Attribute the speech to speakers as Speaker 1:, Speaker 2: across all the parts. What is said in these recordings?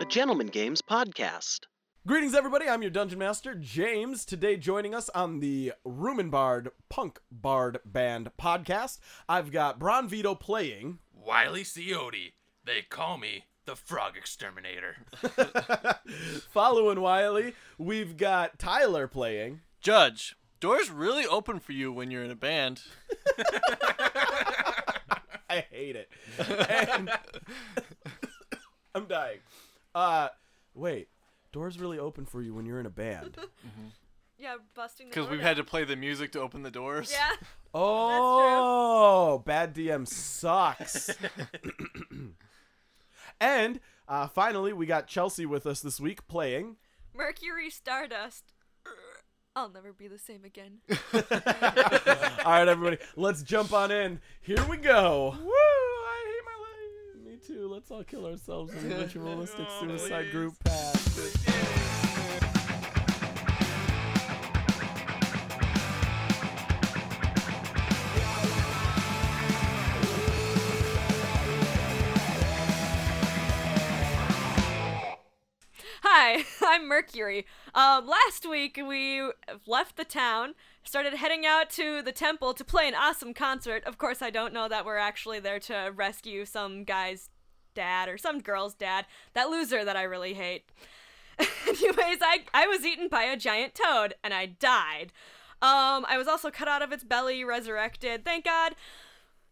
Speaker 1: A Gentleman Games podcast.
Speaker 2: Greetings, everybody. I'm your dungeon master, James. Today, joining us on the Rumen Bard Punk Bard Band podcast, I've got Bron Vito playing.
Speaker 3: Wiley Coyote. They call me the Frog Exterminator.
Speaker 2: Following Wiley, we've got Tyler playing.
Speaker 4: Judge, doors really open for you when you're in a band.
Speaker 2: I hate it. And- I'm dying. Uh, wait. Doors really open for you when you're in a band.
Speaker 5: Yeah, busting the
Speaker 4: Because
Speaker 5: door
Speaker 4: we've
Speaker 5: down.
Speaker 4: had to play the music to open the doors.
Speaker 5: Yeah.
Speaker 2: Oh, bad DM sucks. and uh, finally, we got Chelsea with us this week playing.
Speaker 5: Mercury Stardust. I'll never be the same again.
Speaker 2: All right, everybody, let's jump on in. Here we go. Woo! I hate my life. Me too. Let's all kill ourselves in a ritualistic suicide group path.
Speaker 5: Hi, I'm Mercury. Um, last week we left the town, started heading out to the temple to play an awesome concert. Of course, I don't know that we're actually there to rescue some guy's dad or some girl's dad, that loser that I really hate. Anyways, I, I was eaten by a giant toad and I died. Um, I was also cut out of its belly, resurrected. Thank God.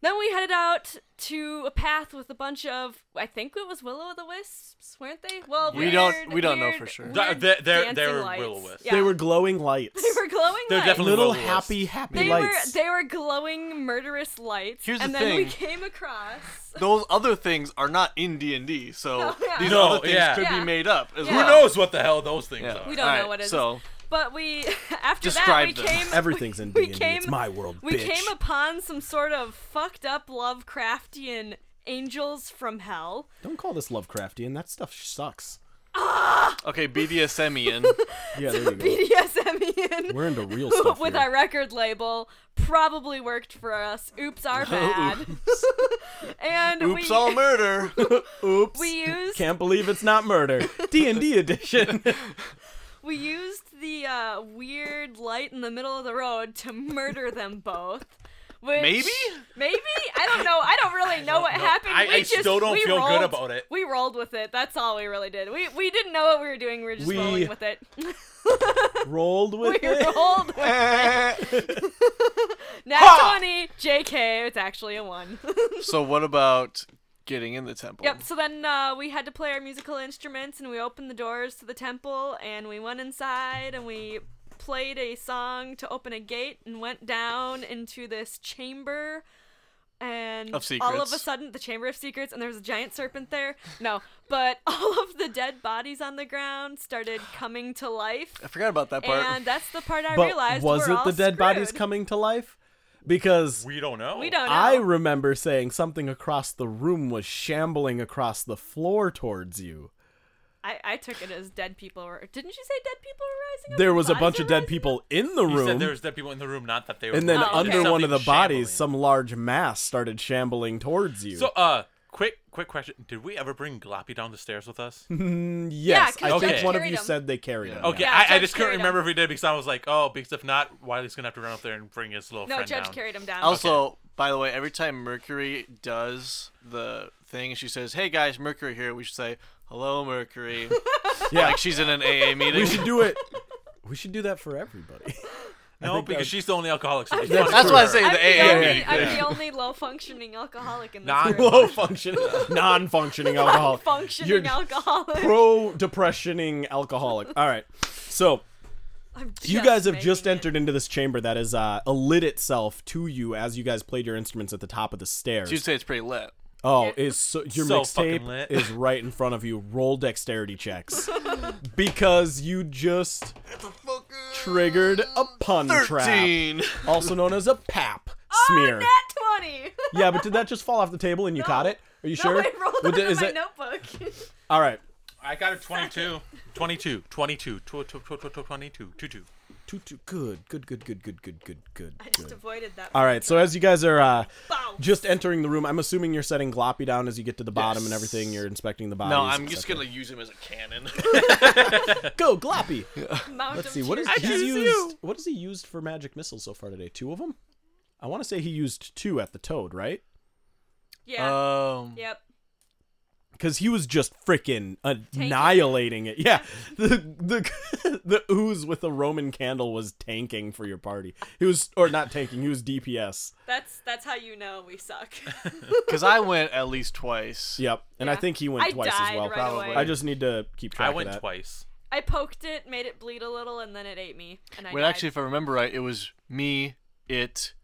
Speaker 5: Then we headed out to a path with a bunch of, I think it was Willow o' the Wisps, weren't they? Well,
Speaker 4: We don't-
Speaker 5: weird-
Speaker 4: we don't know
Speaker 5: weird-
Speaker 4: for sure.
Speaker 5: weird
Speaker 3: Th- they- they're-
Speaker 5: dancing
Speaker 3: they were
Speaker 5: lights.
Speaker 3: Willow o' Wisps.
Speaker 5: Yeah.
Speaker 2: They were glowing lights.
Speaker 5: they were glowing.
Speaker 3: They're
Speaker 5: lights.
Speaker 3: definitely
Speaker 2: little
Speaker 3: Willow o' Wisps.
Speaker 2: happy, happy
Speaker 5: They
Speaker 2: lights.
Speaker 5: were they were glowing murderous lights.
Speaker 4: Here's the
Speaker 5: and then we
Speaker 4: thing.
Speaker 5: came across.
Speaker 4: Those other things are not in D and D, so
Speaker 5: No, Oh, yeah.
Speaker 4: these
Speaker 3: No,
Speaker 4: other things
Speaker 3: yeah.
Speaker 4: could
Speaker 5: Yeah.
Speaker 4: be made up as
Speaker 5: Yeah.
Speaker 3: Who
Speaker 4: well.
Speaker 3: knows what the hell those things
Speaker 4: Yeah.
Speaker 3: are?
Speaker 5: We don't
Speaker 4: Alright,
Speaker 5: know what it is.
Speaker 4: So
Speaker 5: But we after
Speaker 4: Describe
Speaker 5: that we
Speaker 4: them.
Speaker 5: came
Speaker 2: Everything's in
Speaker 5: we
Speaker 2: D&D.
Speaker 5: came-
Speaker 2: It's my world,
Speaker 5: We
Speaker 2: bitch.
Speaker 5: came upon some sort of fucked up Lovecraftian angels from hell.
Speaker 2: Don't call this Lovecraftian. That stuff sucks.
Speaker 4: okay, BDSMian.
Speaker 2: Yeah, there you go.
Speaker 5: BDSMian
Speaker 2: We're into real
Speaker 5: who,
Speaker 2: stuff.
Speaker 5: with
Speaker 2: here.
Speaker 5: our record label probably worked for us. Oops, are
Speaker 2: Oh.
Speaker 5: bad. and
Speaker 4: Oops,
Speaker 5: we
Speaker 4: all murder.
Speaker 2: Oops.
Speaker 5: we used
Speaker 2: Can't believe it's not murder. D&D edition.
Speaker 5: We used the uh, weird light in the middle of the road to murder them both. Which,
Speaker 4: Maybe?
Speaker 5: Maybe? I don't know. I don't really know what happened.
Speaker 3: I-
Speaker 5: we
Speaker 3: I
Speaker 5: just,
Speaker 3: still don't
Speaker 5: we
Speaker 3: feel
Speaker 5: rolled,
Speaker 3: good about it.
Speaker 5: We rolled with it. That's all we really did. We we didn't know what we were doing. We were just
Speaker 2: We-
Speaker 5: rolling with it.
Speaker 2: Rolled
Speaker 5: we
Speaker 2: with it.
Speaker 5: rolled with it. Nat 20, JK. It's actually a 1.
Speaker 4: so what about getting in the temple?
Speaker 5: Yep. So then uh, we had to play our musical instruments, and we opened the doors to the temple, and we went inside, and we played a song to open a gate, and went down into this chamber. And
Speaker 4: Of
Speaker 5: all of a
Speaker 4: secrets.
Speaker 5: sudden, the Chamber of Secrets, and there was a giant serpent there. No, but all of the dead bodies on the ground started coming to life,
Speaker 4: I forgot about that part.
Speaker 5: and that's the part I
Speaker 2: but
Speaker 5: realized.
Speaker 2: was
Speaker 5: we're
Speaker 2: it
Speaker 5: all
Speaker 2: the dead bodies
Speaker 5: screwed.
Speaker 2: coming to life? Because
Speaker 3: We don't know.
Speaker 5: We don't know.
Speaker 2: I remember saying something across the room was shambling across the floor towards you.
Speaker 5: I, I took it as dead people. Were, didn't you say dead people were rising? up?
Speaker 2: There was a
Speaker 5: Bodies
Speaker 2: bunch
Speaker 5: were
Speaker 2: of dead
Speaker 5: rising up?
Speaker 2: people in the
Speaker 3: You said there
Speaker 2: room,
Speaker 3: was dead people in the room, not that they were.
Speaker 2: and then
Speaker 5: Oh, okay.
Speaker 2: under one of the
Speaker 3: Something
Speaker 2: bodies,
Speaker 3: shambling.
Speaker 2: some large mass started shambling towards you.
Speaker 3: So, uh, quick, quick question: Did we ever bring Gloppy down the stairs with us?
Speaker 2: yes,
Speaker 5: 'cause
Speaker 2: I
Speaker 3: they
Speaker 2: think one of
Speaker 5: carried
Speaker 2: you
Speaker 5: him.
Speaker 2: said they carried him.
Speaker 3: Okay,
Speaker 5: Yeah,
Speaker 3: I, I
Speaker 5: Judge
Speaker 3: just couldn't
Speaker 5: carried
Speaker 3: remember
Speaker 5: him.
Speaker 3: if we did because I was like, oh, because if not, Wiley's gonna have to run up there and bring his little
Speaker 5: No,
Speaker 3: friend
Speaker 5: Judge
Speaker 3: down.
Speaker 5: carried him down.
Speaker 4: Also, by the way, every time Mercury does the thing, she says, "Hey guys, Mercury here." We should say, "Hello, Mercury."
Speaker 2: Yeah.
Speaker 4: like she's in an AA meeting.
Speaker 2: we should do it. We should do that for everybody.
Speaker 3: No,
Speaker 2: think
Speaker 3: because
Speaker 2: that-
Speaker 3: she's the only alcoholic. So
Speaker 5: That's
Speaker 4: That's why I say
Speaker 5: I'm
Speaker 4: the
Speaker 5: the,
Speaker 4: AA
Speaker 5: only,
Speaker 4: meeting.
Speaker 5: I'm the only low functioning alcoholic in this
Speaker 3: Nah,
Speaker 5: group.
Speaker 2: Low functioning, non-functioning alcohol.
Speaker 5: functioning
Speaker 2: You're
Speaker 5: alcoholic.
Speaker 2: pro depressioning alcoholic. All right, so.
Speaker 5: I'm
Speaker 2: you
Speaker 5: just
Speaker 2: guys have
Speaker 5: making
Speaker 2: just
Speaker 5: it.
Speaker 2: entered into this chamber that is uh, lit itself to you as you guys played your instruments at the top of the stairs.
Speaker 4: You'd say it's pretty lit.
Speaker 2: oh, is so, your
Speaker 3: So fucking
Speaker 2: mixtape
Speaker 3: lit.
Speaker 2: is right in front of you. Roll dexterity checks because you just triggered a pun trap,
Speaker 4: Thirteen.
Speaker 2: also known as a pap
Speaker 5: Oh,
Speaker 2: smear.
Speaker 5: nat 20!
Speaker 2: yeah, but did that just fall off the table and you caught it? Are you sure?
Speaker 5: No, I rolled
Speaker 2: What
Speaker 5: it
Speaker 2: did-
Speaker 5: in
Speaker 2: is
Speaker 5: my
Speaker 2: that-
Speaker 5: notebook.
Speaker 2: All right.
Speaker 3: I got a 22. 22, 22, tw- tw- tw- tw- tw- 22, 22,
Speaker 2: Toot toot. Good, good, good, good, good, good, good, good.
Speaker 5: I just avoided that.
Speaker 2: All right. So as you guys are uh,
Speaker 5: Bow.
Speaker 2: just entering the room, I'm assuming you're setting Gloppy down as you get to the bottom and everything. You're inspecting the body.
Speaker 4: No, I'm just gonna use him as a cannon.
Speaker 2: go Gloppy.
Speaker 5: Mount
Speaker 2: Let's
Speaker 5: of
Speaker 2: see. What is
Speaker 5: tears.
Speaker 2: he's
Speaker 4: choose
Speaker 2: used?
Speaker 4: you.
Speaker 2: What has he used for magic missiles so far today? Two of them. I want to say he used two at the toad, right?
Speaker 5: Yeah.
Speaker 2: Uh,
Speaker 4: Um,
Speaker 5: yep.
Speaker 2: because he was just freaking annihilating it. Yeah, the the the ooze with the Roman candle was tanking for your party. He was or not tanking. He was DPS.
Speaker 5: That's that's how you know we suck.
Speaker 4: because I went at least twice.
Speaker 2: Yep, and I
Speaker 5: Yeah.
Speaker 2: think he went
Speaker 5: I
Speaker 2: twice as
Speaker 5: died
Speaker 2: well.
Speaker 5: right
Speaker 4: probably.
Speaker 5: away.
Speaker 2: I just need to keep track
Speaker 3: I
Speaker 2: of
Speaker 3: went
Speaker 2: that.
Speaker 3: twice.
Speaker 5: I poked it, made it bleed a little, and then it ate me. And I
Speaker 4: Wait,
Speaker 5: died.
Speaker 4: actually, if I remember right, it was me, it,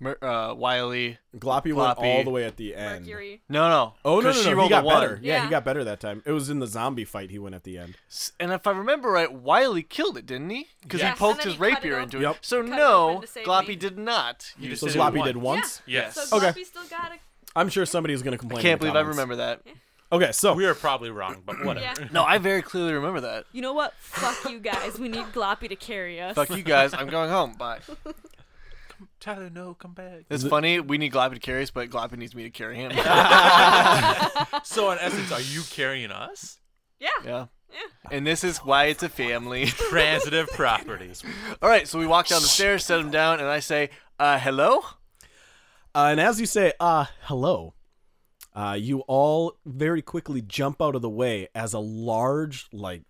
Speaker 4: Mer- uh, Wiley.
Speaker 2: Gloppy, went
Speaker 4: Gloppy.
Speaker 2: all the way at the end.
Speaker 5: Mercury.
Speaker 4: No, no.
Speaker 2: Oh no,
Speaker 4: 'cause
Speaker 2: no,
Speaker 4: she
Speaker 2: no, he
Speaker 4: rolled a
Speaker 2: got
Speaker 4: one.
Speaker 2: better. Yeah. he
Speaker 5: Yeah.
Speaker 2: got better that time. It was in the zombie fight. He went at the end.
Speaker 4: S- And if I remember right, Wiley killed it, didn't he? Because
Speaker 5: Yes,
Speaker 4: he poked
Speaker 5: and then
Speaker 4: his
Speaker 5: he cut it
Speaker 4: rapier
Speaker 5: open.
Speaker 4: into it.
Speaker 2: Yep.
Speaker 4: So
Speaker 5: Cut it
Speaker 4: no,
Speaker 5: open to save
Speaker 4: Gloppy
Speaker 5: me.
Speaker 4: did not. You just
Speaker 2: So
Speaker 4: did
Speaker 2: Gloppy
Speaker 4: it
Speaker 2: did once.
Speaker 3: Yes.
Speaker 5: So
Speaker 2: Okay.
Speaker 5: Gloppy still got it.
Speaker 2: I'm sure somebody's gonna complain.
Speaker 4: I
Speaker 2: in
Speaker 4: can't
Speaker 2: the
Speaker 4: believe I
Speaker 2: comments.
Speaker 4: remember that.
Speaker 2: Okay, so
Speaker 3: We are probably wrong, but whatever.
Speaker 5: Yeah.
Speaker 4: No, I very clearly remember that.
Speaker 5: You know what? Fuck you guys. We need Gloppy to carry us.
Speaker 4: Fuck you guys. I'm going home. Bye.
Speaker 3: Tyler, no, come back.
Speaker 4: It's funny. We need Gloppy to carry us, but Gloppy needs me to carry him.
Speaker 3: So in essence, are you carrying us?
Speaker 5: Yeah.
Speaker 4: yeah. And this is why it's a family.
Speaker 3: Transitive properties.
Speaker 4: All right, so we walk down the stairs, set him down, and I say, uh, hello?
Speaker 2: Uh, and as you say, uh, hello, uh, you all very quickly jump out of the way as a large, like,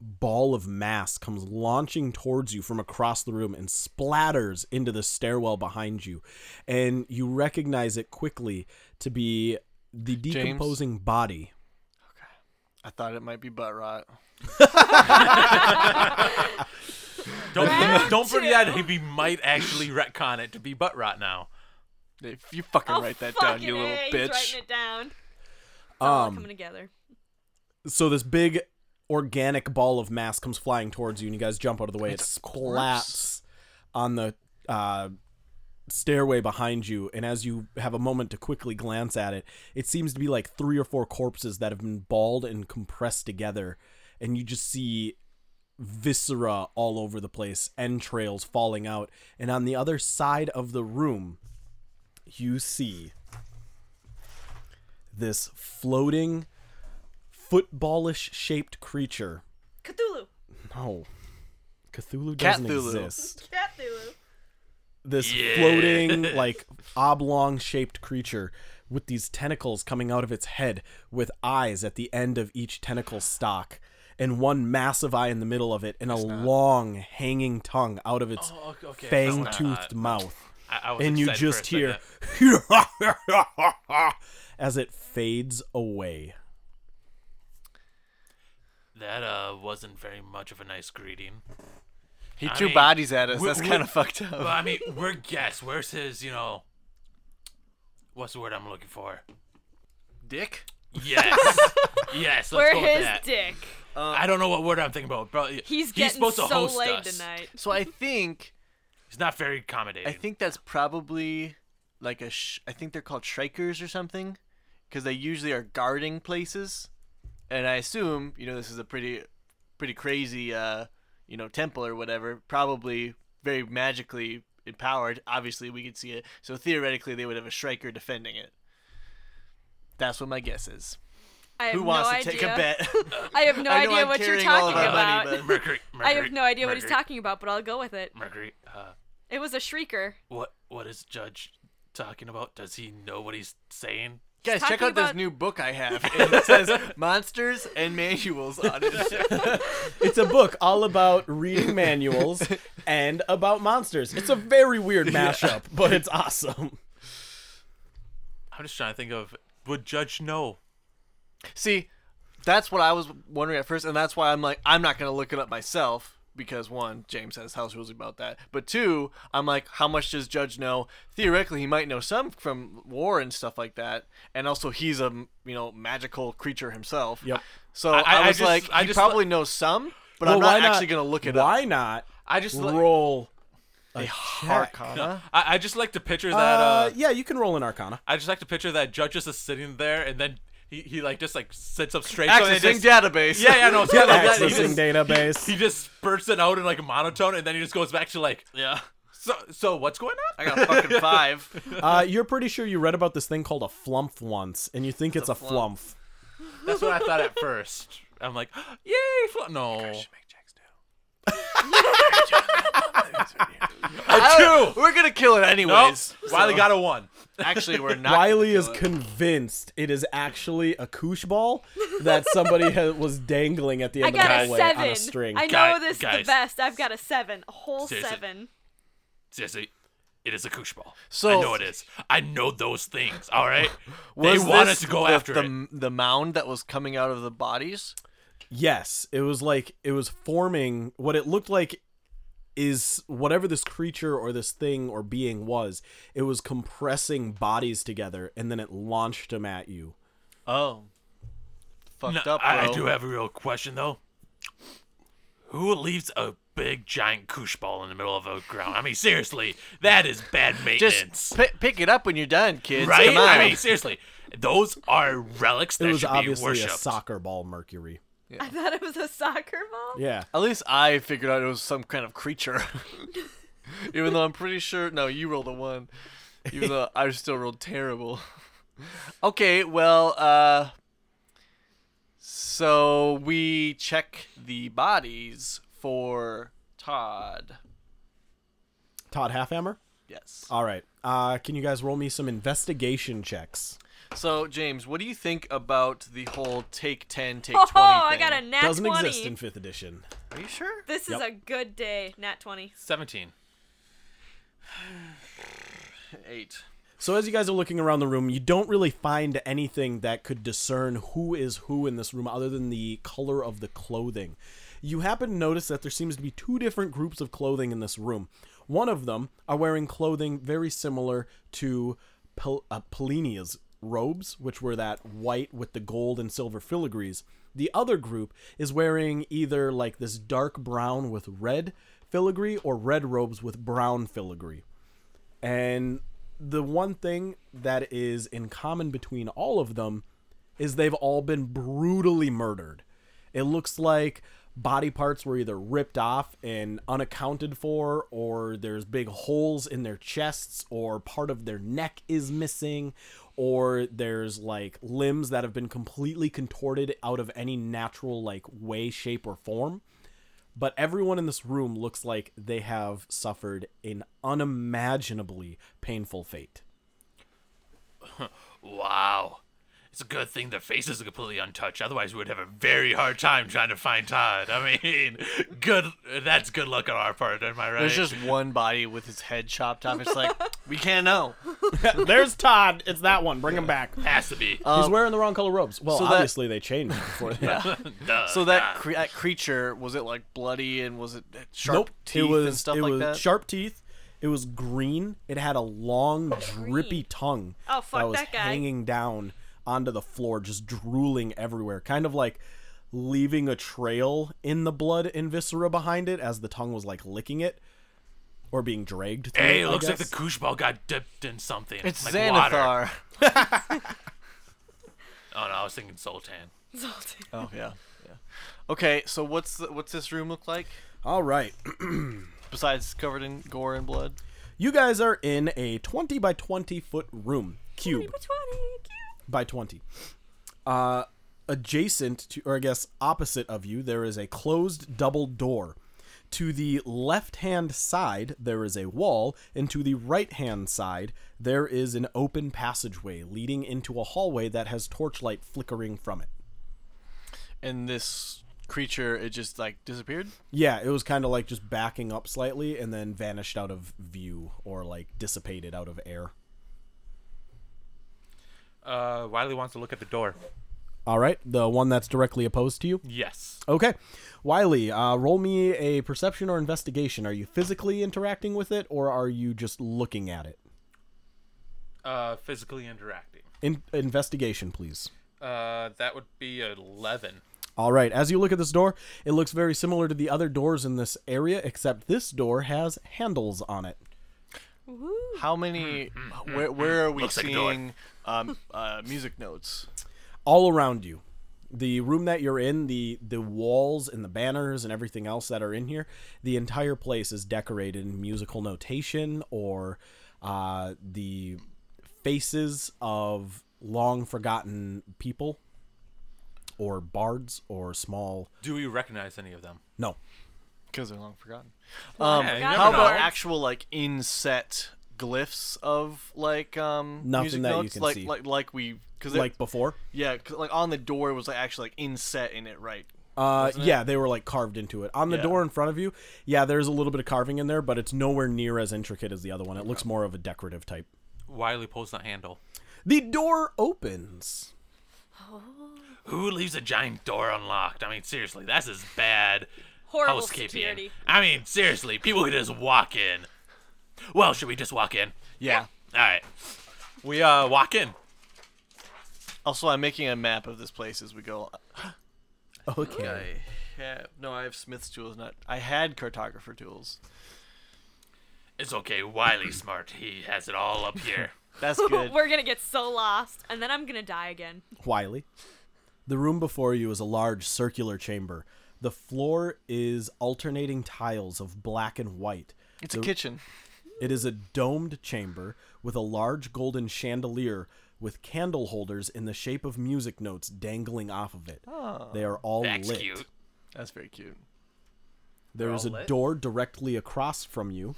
Speaker 2: ball of mass comes launching towards you from across the room and splatters into the stairwell behind you. And you recognize it quickly to be the decomposing body.
Speaker 4: I thought it might be butt rot.
Speaker 3: Don't,
Speaker 5: Round
Speaker 3: don't bring
Speaker 5: two.
Speaker 3: that. in. We might actually retcon it to be butt rot now.
Speaker 4: If you fucking
Speaker 5: Oh,
Speaker 4: write that down,
Speaker 5: fucking
Speaker 4: you little
Speaker 5: A, he's
Speaker 4: bitch.
Speaker 5: writing it down. All
Speaker 2: Um,
Speaker 5: coming together.
Speaker 2: so this big organic ball of mass comes flying towards you, and you guys jump out of the way. it splaps on the uh, stairway behind you, and as you have a moment to quickly glance at it, it seems to be like three or four corpses that have been balled and compressed together, and you just see viscera all over the place, entrails falling out, and on the other side of the room, you see this floating footballish shaped creature.
Speaker 5: Cthulhu.
Speaker 2: No. Cthulhu doesn't
Speaker 4: Cthulhu.
Speaker 2: exist.
Speaker 5: Cthulhu.
Speaker 2: This floating, like oblong shaped creature with these tentacles coming out of its head with eyes at the end of each tentacle stalk and one massive eye in the middle of it and a long hanging tongue out of its
Speaker 3: Oh, okay, okay, that's
Speaker 2: fang
Speaker 3: not-
Speaker 2: toothed mouth.
Speaker 3: I, I was
Speaker 2: And you
Speaker 3: excited for a
Speaker 2: just hear
Speaker 3: second.
Speaker 2: as it fades away.
Speaker 3: that uh wasn't very much of a nice greeting.
Speaker 4: He
Speaker 3: I
Speaker 4: threw
Speaker 3: mean,
Speaker 4: bodies at us.
Speaker 3: we-
Speaker 4: That's
Speaker 3: we-
Speaker 4: kind of fucked
Speaker 3: Well,
Speaker 4: up.
Speaker 3: I mean, we're guests. Where's his? You know, what's the word I'm looking for?
Speaker 4: Dick?
Speaker 3: Yes, yes. Let's
Speaker 5: We're
Speaker 3: go with
Speaker 5: his
Speaker 3: that.
Speaker 5: dick.
Speaker 3: I don't know what word I'm thinking about, bro.
Speaker 5: He's getting
Speaker 3: he's supposed to
Speaker 5: so
Speaker 3: host
Speaker 5: laid
Speaker 3: us.
Speaker 5: tonight.
Speaker 4: So I think,
Speaker 3: He's not very accommodating.
Speaker 4: I think that's probably like a. Sh- I think they're called shrikers or something, because they usually are guarding places, and I assume you know this is a pretty, pretty crazy, uh, you know, temple or whatever. Probably very magically empowered. Obviously, we could see it. So theoretically, they would have a shriker defending it. That's what my guess is.
Speaker 5: I have
Speaker 4: Who wants
Speaker 5: no
Speaker 4: to take
Speaker 5: idea.
Speaker 4: a bet?
Speaker 5: I have no
Speaker 4: I know
Speaker 5: idea
Speaker 4: I'm
Speaker 5: what you're
Speaker 4: carrying all of
Speaker 5: talking
Speaker 3: our
Speaker 5: about.
Speaker 4: money, but-
Speaker 3: Mercury, Mercury.
Speaker 5: I have no idea what he's
Speaker 3: Mercury,
Speaker 5: talking about, but I'll go with it.
Speaker 3: Mercury, uh,
Speaker 5: It was a shrieker.
Speaker 3: what what is Judge talking about? Does he know what he's saying?
Speaker 4: Guys, check
Speaker 5: talking
Speaker 4: out this
Speaker 5: about-
Speaker 4: new book I have. It says Monsters and Manuals on it.
Speaker 2: It's a book all about reading manuals and about monsters. It's a very weird mashup, but it's awesome.
Speaker 3: I'm just trying to think of would Judge know?
Speaker 4: See, that's what I was wondering at first, and that's why I'm like, I'm not gonna look it up myself because one, James has house rules about that, but two, I'm like, how much does Judge know? Theoretically, he might know some from war and stuff like that, and also he's a you know magical creature himself.
Speaker 2: Yep.
Speaker 4: So I,
Speaker 3: I- I- I
Speaker 4: was
Speaker 3: just-
Speaker 4: like,
Speaker 3: I
Speaker 4: he
Speaker 3: just-
Speaker 4: probably knows some, but I'm
Speaker 2: Well,
Speaker 4: not actually gonna look it up.
Speaker 2: Why not
Speaker 3: I just like,
Speaker 2: roll a check?
Speaker 4: Arcana.
Speaker 3: I, I just like to picture that.
Speaker 2: Uh,
Speaker 3: Uh,
Speaker 2: yeah, you can roll an Arcana.
Speaker 3: I just like to picture that Judge is just sitting there, and then he, he like just like sets up straight. so they
Speaker 4: Accessing
Speaker 3: just-
Speaker 4: database.
Speaker 3: Yeah, yeah, no, it's kinda like that. He
Speaker 2: Accessing
Speaker 3: just-
Speaker 2: database.
Speaker 3: He just spurts it out in like a monotone, and then he just goes back to like,
Speaker 4: yeah.
Speaker 3: so, so what's going on?
Speaker 4: I got a fucking five.
Speaker 2: Uh, you're pretty sure you read about this thing called a flumph once, and you think it's, a flump. flumph.
Speaker 3: That's what I thought at first. I'm like, yay! Fl-. No,
Speaker 4: I
Speaker 3: a
Speaker 4: don't-
Speaker 3: two.
Speaker 4: We're gonna kill it
Speaker 3: No,
Speaker 4: anyways.
Speaker 3: Wiley got a one.
Speaker 4: Actually, we're not.
Speaker 2: Wiley
Speaker 4: gonna
Speaker 2: is
Speaker 4: kill it.
Speaker 2: convinced it is actually a koosh ball that somebody ha- was dangling at the
Speaker 5: I
Speaker 2: end
Speaker 5: got
Speaker 2: of
Speaker 5: a
Speaker 2: the hallway on
Speaker 5: seven.
Speaker 2: a string.
Speaker 5: I know
Speaker 3: Guy-
Speaker 5: this
Speaker 3: guys.
Speaker 5: the best. I've got a seven. A whole
Speaker 3: Seriously.
Speaker 5: seven.
Speaker 3: Seriously, it is a koosh ball.
Speaker 4: So-
Speaker 3: I know it is. I know those things. All right, they
Speaker 4: Was
Speaker 3: want
Speaker 4: this
Speaker 3: us to go
Speaker 4: the,
Speaker 3: after
Speaker 4: the,
Speaker 3: it.
Speaker 4: the mound that was coming out of the bodies.
Speaker 2: Yes, it was like it was forming what it looked like is whatever this creature or this thing or being was, it was compressing bodies together and then it launched them at you.
Speaker 4: Oh, fucked
Speaker 3: No,
Speaker 4: up, bro.
Speaker 3: I, I do have a real question though. Who leaves a big giant koosh ball in the middle of a ground? I mean, seriously, that is bad maintenance,
Speaker 4: Just pi pick it up when you're done, kids.
Speaker 3: right?
Speaker 4: Come on.
Speaker 3: I mean, seriously, those are relics that
Speaker 2: it was
Speaker 3: should
Speaker 2: obviously
Speaker 3: be
Speaker 2: a
Speaker 3: worshipped.
Speaker 2: soccer ball mercury.
Speaker 5: I thought it was a soccer ball.
Speaker 2: Yeah.
Speaker 4: At least I figured out it was some kind of creature. Even though I'm pretty sure. No, you rolled a one. Even though I still rolled terrible. Okay, well, uh. So we check the bodies for Todd.
Speaker 2: Todd Halfhammer?
Speaker 4: Yes.
Speaker 2: All right. Uh, can you guys roll me some investigation checks?
Speaker 4: So, James, what do you think about the whole take 10, take 20
Speaker 5: Oh,
Speaker 4: thing?
Speaker 5: I got a nat
Speaker 2: Doesn't
Speaker 5: 20.
Speaker 2: exist in 5th edition.
Speaker 4: Are you sure?
Speaker 5: This
Speaker 2: Yep.
Speaker 5: is a good day, nat 20.
Speaker 3: Seventeen.
Speaker 4: Eight.
Speaker 2: So as you guys are looking around the room, you don't really find anything that could discern who is who in this room other than the color of the clothing. You happen to notice that there seems to be two different groups of clothing in this room. One of them are wearing clothing very similar to Pel- uh, Polinia's robes, which were that white with the gold and silver filigrees. The other group is wearing either like this dark brown with red filigree or red robes with brown filigree. And the one thing that is in common between all of them is they've all been brutally murdered. It looks like body parts were either ripped off and unaccounted for, or there's big holes in their chests, or part of their neck is missing, or there's like limbs that have been completely contorted out of any natural, like, way, shape, or form but everyone in this room looks like they have suffered an unimaginably painful fate.
Speaker 3: Wow. It's a good thing their faces are completely untouched. Otherwise, we would have a very hard time trying to find Todd. I mean, good. That's good luck on our part. Am I right?
Speaker 4: There's just one body with his head chopped off. It's like, we can't know.
Speaker 2: There's Todd. It's that one. Bring him back.
Speaker 3: has to be.
Speaker 4: uh,
Speaker 2: He's wearing the wrong color robes. Well,
Speaker 4: Um, so that-
Speaker 2: obviously they changed before. That.
Speaker 3: Duh.
Speaker 4: So that cre- that creature was it like bloody and was it uh, sharp
Speaker 2: Nope.
Speaker 4: teeth
Speaker 2: it was.
Speaker 4: and stuff
Speaker 2: it
Speaker 4: like
Speaker 2: was
Speaker 4: that?
Speaker 2: sharp teeth. It was green. It had a long, drippy tongue
Speaker 5: Oh, fuck
Speaker 2: that was
Speaker 5: that guy.
Speaker 2: hanging down onto the floor, just drooling everywhere, kind of like leaving a trail in the blood and viscera behind it as the tongue was like licking it or being dragged. Through
Speaker 3: hey,
Speaker 2: it
Speaker 3: it
Speaker 2: I
Speaker 3: looks like the
Speaker 2: guess.
Speaker 3: koosh ball got dipped in something.
Speaker 4: It's
Speaker 3: like Water.
Speaker 4: Xanathar.
Speaker 3: Oh no, I was thinking Sultan.
Speaker 5: Salty.
Speaker 4: Oh yeah. yeah. Okay, so what's the, what's this room look like
Speaker 2: All right.
Speaker 4: besides covered in gore and blood?
Speaker 2: You guys are in a 20 by 20 foot room, cube
Speaker 5: 20, cute.
Speaker 2: by 20. Uh, adjacent to, or I guess opposite of you, there is a closed double door. To the left hand side, there is a wall, and to the right hand side, there is an open passageway leading into a hallway that has torchlight flickering from it.
Speaker 4: And this creature it just like disappeared.
Speaker 2: Yeah, it was kind of like just backing up slightly and then vanished out of view or like dissipated out of air.
Speaker 3: Uh, Wiley wants to look at the door.
Speaker 2: All right, the one that's directly opposed to you.
Speaker 3: Yes.
Speaker 2: Okay. Wiley, uh, roll me a perception or investigation. Are you physically interacting with it or are you just looking at it?
Speaker 3: Uh, physically interacting.
Speaker 2: In- investigation, please.
Speaker 3: Uh, that would be eleven.
Speaker 2: All right. As you look at this door, it looks very similar to the other doors in this area, except this door has handles on it.
Speaker 3: Hmm,
Speaker 4: How many? Where where are we
Speaker 3: Looks like a door.
Speaker 4: seeing um, uh, music notes?
Speaker 2: all around you the room that you're in the the walls and the banners and everything else that are in here the entire place is decorated in musical notation or uh, the faces of long forgotten people or bards or small
Speaker 3: Do we recognize any of them?
Speaker 2: no
Speaker 4: because they're long forgotten. Um,
Speaker 3: yeah, you never
Speaker 4: how about
Speaker 3: know.
Speaker 4: actual like inset glyphs of like um
Speaker 2: Nothing
Speaker 4: music
Speaker 2: that you
Speaker 4: notes?
Speaker 2: can
Speaker 4: like,
Speaker 2: see.
Speaker 4: like like we because like
Speaker 2: like before
Speaker 4: yeah 'cause, like on the door was like actually like inset in it right
Speaker 2: uh yeah they were like carved into it on the
Speaker 4: Yeah.
Speaker 2: door in front of you yeah there's a little bit of carving in there but it's nowhere near as intricate as the other one it looks more of a decorative type
Speaker 3: Wiley pulls the handle.
Speaker 2: the door opens
Speaker 3: Who leaves a giant door unlocked? I mean, seriously, that's as bad
Speaker 5: Horrible
Speaker 3: housekeeping.
Speaker 5: security.
Speaker 3: I mean, seriously, people who just walk in. Well, should we just walk in?
Speaker 4: yeah.
Speaker 3: All right. We uh walk in.
Speaker 4: Also, I'm making a map of this place as we go.
Speaker 2: okay
Speaker 4: I have no, I have Smith's tools. Not I had cartographer tools.
Speaker 3: It's okay. Wiley's smart. He has it all up here.
Speaker 4: That's good.
Speaker 5: We're gonna get so lost, and then I'm gonna die again.
Speaker 3: Mm.
Speaker 2: Wiley. The room before you is a large circular chamber. The floor is alternating tiles of black and white.
Speaker 4: it's a kitchen.
Speaker 2: It is a domed chamber with a large golden chandelier with candle holders in the shape of music notes dangling off of it. They are all
Speaker 3: Oh. That's
Speaker 2: lit.
Speaker 3: cute.
Speaker 4: That's very cute.
Speaker 2: There is a
Speaker 6: all lit?
Speaker 2: door directly across from you,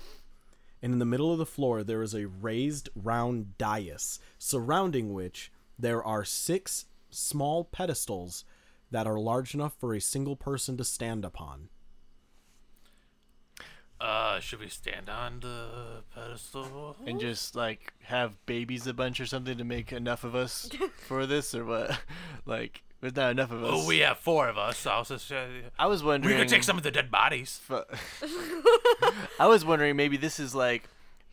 Speaker 2: and in the middle of the floor there is a raised round dais, surrounding which there are six small pedestals that are large enough for a single person to stand upon.
Speaker 3: Uh, should we stand on the pedestal?
Speaker 4: And just like have babies a bunch or something to make enough of us for this or what? Like there's not enough of us.
Speaker 3: Oh, we have four of us. so I was just, uh,
Speaker 4: I was
Speaker 3: we
Speaker 4: wondering.
Speaker 3: could take some of the dead bodies.
Speaker 4: fu- I was wondering maybe this is like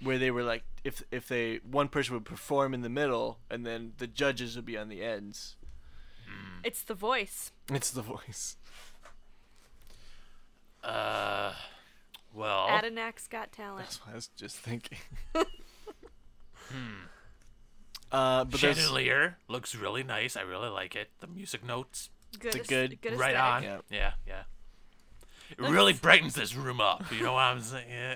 Speaker 4: where they were like if if they one person would perform in the middle and then the judges would be on the ends.
Speaker 5: It's the voice.
Speaker 4: It's the voice.
Speaker 3: Uh, well,
Speaker 5: Adanak's got talent.
Speaker 4: That's what I was just thinking. Hmm. Uh, but there's,
Speaker 3: chandelier looks really nice. I really like it. The music notes,
Speaker 5: Good.
Speaker 4: a
Speaker 5: aes-
Speaker 4: good-
Speaker 5: good
Speaker 3: right
Speaker 5: aesthetic.
Speaker 3: on.
Speaker 4: Yep.
Speaker 3: Yeah, yeah. It really brightens this room up. You know what I'm saying? Yeah.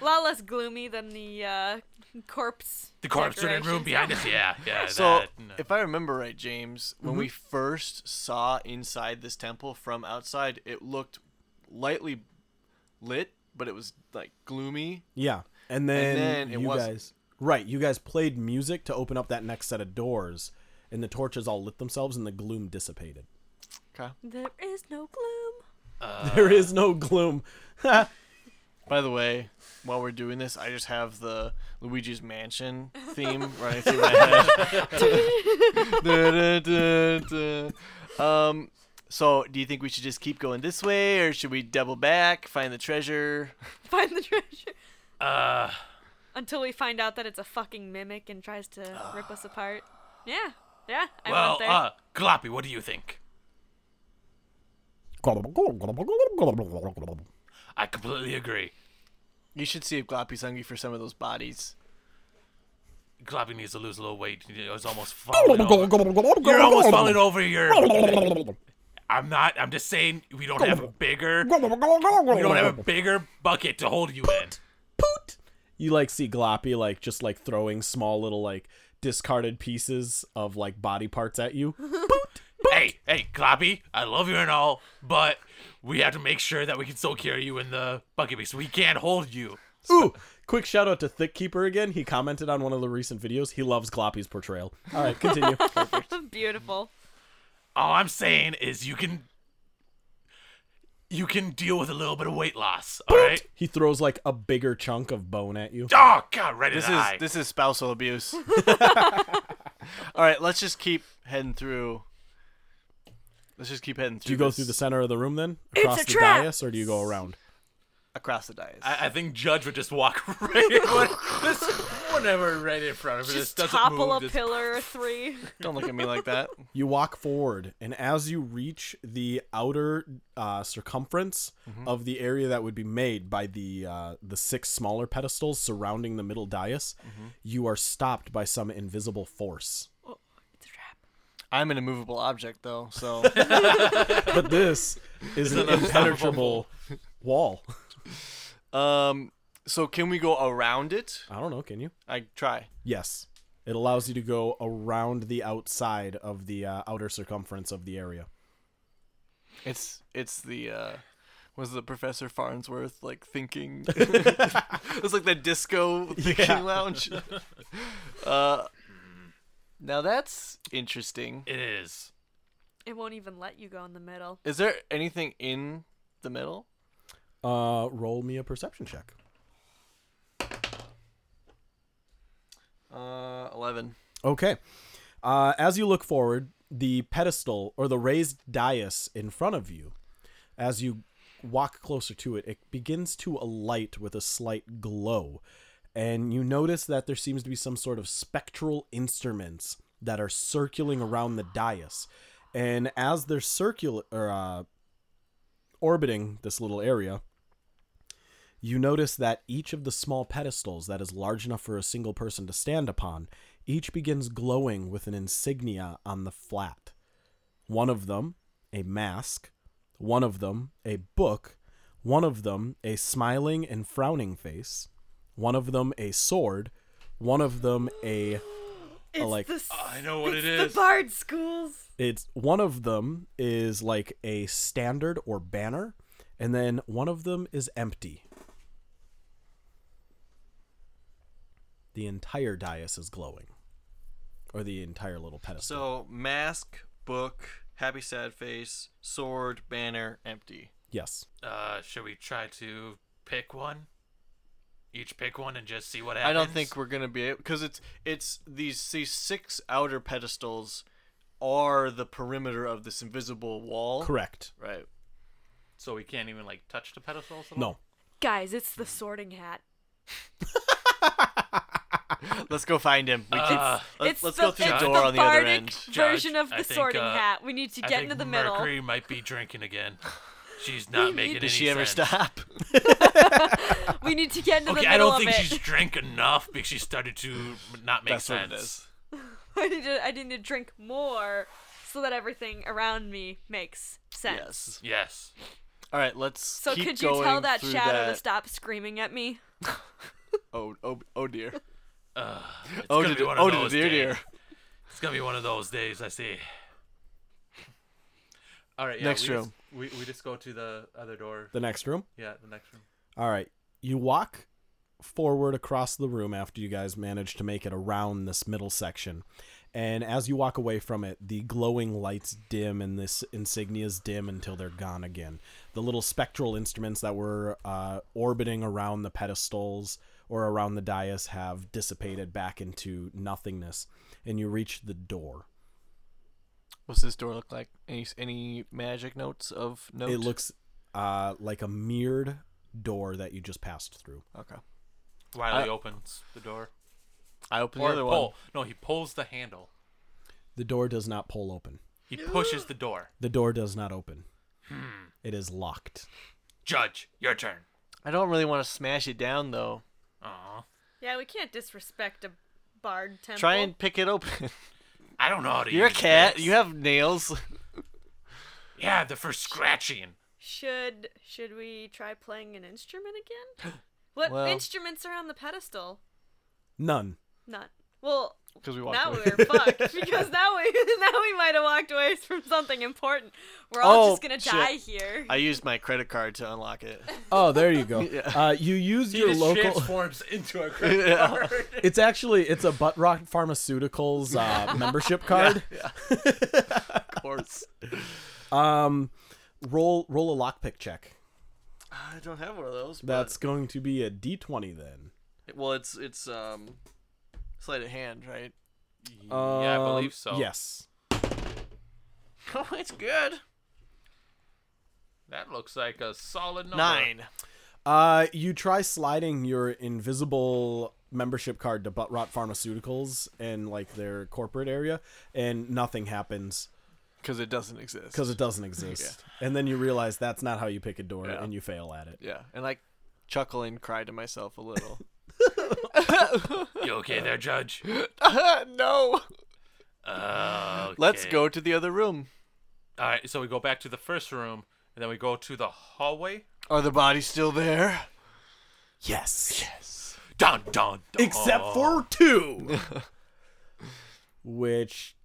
Speaker 5: A lot less gloomy than the uh, corpse.
Speaker 3: The corpse in the room
Speaker 5: decorations.
Speaker 3: behind us. Yeah, yeah.
Speaker 4: so
Speaker 3: that, no.
Speaker 4: if I remember right, James, when we first saw inside this temple from outside, it looked lightly lit, but it was like gloomy.
Speaker 2: Yeah. And then,
Speaker 4: then it
Speaker 2: you
Speaker 4: wasn't.
Speaker 2: guys Right, you guys played music to open up that next set of doors, and the torches all lit themselves and the gloom dissipated.
Speaker 4: Okay.
Speaker 5: There is no gloom.
Speaker 2: there is no gloom.
Speaker 4: By the way, while we're doing this, I just have the Luigi's Mansion theme running through my head. Da, da, da, da. Um, so, do you think we should just keep going this way, or should we double back, find the treasure?
Speaker 5: Find the treasure.
Speaker 3: uh,
Speaker 5: Until we find out that it's a fucking mimic and tries to rip us apart. Yeah. Yeah. I
Speaker 3: well,
Speaker 5: went there.
Speaker 3: uh, Gloppy, what do you think? I completely agree.
Speaker 4: You should see if Gloppy's hungry for some of those bodies.
Speaker 3: Gloppy needs to lose a little weight. He was almost falling over. You're almost falling over your. I'm not. I'm just saying we don't have a bigger. We don't have a bigger bucket to hold you in.
Speaker 2: poot. You like see Gloppy like just like throwing small little like discarded pieces of like body parts at you.
Speaker 3: Hey, hey, Gloppy, I love you and all, but we have to make sure that we can still carry you in the bucket because we can't hold you.
Speaker 2: Ooh! Quick shout out to Thick Keeper again. He commented on one of the recent videos. He loves Gloppy's portrayal. All right, continue.
Speaker 5: Beautiful.
Speaker 3: All I'm saying is you can. You can deal with a little bit of weight loss, all right?
Speaker 2: he throws like a bigger chunk of bone at you.
Speaker 3: Oh God, right
Speaker 4: This
Speaker 3: in the
Speaker 4: is
Speaker 3: eye.
Speaker 4: this is spousal abuse. All right, let's just keep heading through. Let's just keep heading through.
Speaker 2: Do you go
Speaker 4: this-
Speaker 2: through the center of the room then, across
Speaker 5: a
Speaker 2: the
Speaker 5: trap!
Speaker 2: dais, or do you go around?
Speaker 4: across the dais?
Speaker 3: I, I think Judge would just walk right in one- this, whenever right in front of her.
Speaker 5: Just
Speaker 3: this doesn't
Speaker 5: topple
Speaker 3: move,
Speaker 5: a
Speaker 3: just-
Speaker 5: pillar or three.
Speaker 4: Don't look at me like that.
Speaker 2: You walk forward, and as you reach the outer uh, circumference of the area that would be made by the uh, the six smaller pedestals surrounding the middle dais, you are stopped by some invisible force.
Speaker 5: Oh, it's a trap.
Speaker 4: I'm an immovable object though, so
Speaker 2: but this is an impenetrable wall.
Speaker 4: um so can we go around it?
Speaker 2: I don't know. Can you?
Speaker 4: I try.
Speaker 2: Yes. It allows you to go around the outside of the uh, outer circumference of the area.
Speaker 4: It's it's the uh was the Professor Farnsworth like thinking It's like the disco thinking
Speaker 2: Yeah.
Speaker 4: lounge. uh now that's interesting.
Speaker 3: It is.
Speaker 5: It won't even let you go in the middle.
Speaker 4: Is there anything in the middle?
Speaker 2: Uh, roll me a perception check.
Speaker 4: Uh, eleven.
Speaker 2: Okay. Uh, as you look forward, the pedestal or the raised dais in front of you, as you walk closer to it, it begins to alight with a slight glow. And you notice that there seems to be some sort of spectral instruments that are circling around the dais. And as they're circular or, uh, orbiting this little area, you notice that each of the small pedestals that is large enough for a single person to stand upon each begins glowing with an insignia on the flat. One of them, a mask, one of them, a book, one of them, a smiling and frowning face, one of them, a sword, one of them, a.
Speaker 5: It's
Speaker 2: like-
Speaker 5: the, s-
Speaker 3: I know what
Speaker 5: it's
Speaker 3: it is.
Speaker 5: The bard schools.
Speaker 2: It's one of them is like a standard or banner, and then one of them is empty. The entire dais is glowing, or the entire little pedestal.
Speaker 4: So mask, book, happy sad face, sword, banner, empty.
Speaker 2: yes.
Speaker 3: Uh, should we try to pick one? Each pick one and just see what happens.
Speaker 4: I don't think we're gonna be able because it's it's these these six outer pedestals are the perimeter of this invisible wall.
Speaker 2: Correct.
Speaker 4: Right.
Speaker 3: so. We can't even like touch the pedestals. at all?
Speaker 2: No.
Speaker 5: Guys, it's the sorting hat.
Speaker 4: Let's go find him. We keep,
Speaker 3: Uh,
Speaker 4: let's
Speaker 5: it's
Speaker 4: let's
Speaker 5: the,
Speaker 4: go through the
Speaker 5: it's
Speaker 4: door
Speaker 5: the
Speaker 4: on the other
Speaker 5: bardic
Speaker 4: end.
Speaker 5: version
Speaker 3: Judge,
Speaker 5: of
Speaker 3: I
Speaker 5: the
Speaker 3: think,
Speaker 5: sorting
Speaker 3: uh,
Speaker 5: hat. We need to
Speaker 3: I
Speaker 5: get
Speaker 3: think
Speaker 5: into the middle.
Speaker 3: Mercury might be drinking again. She's not making any
Speaker 4: Does she ever
Speaker 3: sense.
Speaker 4: stop?
Speaker 5: We need to get into
Speaker 3: Okay,
Speaker 5: the
Speaker 3: I
Speaker 5: middle
Speaker 3: don't think
Speaker 5: of it.
Speaker 3: she's drank enough because she started to not make
Speaker 4: That's what
Speaker 3: sense.
Speaker 4: it is.
Speaker 5: I need to I need to drink more so that everything around me makes sense.
Speaker 4: Yes.
Speaker 3: Yes.
Speaker 4: All right. Let's.
Speaker 5: So
Speaker 4: keep
Speaker 5: could you tell
Speaker 4: going
Speaker 5: that
Speaker 4: through
Speaker 5: shadow to
Speaker 4: that-
Speaker 5: stop screaming at me?
Speaker 4: Oh, oh, oh dear.
Speaker 3: Uh, it's
Speaker 4: Oh
Speaker 3: gonna be
Speaker 4: dear.
Speaker 3: one of
Speaker 4: Oh
Speaker 3: those
Speaker 4: dear,
Speaker 3: days.
Speaker 4: dear.
Speaker 3: It's gonna be one of those days. I see. All right. Yeah,
Speaker 4: Next
Speaker 3: we
Speaker 4: room.
Speaker 3: Just, we we just go to the other door.
Speaker 2: The next room.
Speaker 3: Yeah, the next room.
Speaker 2: All right. You walk forward across the room after you guys manage to make it around this middle section. And as you walk away from it, the glowing lights dim and this insignias dim until they're gone again. The little spectral instruments that were uh, orbiting around the pedestals or around the dais have dissipated back into nothingness. And you reach the door.
Speaker 4: What's this door look like? Any any magic notes of note?
Speaker 2: It looks uh, like a mirrored door that you just passed through.
Speaker 4: okay.
Speaker 3: Riley opens the door.
Speaker 4: I open the
Speaker 3: Or
Speaker 4: other one.
Speaker 3: pull. No, he pulls the handle.
Speaker 2: The door does not pull open.
Speaker 3: He pushes the door.
Speaker 2: The door does not open.
Speaker 3: Hmm.
Speaker 2: It is locked.
Speaker 3: Judge, your turn.
Speaker 4: I don't really want to smash it down though.
Speaker 3: Aw.
Speaker 5: Yeah, we can't disrespect a bard temple.
Speaker 4: Try and pick it open.
Speaker 3: I don't know how to
Speaker 4: You're a
Speaker 3: use
Speaker 4: cat.
Speaker 3: this.
Speaker 4: You have nails.
Speaker 3: Yeah, the first scratching.
Speaker 5: should should we try playing an instrument again? What
Speaker 4: Well-
Speaker 5: instruments are on the pedestal?
Speaker 2: None.
Speaker 5: Not well.
Speaker 4: 'Cause we walked
Speaker 5: now
Speaker 4: away.
Speaker 5: we're fucked because now we now we might have walked away from something important. We're all
Speaker 4: Oh,
Speaker 5: just gonna
Speaker 4: shit.
Speaker 5: die here.
Speaker 4: I used my credit card to unlock it.
Speaker 2: Oh, there you go. uh, you use your local.
Speaker 3: transforms into a credit
Speaker 4: Yeah.
Speaker 3: card.
Speaker 2: It's actually it's a Butt Rock Pharmaceuticals uh, membership card.
Speaker 4: Of course.
Speaker 2: Um, roll roll a lockpick check.
Speaker 4: I don't have one of those. but-
Speaker 2: That's going to be a D twenty then.
Speaker 4: well, it's it's um, sleight of hand, right?
Speaker 3: yeah, I
Speaker 2: Um,
Speaker 3: believe so.
Speaker 2: Yes.
Speaker 4: Oh, it's good.
Speaker 3: That looks like a solid number.
Speaker 4: Nine.
Speaker 2: Uh, you try sliding your invisible membership card to Butt Rock Pharmaceuticals and like their corporate area, and nothing happens.
Speaker 4: Because it doesn't exist.
Speaker 2: because it doesn't exist. And then you realize that's not how you pick a door,
Speaker 4: Yeah.
Speaker 2: and you fail at it.
Speaker 4: yeah, and I chuckle and cry to myself a little.
Speaker 3: You okay there, Judge?
Speaker 4: no.
Speaker 3: Uh,
Speaker 4: Let's
Speaker 3: okay.
Speaker 4: go to the other room.
Speaker 3: All right, so we go back to the first room, and then we go to the hallway.
Speaker 4: Are the bodies still there?
Speaker 2: Yes.
Speaker 3: Dun dun. dun. Oh.
Speaker 2: Except for two. Which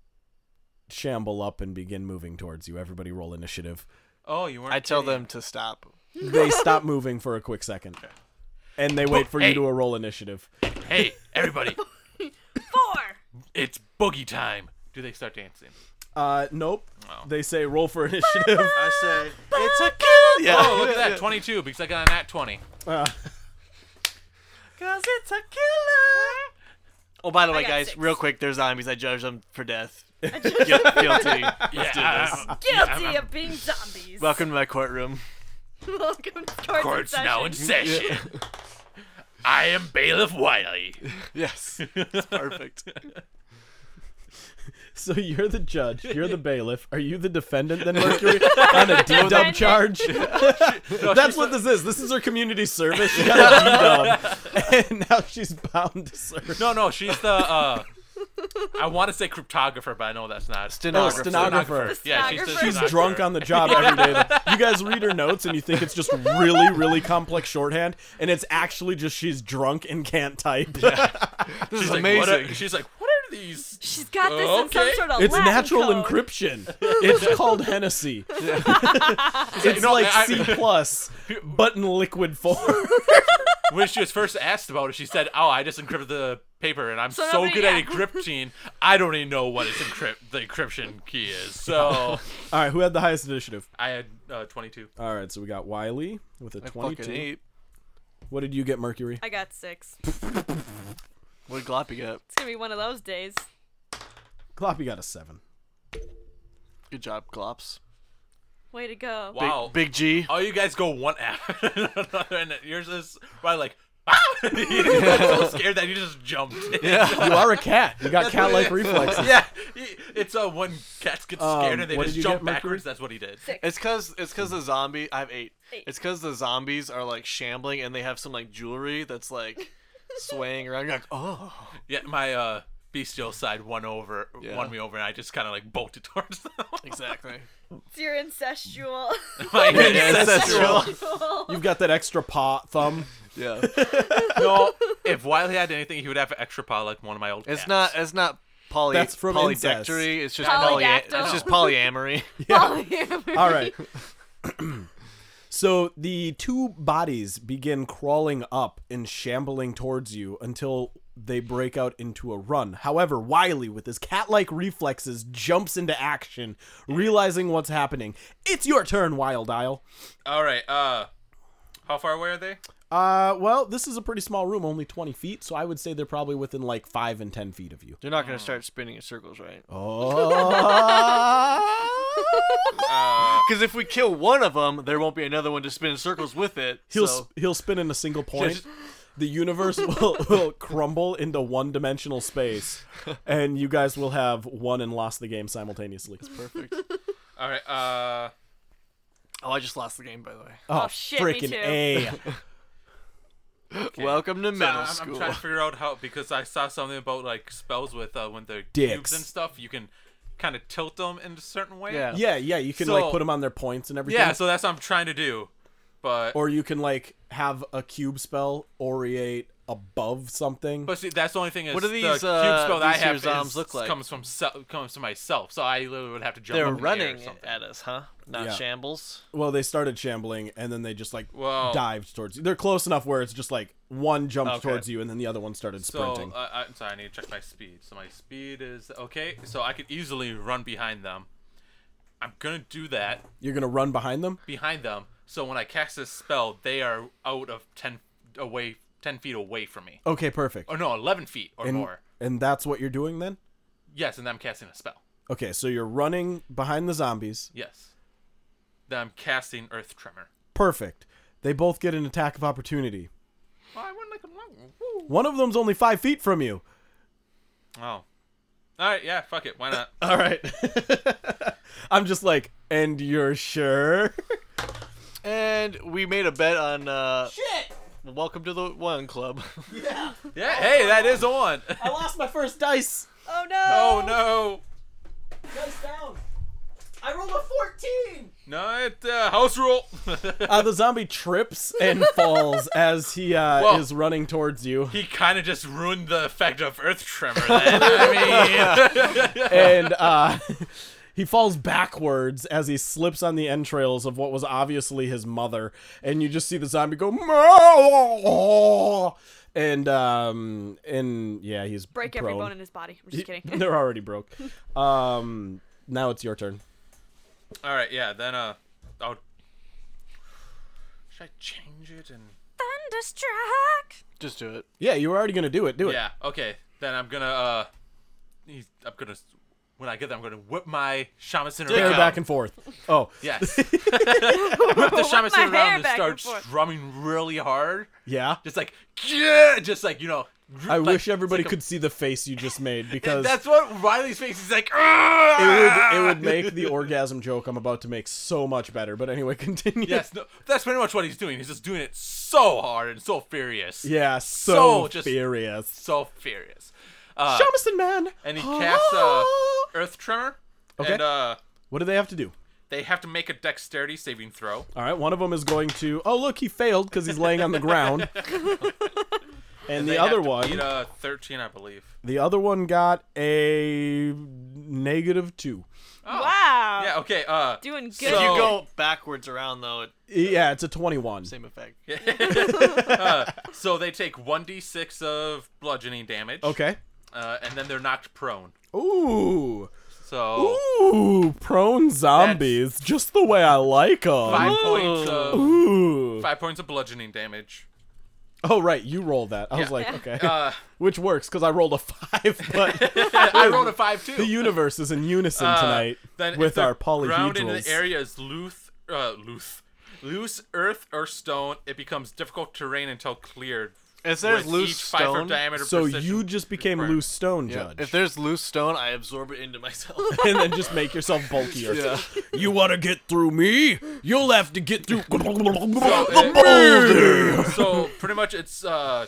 Speaker 2: shamble up and begin moving towards you. Everybody roll initiative.
Speaker 3: oh, you weren't.
Speaker 4: I tell
Speaker 3: kidding.
Speaker 4: them to stop.
Speaker 2: They stop moving for a quick second. And they wait for you
Speaker 3: Hey.
Speaker 2: to roll initiative.
Speaker 3: Hey, everybody,
Speaker 5: Four.
Speaker 3: it's boogie time. Do they start dancing?
Speaker 2: Uh nope.
Speaker 3: Oh.
Speaker 2: They say roll for initiative.
Speaker 4: I say it's a kill. Yeah.
Speaker 3: Oh, look at that, 22, because I got an at 20.
Speaker 2: Uh,
Speaker 4: Cause it's a killer. Oh, by the way,
Speaker 5: got
Speaker 4: guys,
Speaker 5: six.
Speaker 4: real quick, they're zombies. I judge them for death. Guil- Guilty.
Speaker 3: Yeah, I'm-
Speaker 4: this.
Speaker 3: yeah, I'm-
Speaker 5: Guilty of being zombies.
Speaker 4: Welcome to my courtroom.
Speaker 5: Welcome to court's,
Speaker 3: Court's
Speaker 5: session.
Speaker 3: now in session. I am Bailiff Wiley.
Speaker 4: Yes, it's perfect.
Speaker 2: so you're the judge, you're the bailiff. Are you the defendant then Mercury on a D dub
Speaker 5: Defendant.
Speaker 2: charge?
Speaker 3: No,
Speaker 2: That's
Speaker 3: she's
Speaker 2: what this is. This is her community service. She got a D dub. And now she's bound to serve.
Speaker 3: No, no, she's the. Uh, I want to say cryptographer, but I know that's not.
Speaker 4: Stenographer.
Speaker 2: stenographer.
Speaker 3: Yeah, she's, the
Speaker 5: Stenographer.
Speaker 2: She's
Speaker 3: stenographer.
Speaker 2: drunk on the job every day. You guys read her notes and you think it's just really, really complex shorthand, and it's actually just she's drunk and can't type.
Speaker 4: This
Speaker 3: She's
Speaker 4: is
Speaker 3: like,
Speaker 4: amazing.
Speaker 3: What are, she's like, what are these?
Speaker 5: She's got this in some
Speaker 3: Okay.
Speaker 5: sort of
Speaker 2: It's
Speaker 5: Latin
Speaker 2: natural
Speaker 5: code.
Speaker 2: encryption. It's called Hennessy. It's
Speaker 3: No,
Speaker 2: like
Speaker 3: I- I-
Speaker 2: C plus, but in liquid form.
Speaker 3: When she was first asked about it, she said, "Oh, I just encrypted the paper, and I'm so,
Speaker 5: nobody-
Speaker 3: good
Speaker 5: yeah.
Speaker 3: at encrypting, I don't even know what its encrypt the encryption key is." So
Speaker 2: All right, who had the highest initiative?
Speaker 3: I had uh, 22.
Speaker 2: All right, so we got Wiley with a
Speaker 4: I fucking
Speaker 2: twenty-two.
Speaker 4: ate.
Speaker 2: What did you get, Mercury?
Speaker 5: I got six. It's
Speaker 4: What did Gloppy get?
Speaker 5: gonna be one of those days.
Speaker 2: Cloppy got a seven.
Speaker 4: Good job, Glops.
Speaker 5: Way to go.
Speaker 4: Big,
Speaker 3: Wow,
Speaker 4: Big G.
Speaker 5: Oh.
Speaker 3: all you guys go one after another, and yours is probably like, ah! you got so scared that you just jumped.
Speaker 4: Yeah.
Speaker 2: You are a cat. You got cat-like reflexes.
Speaker 3: yeah, it's uh, when cats get scared
Speaker 2: Um,
Speaker 3: and they
Speaker 2: what
Speaker 3: just
Speaker 2: did you
Speaker 3: jump
Speaker 2: get, Mercury?
Speaker 3: backwards. That's what he did.
Speaker 4: It's cause it's cause the zombie. I have eight.
Speaker 5: Eight.
Speaker 4: It's cause the zombies are like shambling and they have some like jewelry that's like swaying around. You're like, oh,
Speaker 3: Yeah, my uh, bestial side won over,
Speaker 4: Yeah.
Speaker 3: won me over, and I just kind of like bolted towards them.
Speaker 4: exactly.
Speaker 5: It's your incestual.
Speaker 3: My
Speaker 4: ancestral.
Speaker 2: You've got that extra paw thumb.
Speaker 4: Yeah.
Speaker 3: no, if Wiley had anything, he would have an extra paw like one of my old.
Speaker 4: It's
Speaker 3: cats.
Speaker 4: not. It's not poly.
Speaker 2: That's from incest.
Speaker 4: polydectory. It's just poly.
Speaker 5: Polydactyl.
Speaker 4: It's just polyamory.
Speaker 5: Oh, yeah,
Speaker 2: All right. so the two bodies begin crawling up and shambling towards you until they break out into a run. However, Wiley, with his cat like reflexes, jumps into action, realizing what's happening. It's your turn, Wild Isle.
Speaker 3: All right. Uh, how far away are they?
Speaker 2: Uh, well, this is a pretty small room, only 20 feet, so I would say they're probably within like 5 and 10 feet of you.
Speaker 4: They're not gonna start spinning in circles, right?
Speaker 2: Oh.
Speaker 3: Uh,
Speaker 4: Because if we kill one of them, there won't be another one to spin in circles with it.
Speaker 2: he'll,
Speaker 4: so
Speaker 2: sp- he'll spin in a single point.
Speaker 3: just-
Speaker 2: the universe will, will crumble into one dimensional space, and you guys will have won and lost the game simultaneously.
Speaker 4: perfect.
Speaker 3: all right. Uh,
Speaker 4: Oh, I just lost the game, by the way.
Speaker 5: Oh, shit, me
Speaker 2: freaking
Speaker 5: too.
Speaker 2: A.
Speaker 4: Welcome to
Speaker 3: so
Speaker 4: middle
Speaker 3: I'm, I'm
Speaker 4: school.
Speaker 3: trying to figure out how because I saw something about like spells with uh, when they're
Speaker 2: Dicks.
Speaker 3: cubes and stuff, you can kind of tilt them in a certain way.
Speaker 4: Yeah.
Speaker 2: Yeah, yeah, you can like
Speaker 3: So-
Speaker 2: put them on their points and everything.
Speaker 3: Yeah. So that's what I'm trying to do, but
Speaker 2: or you can like have a cube spell orate above something.
Speaker 3: But see, that's the only thing is
Speaker 4: What do
Speaker 3: the
Speaker 4: these,
Speaker 3: cube
Speaker 4: uh,
Speaker 3: spell that
Speaker 4: these
Speaker 3: I have
Speaker 4: here zombs
Speaker 3: is-
Speaker 4: look like?
Speaker 3: comes from se- comes from myself, so I literally would have to jump.
Speaker 4: They're
Speaker 3: up in the air or
Speaker 4: running
Speaker 3: something.
Speaker 4: at us, huh? Not
Speaker 2: Yeah.
Speaker 4: shambles.
Speaker 2: well, they started shambling and then they just like
Speaker 3: Whoa.
Speaker 2: dived towards you. They're close enough where it's just like one jumped
Speaker 4: Okay.
Speaker 2: towards you and then the other one started
Speaker 3: So
Speaker 2: sprinting.
Speaker 3: uh, I'm sorry, I need to check my speed. So my speed is okay. So I could easily run behind them. I'm gonna do that
Speaker 2: You're gonna run behind them.
Speaker 3: behind them. So when I cast this spell, they are out of ten away, ten feet away from me.
Speaker 2: Okay, perfect.
Speaker 3: Or Oh, no, eleven feet or
Speaker 2: and,
Speaker 3: more.
Speaker 2: and that's what you're doing then.
Speaker 3: Yes, and then I'm casting a spell.
Speaker 2: Okay, so you're running behind the zombies.
Speaker 3: Yes. Then I'm casting Earth Tremor.
Speaker 2: Perfect. They both get an attack of opportunity.
Speaker 3: Oh, I went like a
Speaker 2: One of them's only five feet from you.
Speaker 3: Oh. All right. Yeah. Fuck it. Why not?
Speaker 2: All right. I'm just like, and you're sure?
Speaker 4: And we made a bet on. Uh, Shit. Welcome to the one club.
Speaker 3: Yeah, hey, that is on.
Speaker 2: I lost my first dice.
Speaker 5: Oh
Speaker 3: oh
Speaker 5: no.
Speaker 3: no. No, it's uh, house rule.
Speaker 2: Uh, the zombie trips and falls as he uh,
Speaker 3: Well-
Speaker 2: is running towards you,
Speaker 3: he kind of just ruined the effect of Earth Tremor. Then. I mean,
Speaker 2: and uh, he falls backwards as he slips on the entrails of what was obviously his mother. And you just see the zombie go, "Meow!" and um, and yeah, he's
Speaker 5: Break every
Speaker 2: prone.
Speaker 5: bone in his body. I'm just kidding.
Speaker 2: They're already broke. Um, now it's your turn.
Speaker 3: all right, yeah. Then uh, oh, should I change it and?
Speaker 5: Thunderstruck.
Speaker 4: Just do it.
Speaker 2: Yeah, you were already gonna do it. Do it.
Speaker 3: Yeah. Okay. Then I'm gonna uh, he's, I'm gonna when I get there, I'm gonna whip my shaman center
Speaker 2: They're
Speaker 3: around.
Speaker 2: back and forth. Oh,
Speaker 3: yes. whip the shaman
Speaker 5: my
Speaker 3: center
Speaker 5: hair
Speaker 3: around and
Speaker 5: back and
Speaker 3: start
Speaker 5: forth.
Speaker 3: drumming really hard,
Speaker 2: yeah.
Speaker 3: just like yeah, just like you know.
Speaker 2: I
Speaker 3: like-
Speaker 2: wish everybody
Speaker 3: it's like a-
Speaker 2: could see the face you just made because
Speaker 3: That's what Riley's face is like.
Speaker 2: it
Speaker 3: "Ah!"
Speaker 2: would it would make the orgasm joke I'm about to make so much better. But anyway, continue.
Speaker 3: Yes, no, that's pretty much what he's doing. He's just doing it so hard and so furious.
Speaker 2: Yeah. So,
Speaker 3: So just-
Speaker 2: furious.
Speaker 3: So furious. Uh,
Speaker 2: Shamison man.
Speaker 3: and he casts uh, Earth Tremor.
Speaker 2: Okay.
Speaker 3: And uh,
Speaker 2: what do they have to do?
Speaker 3: they have to make a dexterity saving throw.
Speaker 2: All right. One of them is going to. Oh look, he failed because he's laying on the ground. And
Speaker 3: They
Speaker 2: the
Speaker 3: have
Speaker 2: other
Speaker 3: to
Speaker 2: one,
Speaker 3: Beat, uh, 13, I believe.
Speaker 2: the other one got a negative two.
Speaker 5: Wow.
Speaker 3: Oh. Yeah, okay. Uh,
Speaker 5: Doing good.
Speaker 3: So-
Speaker 4: If you go backwards around though, it,
Speaker 2: E, Yeah, it's a twenty-one.
Speaker 4: same effect.
Speaker 3: uh, so they take 1d6 of bludgeoning damage.
Speaker 2: Okay.
Speaker 3: Uh, and then they're knocked prone.
Speaker 2: Ooh.
Speaker 3: So
Speaker 2: Ooh, prone zombies, just the way I like
Speaker 3: five
Speaker 2: them.
Speaker 3: points of,
Speaker 2: Ooh.
Speaker 3: five points of bludgeoning damage.
Speaker 2: Oh right, you roll that. I was like, okay,
Speaker 3: Uh,
Speaker 2: which works because I rolled a five, but
Speaker 3: I rolled a 5 too.
Speaker 2: the universe is in unison
Speaker 3: Uh,
Speaker 2: tonight
Speaker 3: then if
Speaker 2: with
Speaker 3: the
Speaker 2: our
Speaker 3: ground in the
Speaker 2: polyhedrals.
Speaker 3: area is loose, uh, loose, loose earth or stone. It becomes difficult terrain until cleared.
Speaker 4: If there's
Speaker 3: with
Speaker 4: loose
Speaker 3: each five foot
Speaker 4: stone,
Speaker 3: diameter
Speaker 2: So
Speaker 3: precision
Speaker 2: you just became
Speaker 3: required.
Speaker 2: loose stone
Speaker 4: yeah,
Speaker 2: judge,
Speaker 4: if there's loose stone, I absorb it into myself.
Speaker 2: and then just make yourself bulkier.
Speaker 4: yeah.
Speaker 2: You want to get through me? You'll have to get through
Speaker 3: it-
Speaker 2: the boulder.
Speaker 3: so pretty much it's uh,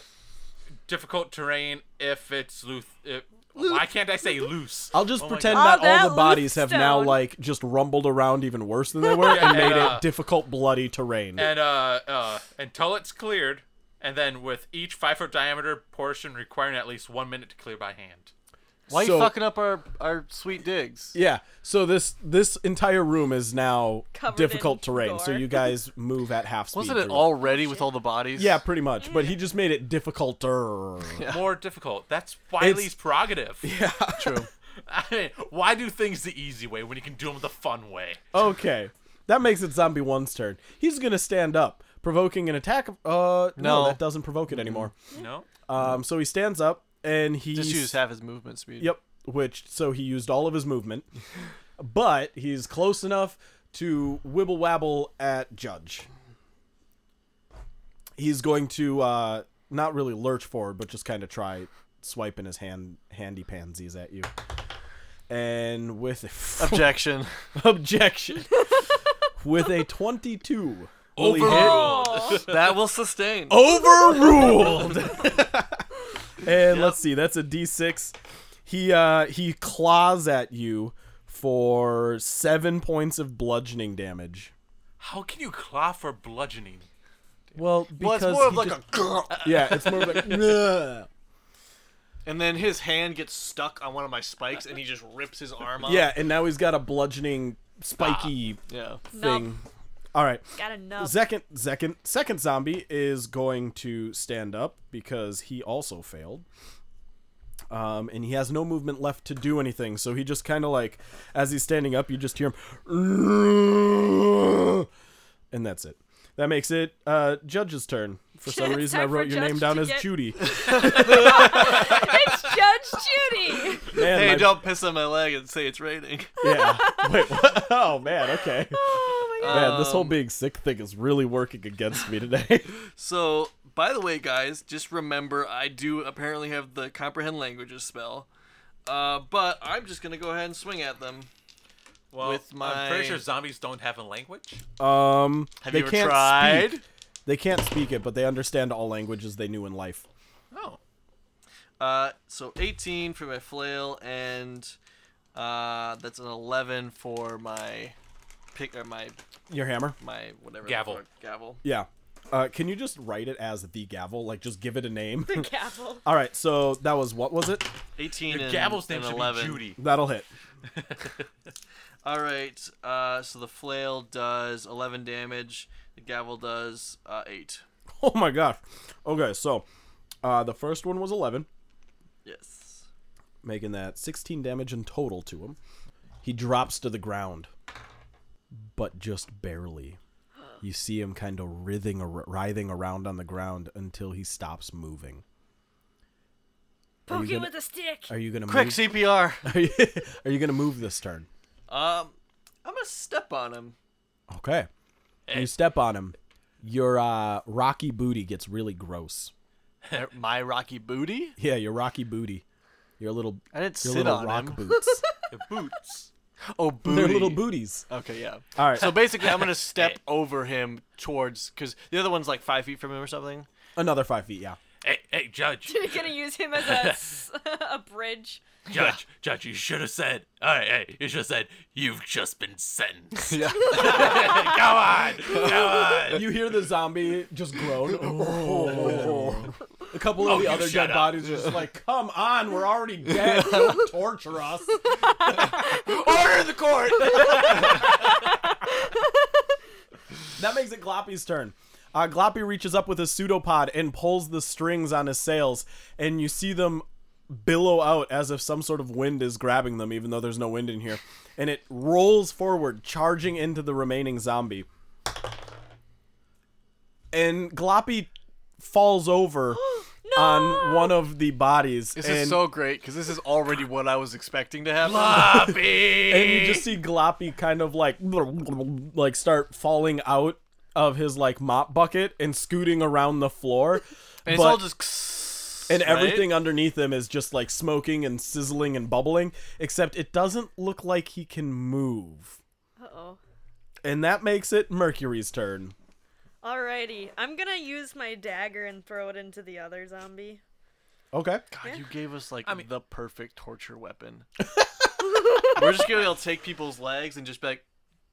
Speaker 3: difficult terrain if it's loose. If, why can't I say loose?
Speaker 2: I'll just pretend that
Speaker 5: God. All Oh, that
Speaker 2: all the bodies have now
Speaker 5: Luftstone.
Speaker 2: like just rumbled around even worse than they were and made
Speaker 3: and, uh,
Speaker 2: it difficult, bloody terrain.
Speaker 3: and uh, uh, until it's cleared, and then with each five foot diameter portion requiring at least one minute to clear by hand.
Speaker 4: Why
Speaker 2: So-
Speaker 4: you fucking up our our sweet digs?
Speaker 2: yeah. So this this entire room is now
Speaker 5: Covered
Speaker 2: difficult
Speaker 5: in
Speaker 2: terrain. So
Speaker 5: gore.
Speaker 2: you guys move at half speed.
Speaker 4: Wasn't it
Speaker 2: through
Speaker 4: already with all the bodies?
Speaker 2: Yeah, pretty much. But he just made it difficulter.
Speaker 3: More difficult. That's Wiley's prerogative. Yeah.
Speaker 4: true.
Speaker 3: I mean, why do things the easy way when you can do them the fun way?
Speaker 2: okay. That makes it zombie one's turn. He's gonna stand up, provoking an attack. of- Uh, no,
Speaker 4: No.
Speaker 2: that doesn't provoke it anymore.
Speaker 3: You know?
Speaker 2: Um, so he stands up and he
Speaker 4: Just use half his movement speed.
Speaker 2: Yep. Which so he used all of his movement, but he's close enough to wibble wabble at Judge. He's going to uh, not really lurch forward, but just kind of try swiping his hand handy pansies at you. And with
Speaker 4: Objection.
Speaker 2: objection, with a twenty-two, will he hit?
Speaker 5: Oh.
Speaker 4: that will sustain.
Speaker 2: Oh, overruled. and let's see, that's a D6. He uh he claws at you for seven points of bludgeoning damage.
Speaker 3: How can you claw for bludgeoning?
Speaker 2: Well, because
Speaker 4: well, it's more of
Speaker 2: he
Speaker 4: like
Speaker 2: just-
Speaker 4: a. grr.
Speaker 2: yeah, it's more of like "Ugh."
Speaker 4: And then his hand gets stuck on one of my spikes, and he just rips his arm off.
Speaker 2: yeah, and now he's got a bludgeoning spiky
Speaker 4: Yeah.
Speaker 2: thing. All right,
Speaker 5: Got enough.
Speaker 2: second second second zombie is going to stand up because he also failed. Um, and he has no movement left to do anything, so he just kind of like, as he's standing up, you just hear him, and that's it. That makes it uh, Judge's turn. For some
Speaker 5: It's
Speaker 2: reason, I
Speaker 5: time for
Speaker 2: wrote your
Speaker 5: Judge
Speaker 2: name down
Speaker 5: to
Speaker 2: as
Speaker 5: get-
Speaker 2: Judy.
Speaker 5: it's Judge Judy.
Speaker 2: Man,
Speaker 4: Hey,
Speaker 2: my-
Speaker 4: don't piss on my leg and say it's raining.
Speaker 2: Yeah. Wait. What? Oh man. Okay.
Speaker 5: Oh my god.
Speaker 2: Man, this whole being sick thing is really working against me today.
Speaker 4: So, by the way, guys, just remember I do apparently have the comprehend languages spell, uh, but I'm just gonna go ahead and swing at them.
Speaker 3: Well,
Speaker 4: With
Speaker 3: I'm pretty
Speaker 4: my-
Speaker 3: sure zombies don't have a language.
Speaker 2: Um,
Speaker 4: Have
Speaker 2: they
Speaker 4: you ever
Speaker 2: can't
Speaker 4: tried?
Speaker 2: Speak. They can't speak it, but they understand all languages they knew in life.
Speaker 4: Oh. Uh, so 18 for my flail, and uh, that's an 11 for my pick or my
Speaker 2: Your hammer?
Speaker 4: my whatever the
Speaker 3: Gavel.
Speaker 4: fuck, gavel.
Speaker 2: Yeah. Uh, can you just write it as the gavel? Like, just give it a name.
Speaker 5: The gavel.
Speaker 2: All right. So that was what was it?
Speaker 4: Eighteen.
Speaker 3: Your
Speaker 4: and,
Speaker 3: gavel's name
Speaker 4: and
Speaker 3: should
Speaker 4: 11.
Speaker 3: be Judy.
Speaker 2: That'll hit.
Speaker 4: All right. Uh, so the flail does eleven damage. The gavel does uh, eight.
Speaker 2: Oh my gosh. Okay. So uh, the first one was eleven,
Speaker 4: Yes.
Speaker 2: making that sixteen damage in total to him. He drops to the ground, but just barely. You see him kind of writhing, ar- writhing around on the ground until he stops moving. Are
Speaker 5: Poke
Speaker 2: you
Speaker 5: it
Speaker 2: gonna-
Speaker 5: with a stick.
Speaker 2: Are you gonna
Speaker 4: Quick
Speaker 2: move?
Speaker 4: CPR.
Speaker 2: Are you, are you gonna move this turn?
Speaker 4: Um, I'm gonna step on him.
Speaker 2: Okay.
Speaker 3: Eh.
Speaker 2: You step on him. Your uh, rocky booty gets really gross.
Speaker 4: My rocky booty.
Speaker 2: Yeah, your rocky booty. Your little
Speaker 4: I didn't
Speaker 2: your
Speaker 4: sit
Speaker 2: little
Speaker 4: on
Speaker 2: rock
Speaker 4: him.
Speaker 2: boots.
Speaker 3: The boots.
Speaker 4: Oh, booty.
Speaker 2: They're little booties.
Speaker 4: Okay, yeah.
Speaker 2: All right.
Speaker 4: So basically, I'm gonna step over him towards, cause the other one's like five feet from him or something.
Speaker 2: Another five feet. Yeah.
Speaker 3: Hey, hey, judge,
Speaker 5: You're gonna use him as a s- a bridge.
Speaker 3: judge, judge. You should have said. All right, hey, you should have said. You've just been sentenced.
Speaker 4: Yeah.
Speaker 3: come on, come on.
Speaker 2: You hear the zombie just groan. A couple
Speaker 3: Oh,
Speaker 2: of the
Speaker 3: you
Speaker 2: other
Speaker 3: shut
Speaker 2: dead
Speaker 3: up.
Speaker 2: bodies are just like, "Come on, we're already dead. Don't torture us."
Speaker 4: Order the court.
Speaker 2: That makes it Gloppy's turn. Uh, Gloppy reaches up with his pseudopod and pulls the strings on his sails, and you see them billow out as if some sort of wind is grabbing them, even though there's no wind in here. And it rolls forward, charging into the remaining zombie. And Gloppy falls over on one of the bodies.
Speaker 4: This
Speaker 2: and
Speaker 4: is so great, cause this is already what I was expecting to happen.
Speaker 3: Floppy.
Speaker 2: and
Speaker 4: Eh.
Speaker 2: you just see Gloppy kind of like like start falling out of his like mop bucket and scooting around the floor.
Speaker 4: And it's
Speaker 2: but-
Speaker 4: all just.
Speaker 2: and
Speaker 4: right?
Speaker 2: everything underneath him is just like smoking and sizzling and bubbling, except it doesn't look like he can move.
Speaker 5: Uh oh.
Speaker 2: And that makes it Mercury's turn.
Speaker 5: Alrighty, I'm gonna use my dagger and throw it into the other zombie.
Speaker 2: Okay.
Speaker 4: God, you gave us like
Speaker 3: I mean-
Speaker 4: the perfect torture weapon. We're just gonna be able to take people's legs and just be like,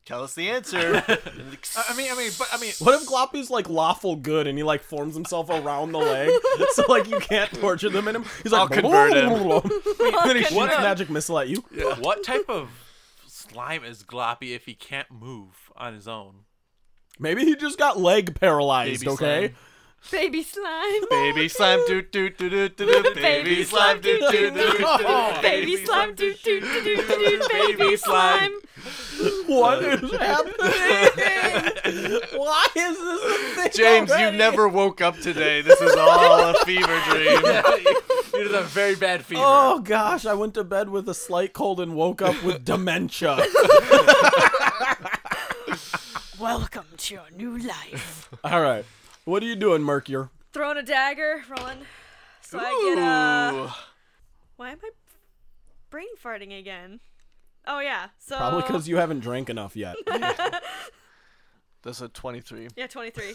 Speaker 4: "Tell us the answer." And like,
Speaker 3: I mean, I mean, but I mean,
Speaker 2: What if Gloppy's like lawful good and he like forms himself around the leg, so like you can't torture them in him? He's like,
Speaker 4: I'll convert him.
Speaker 5: Oh,
Speaker 2: then he shoots
Speaker 3: What a-
Speaker 2: magic missile at you.
Speaker 3: what type of slime is Gloppy if he can't move on his own?
Speaker 2: Maybe he just got leg paralyzed.
Speaker 4: Baby
Speaker 2: okay.
Speaker 4: slime.
Speaker 5: Baby slime.
Speaker 4: Baby slime do do do do do do. Baby
Speaker 5: Baby
Speaker 4: slime
Speaker 5: slime,
Speaker 4: do do do do do.
Speaker 2: Oh.
Speaker 5: Baby slime, do do do do do
Speaker 3: Baby
Speaker 5: do, baby
Speaker 3: slime.
Speaker 5: slime.
Speaker 2: What is happening? Uh, Why is this a thing?
Speaker 4: James, you
Speaker 2: already?
Speaker 4: never woke up today. This is all a fever dream.
Speaker 3: It is a very bad fever.
Speaker 2: Oh gosh, I went to bed with a slight cold and woke up with dementia.
Speaker 5: Welcome to your new life.
Speaker 2: All right, what are you doing, Mercure?
Speaker 5: Throwing a dagger, rolling. So I get a.
Speaker 4: Ooh.
Speaker 5: Why am I brain farting again? Oh yeah, so
Speaker 2: Probably because you haven't drank enough yet.
Speaker 4: That's a 23.
Speaker 5: yeah, 23.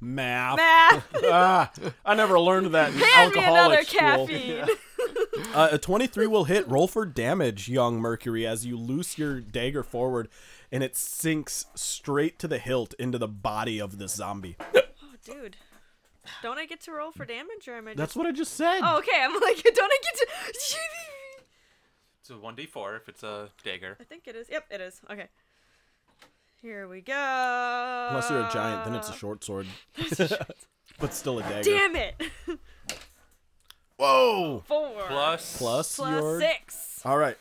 Speaker 2: Math.
Speaker 5: Math.
Speaker 2: Ah, I never learned that in
Speaker 5: Hand me another
Speaker 2: alcoholic school.
Speaker 5: caffeine.
Speaker 2: Uh, a 23 will hit. Roll for damage, young Mercury, as you loose your dagger forward and it sinks straight to the hilt into the body of the zombie.
Speaker 5: Oh, dude. Don't I get to roll for damage, or am I just?
Speaker 2: That's what I just said.
Speaker 5: Oh, okay. I'm like, don't I get to?
Speaker 3: It's a 1d4 if it's a dagger.
Speaker 5: I think it is. Yep, it is. Okay. Here we go.
Speaker 2: Unless you're a giant, then
Speaker 5: uh,
Speaker 2: it's a short sword. but still a dagger.
Speaker 5: Damn it!
Speaker 2: Whoa!
Speaker 5: Four
Speaker 3: Plus.
Speaker 2: Plus,
Speaker 5: Plus
Speaker 2: your
Speaker 5: six.
Speaker 2: All right.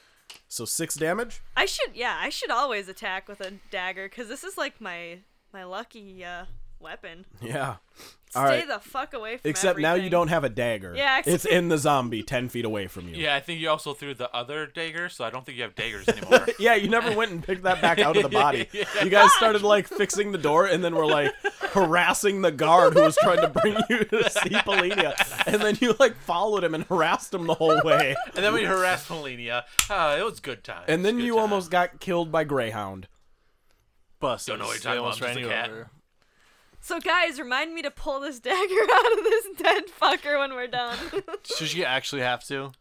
Speaker 2: So six damage.
Speaker 5: I should, yeah, I should always attack with a dagger because this is like my my lucky uh, weapon.
Speaker 2: Yeah.
Speaker 5: Stay
Speaker 2: All right.
Speaker 5: the fuck away from.
Speaker 2: Except now you
Speaker 5: everything.
Speaker 2: don't have a dagger.
Speaker 5: Yeah, ex-
Speaker 2: It's in the zombie, ten feet away from you.
Speaker 3: Yeah, I think you also threw the other dagger, so I don't think you have daggers anymore.
Speaker 2: Yeah, you never went and picked that back out of the body. You guys started like fixing the door, and then were like harassing the guard who was trying to bring you to see Polina, and then you like followed him and harassed him the whole way,
Speaker 3: and then we harassed Polenia. Ah, it was good time.
Speaker 2: and then
Speaker 3: Good
Speaker 2: you
Speaker 3: time.
Speaker 2: almost got killed by Greyhound.
Speaker 4: Bus.
Speaker 3: Don't know what you're talking about, I'm just a cat.
Speaker 5: So guys, remind me to pull this dagger out of this dead fucker when we're done.
Speaker 4: Should you actually have to?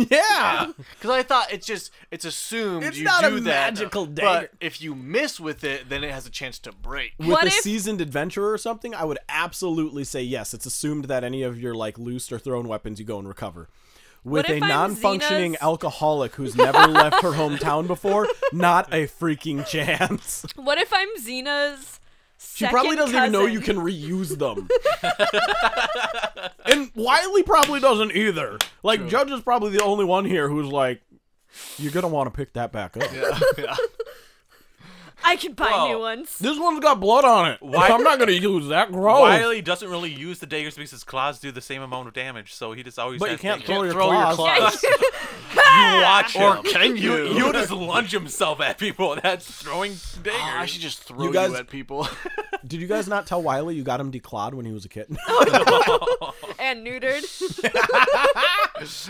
Speaker 2: yeah.
Speaker 4: Because I thought it's just it's assumed
Speaker 2: It's
Speaker 4: you
Speaker 2: not
Speaker 4: do
Speaker 2: a
Speaker 4: that,
Speaker 2: magical dagger.
Speaker 4: But if you miss with it, then it has a chance to break.
Speaker 2: With
Speaker 5: What
Speaker 2: a
Speaker 5: if-
Speaker 2: seasoned adventurer or something, I would absolutely say yes. It's assumed that any of your like loosed or thrown weapons you go and recover. With
Speaker 5: What if
Speaker 2: a
Speaker 5: I'm
Speaker 2: non-functioning
Speaker 5: Xena's-
Speaker 2: alcoholic who's never left her hometown before, not a freaking chance.
Speaker 5: What if I'm Xena's?
Speaker 2: She probably doesn't even know you can reuse them. and Wiley probably doesn't either. Like Judge is probably the only one here who's like, you're gonna want to pick that back up.
Speaker 4: yeah.
Speaker 5: I can buy
Speaker 3: Well,
Speaker 5: new ones.
Speaker 2: This one's got blood on it.
Speaker 3: Why-
Speaker 2: I'm not gonna use that. Gross.
Speaker 3: Wiley doesn't really use the daggers because his claws do the same amount of damage, so he just always.
Speaker 2: but you
Speaker 3: has
Speaker 2: can't
Speaker 3: daggers.
Speaker 2: throw, your,
Speaker 4: throw your
Speaker 2: claws.
Speaker 4: claws.
Speaker 5: Ah!
Speaker 3: You watch him.
Speaker 4: can you?
Speaker 3: He- He'll just lunge himself at people. That's throwing daggers.
Speaker 4: Oh, I should just throw
Speaker 2: You
Speaker 4: you,
Speaker 2: guys-
Speaker 4: at people.
Speaker 2: Did you guys not tell Wiley you got him declawed when he was a kid?
Speaker 5: and neutered.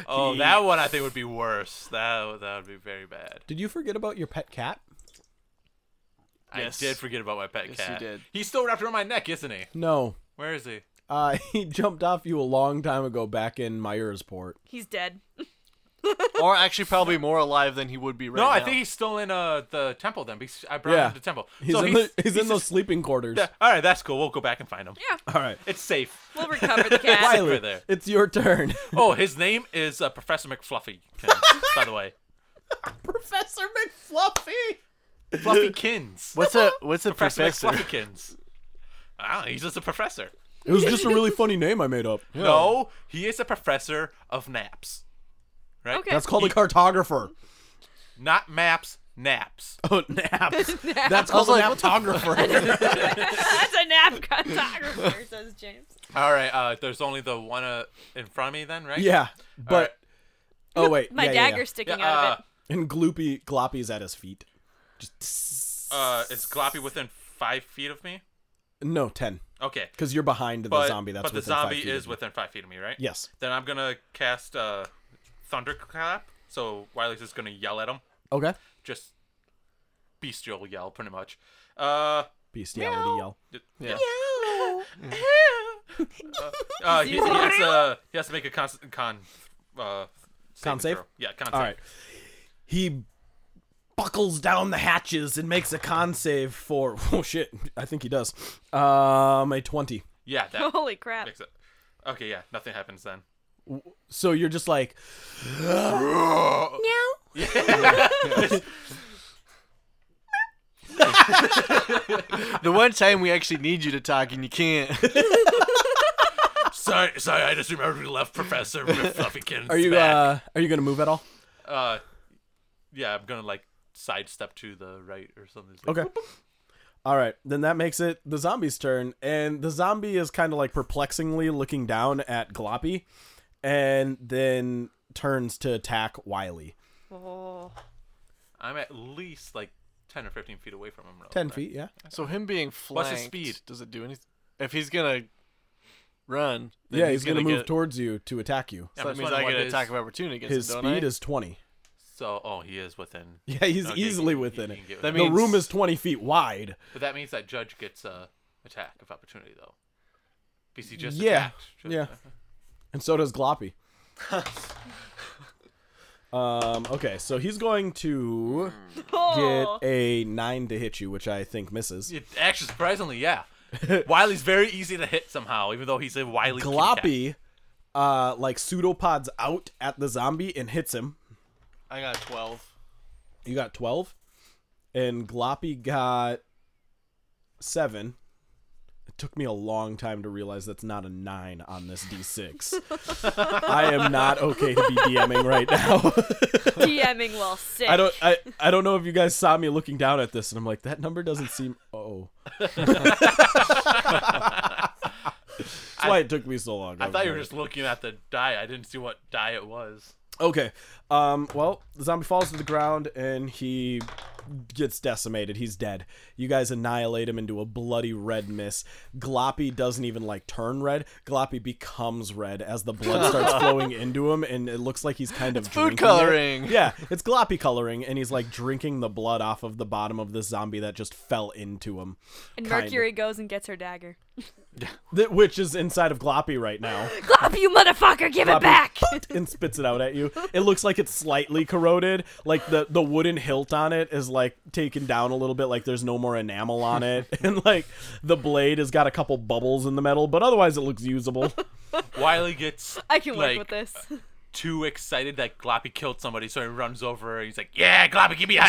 Speaker 3: oh, that one I think would be worse. That would- that would be very bad.
Speaker 2: Did you forget about your pet cat?
Speaker 4: Yes.
Speaker 3: I did forget about my pet
Speaker 4: Yes, you
Speaker 3: cat.
Speaker 4: did.
Speaker 3: He's still wrapped around my neck, isn't he?
Speaker 2: No.
Speaker 3: Where is he?
Speaker 2: Uh, he jumped off you a long time ago back in Myersport.
Speaker 5: He's dead.
Speaker 4: or actually, probably more alive than he would be right
Speaker 3: no,
Speaker 4: now.
Speaker 3: I think he's still in uh the temple then. Because I brought
Speaker 2: Yeah.
Speaker 3: him to the temple.
Speaker 2: He's
Speaker 3: so
Speaker 2: in,
Speaker 3: he's,
Speaker 2: the, he's in those sleeping quarters.
Speaker 3: Yeah, all right, that's cool. We'll go back and find him.
Speaker 5: Yeah,
Speaker 2: All right.
Speaker 3: It's safe.
Speaker 5: we'll recover the
Speaker 3: Why-
Speaker 5: cat.
Speaker 2: Tyler,
Speaker 3: there.
Speaker 2: it's your turn.
Speaker 3: Oh, his name is uh, Professor McFluffy. Kins, by the way,
Speaker 2: Professor McFluffy.
Speaker 3: Fluffykins.
Speaker 4: What's a what's a
Speaker 3: Professor
Speaker 4: professor?
Speaker 3: McFluffykins. I don't know. He's just a professor.
Speaker 2: It was just a really funny name I made up.
Speaker 3: No, he is a professor of naps. Right?
Speaker 5: Okay.
Speaker 2: That's called a cartographer.
Speaker 3: Not maps, naps.
Speaker 2: Oh, naps. That's called
Speaker 4: like,
Speaker 2: a
Speaker 4: what the
Speaker 2: naptographer.
Speaker 5: That's a nap cartographer, says James.
Speaker 3: All right. Uh, there's only the one uh, in front of me then, right?
Speaker 2: yeah, but
Speaker 3: All right.
Speaker 2: oh wait,
Speaker 5: My
Speaker 2: yeah, yeah, yeah.
Speaker 5: dagger's sticking
Speaker 3: Yeah,
Speaker 5: out of
Speaker 3: uh,
Speaker 5: it.
Speaker 2: And Gloopy Gloppy's at his feet. Just
Speaker 3: Uh, is Gloppy within five feet of me?
Speaker 2: no ten,
Speaker 3: Okay.
Speaker 2: because you're behind the
Speaker 3: But,
Speaker 2: zombie. That's
Speaker 3: but the
Speaker 2: within five
Speaker 3: zombie
Speaker 2: feet of
Speaker 3: is
Speaker 2: you.
Speaker 3: within five feet of me, right?
Speaker 2: Yes.
Speaker 3: Then I'm gonna cast uh, thunderclap. So Wiley's just gonna yell at him,
Speaker 2: Okay.
Speaker 3: just bestial yell, pretty much. Uh,
Speaker 2: Bestiality yell.
Speaker 3: yeah. uh, he, he has, uh, he has to make a con, con, uh, saving
Speaker 2: save?
Speaker 3: throw. Yeah, con
Speaker 2: All
Speaker 3: save.
Speaker 2: right. He buckles down the hatches and makes a con save for. Oh shit! I think he does. Um, a twenty.
Speaker 3: Yeah, that
Speaker 5: Holy crap.
Speaker 3: makes it. Okay, yeah, nothing happens then.
Speaker 2: So you're just like,
Speaker 4: the one time we actually need you to talk and you can't.
Speaker 3: Sorry, sorry, I just remembered we left Professor with Fluffykins.
Speaker 2: are you uh, are you gonna move at all?
Speaker 3: Uh... yeah, I'm gonna like sidestep to the right or something. It's like,
Speaker 2: Okay. All right, then that makes it the zombie's turn, and the zombie is kind of like perplexingly looking down at Gloppy, and then turns to attack Wiley.
Speaker 5: Oh.
Speaker 3: I'm at least like ten or fifteen feet away from him. Right?
Speaker 2: Ten feet, yeah.
Speaker 4: So him being
Speaker 3: What's
Speaker 4: flanked.
Speaker 3: his speed?
Speaker 4: Does it do anything? If he's gonna run, then
Speaker 2: yeah, he's, gonna, move
Speaker 4: get-
Speaker 2: towards you to attack you.
Speaker 3: Yeah,
Speaker 4: So
Speaker 3: I'm
Speaker 4: that
Speaker 3: just
Speaker 4: means I
Speaker 3: wondering what
Speaker 4: get an
Speaker 3: his-
Speaker 4: attack of opportunity against
Speaker 2: His
Speaker 4: him,
Speaker 2: speed
Speaker 4: don't I?
Speaker 2: is twenty.
Speaker 3: So, oh, he is within.
Speaker 2: Yeah, he's
Speaker 3: Okay,
Speaker 2: easily
Speaker 3: he- he-
Speaker 2: within
Speaker 3: he
Speaker 2: it.
Speaker 3: can get
Speaker 4: That
Speaker 3: within.
Speaker 2: The
Speaker 4: means-
Speaker 2: room is 20 feet wide.
Speaker 3: But that means that Judge gets a attack of opportunity though. Because he just
Speaker 2: Yeah,
Speaker 3: attacked. Judge-
Speaker 2: yeah. And so does Gloppy. um, okay, so he's going to get
Speaker 5: Oh.
Speaker 2: a 9 to hit you, which I think misses.
Speaker 3: It, actually, surprisingly, yeah. Wiley's very easy to hit somehow, even though he's a wily. kitty cat.
Speaker 2: Gloppy, uh, like, pseudopods out at the zombie and hits him.
Speaker 4: I got twelve.
Speaker 2: You got 12. And Gloppy got 7. It took me a long time to realize that's not a 9 on this D6. I am not okay to be DMing right now.
Speaker 5: DMing while sick.
Speaker 2: I don't I, I don't know if you guys saw me looking down at this and I'm like that number doesn't seem oh. That's why it took me so long.
Speaker 3: I thought you were just looking at the die. I didn't see what die it was.
Speaker 2: Okay. Um, well, the zombie falls to the ground and he gets decimated. He's dead. You guys annihilate him into a bloody red mist. Gloppy doesn't even like turn red. Gloppy becomes red as the blood starts flowing into him, and it looks like he's kind of
Speaker 4: food
Speaker 2: drinking it.
Speaker 4: coloring.
Speaker 2: Yeah, it's gloppy coloring, and he's like drinking the blood off of the bottom of the zombie that just fell into him.
Speaker 5: and
Speaker 2: kinda.
Speaker 5: Mercury goes and gets her dagger.
Speaker 2: That which is inside of Gloppy right now.
Speaker 5: Glop, you motherfucker, give it
Speaker 2: Gloppy
Speaker 5: back!
Speaker 2: and spits it out at you. It looks like it's slightly corroded. Like the the wooden hilt on it is like taken down a little bit. Like there's no more enamel on it, and like the blade has got a couple bubbles in the metal, but otherwise it looks usable.
Speaker 3: Wiley gets
Speaker 5: I can work
Speaker 3: like,
Speaker 5: with this.
Speaker 3: too excited that Gloppy killed somebody, so he runs over and he's like, "Yeah, Gloppy, give me a high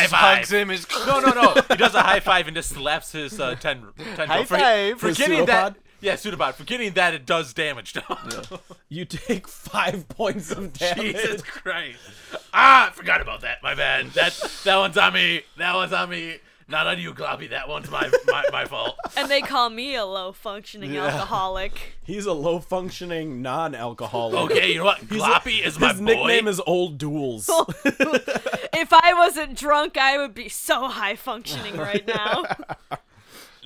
Speaker 3: five."
Speaker 4: Hugs him. Is
Speaker 3: No, no, no. He does a high five and just slaps his uh, ten, ten
Speaker 4: High five.
Speaker 3: For,
Speaker 2: His
Speaker 3: forgetting that.
Speaker 2: pseudopod?
Speaker 3: Yeah, pseudopod. Forgetting that it does damage. though.
Speaker 2: You take five points of damage.
Speaker 3: Jesus Christ! Ah, I forgot about that. My bad. That that one's on me. That one's on me. Not on you, Gloppy. That one's my my, my fault.
Speaker 5: and they call me a low functioning alcoholic.
Speaker 2: He's a low functioning non alcoholic.
Speaker 3: Okay, you know what? Gloppy is my
Speaker 2: His nickname
Speaker 3: boy.
Speaker 2: is Old Duels.
Speaker 5: If I wasn't drunk, I would be so high functioning right now.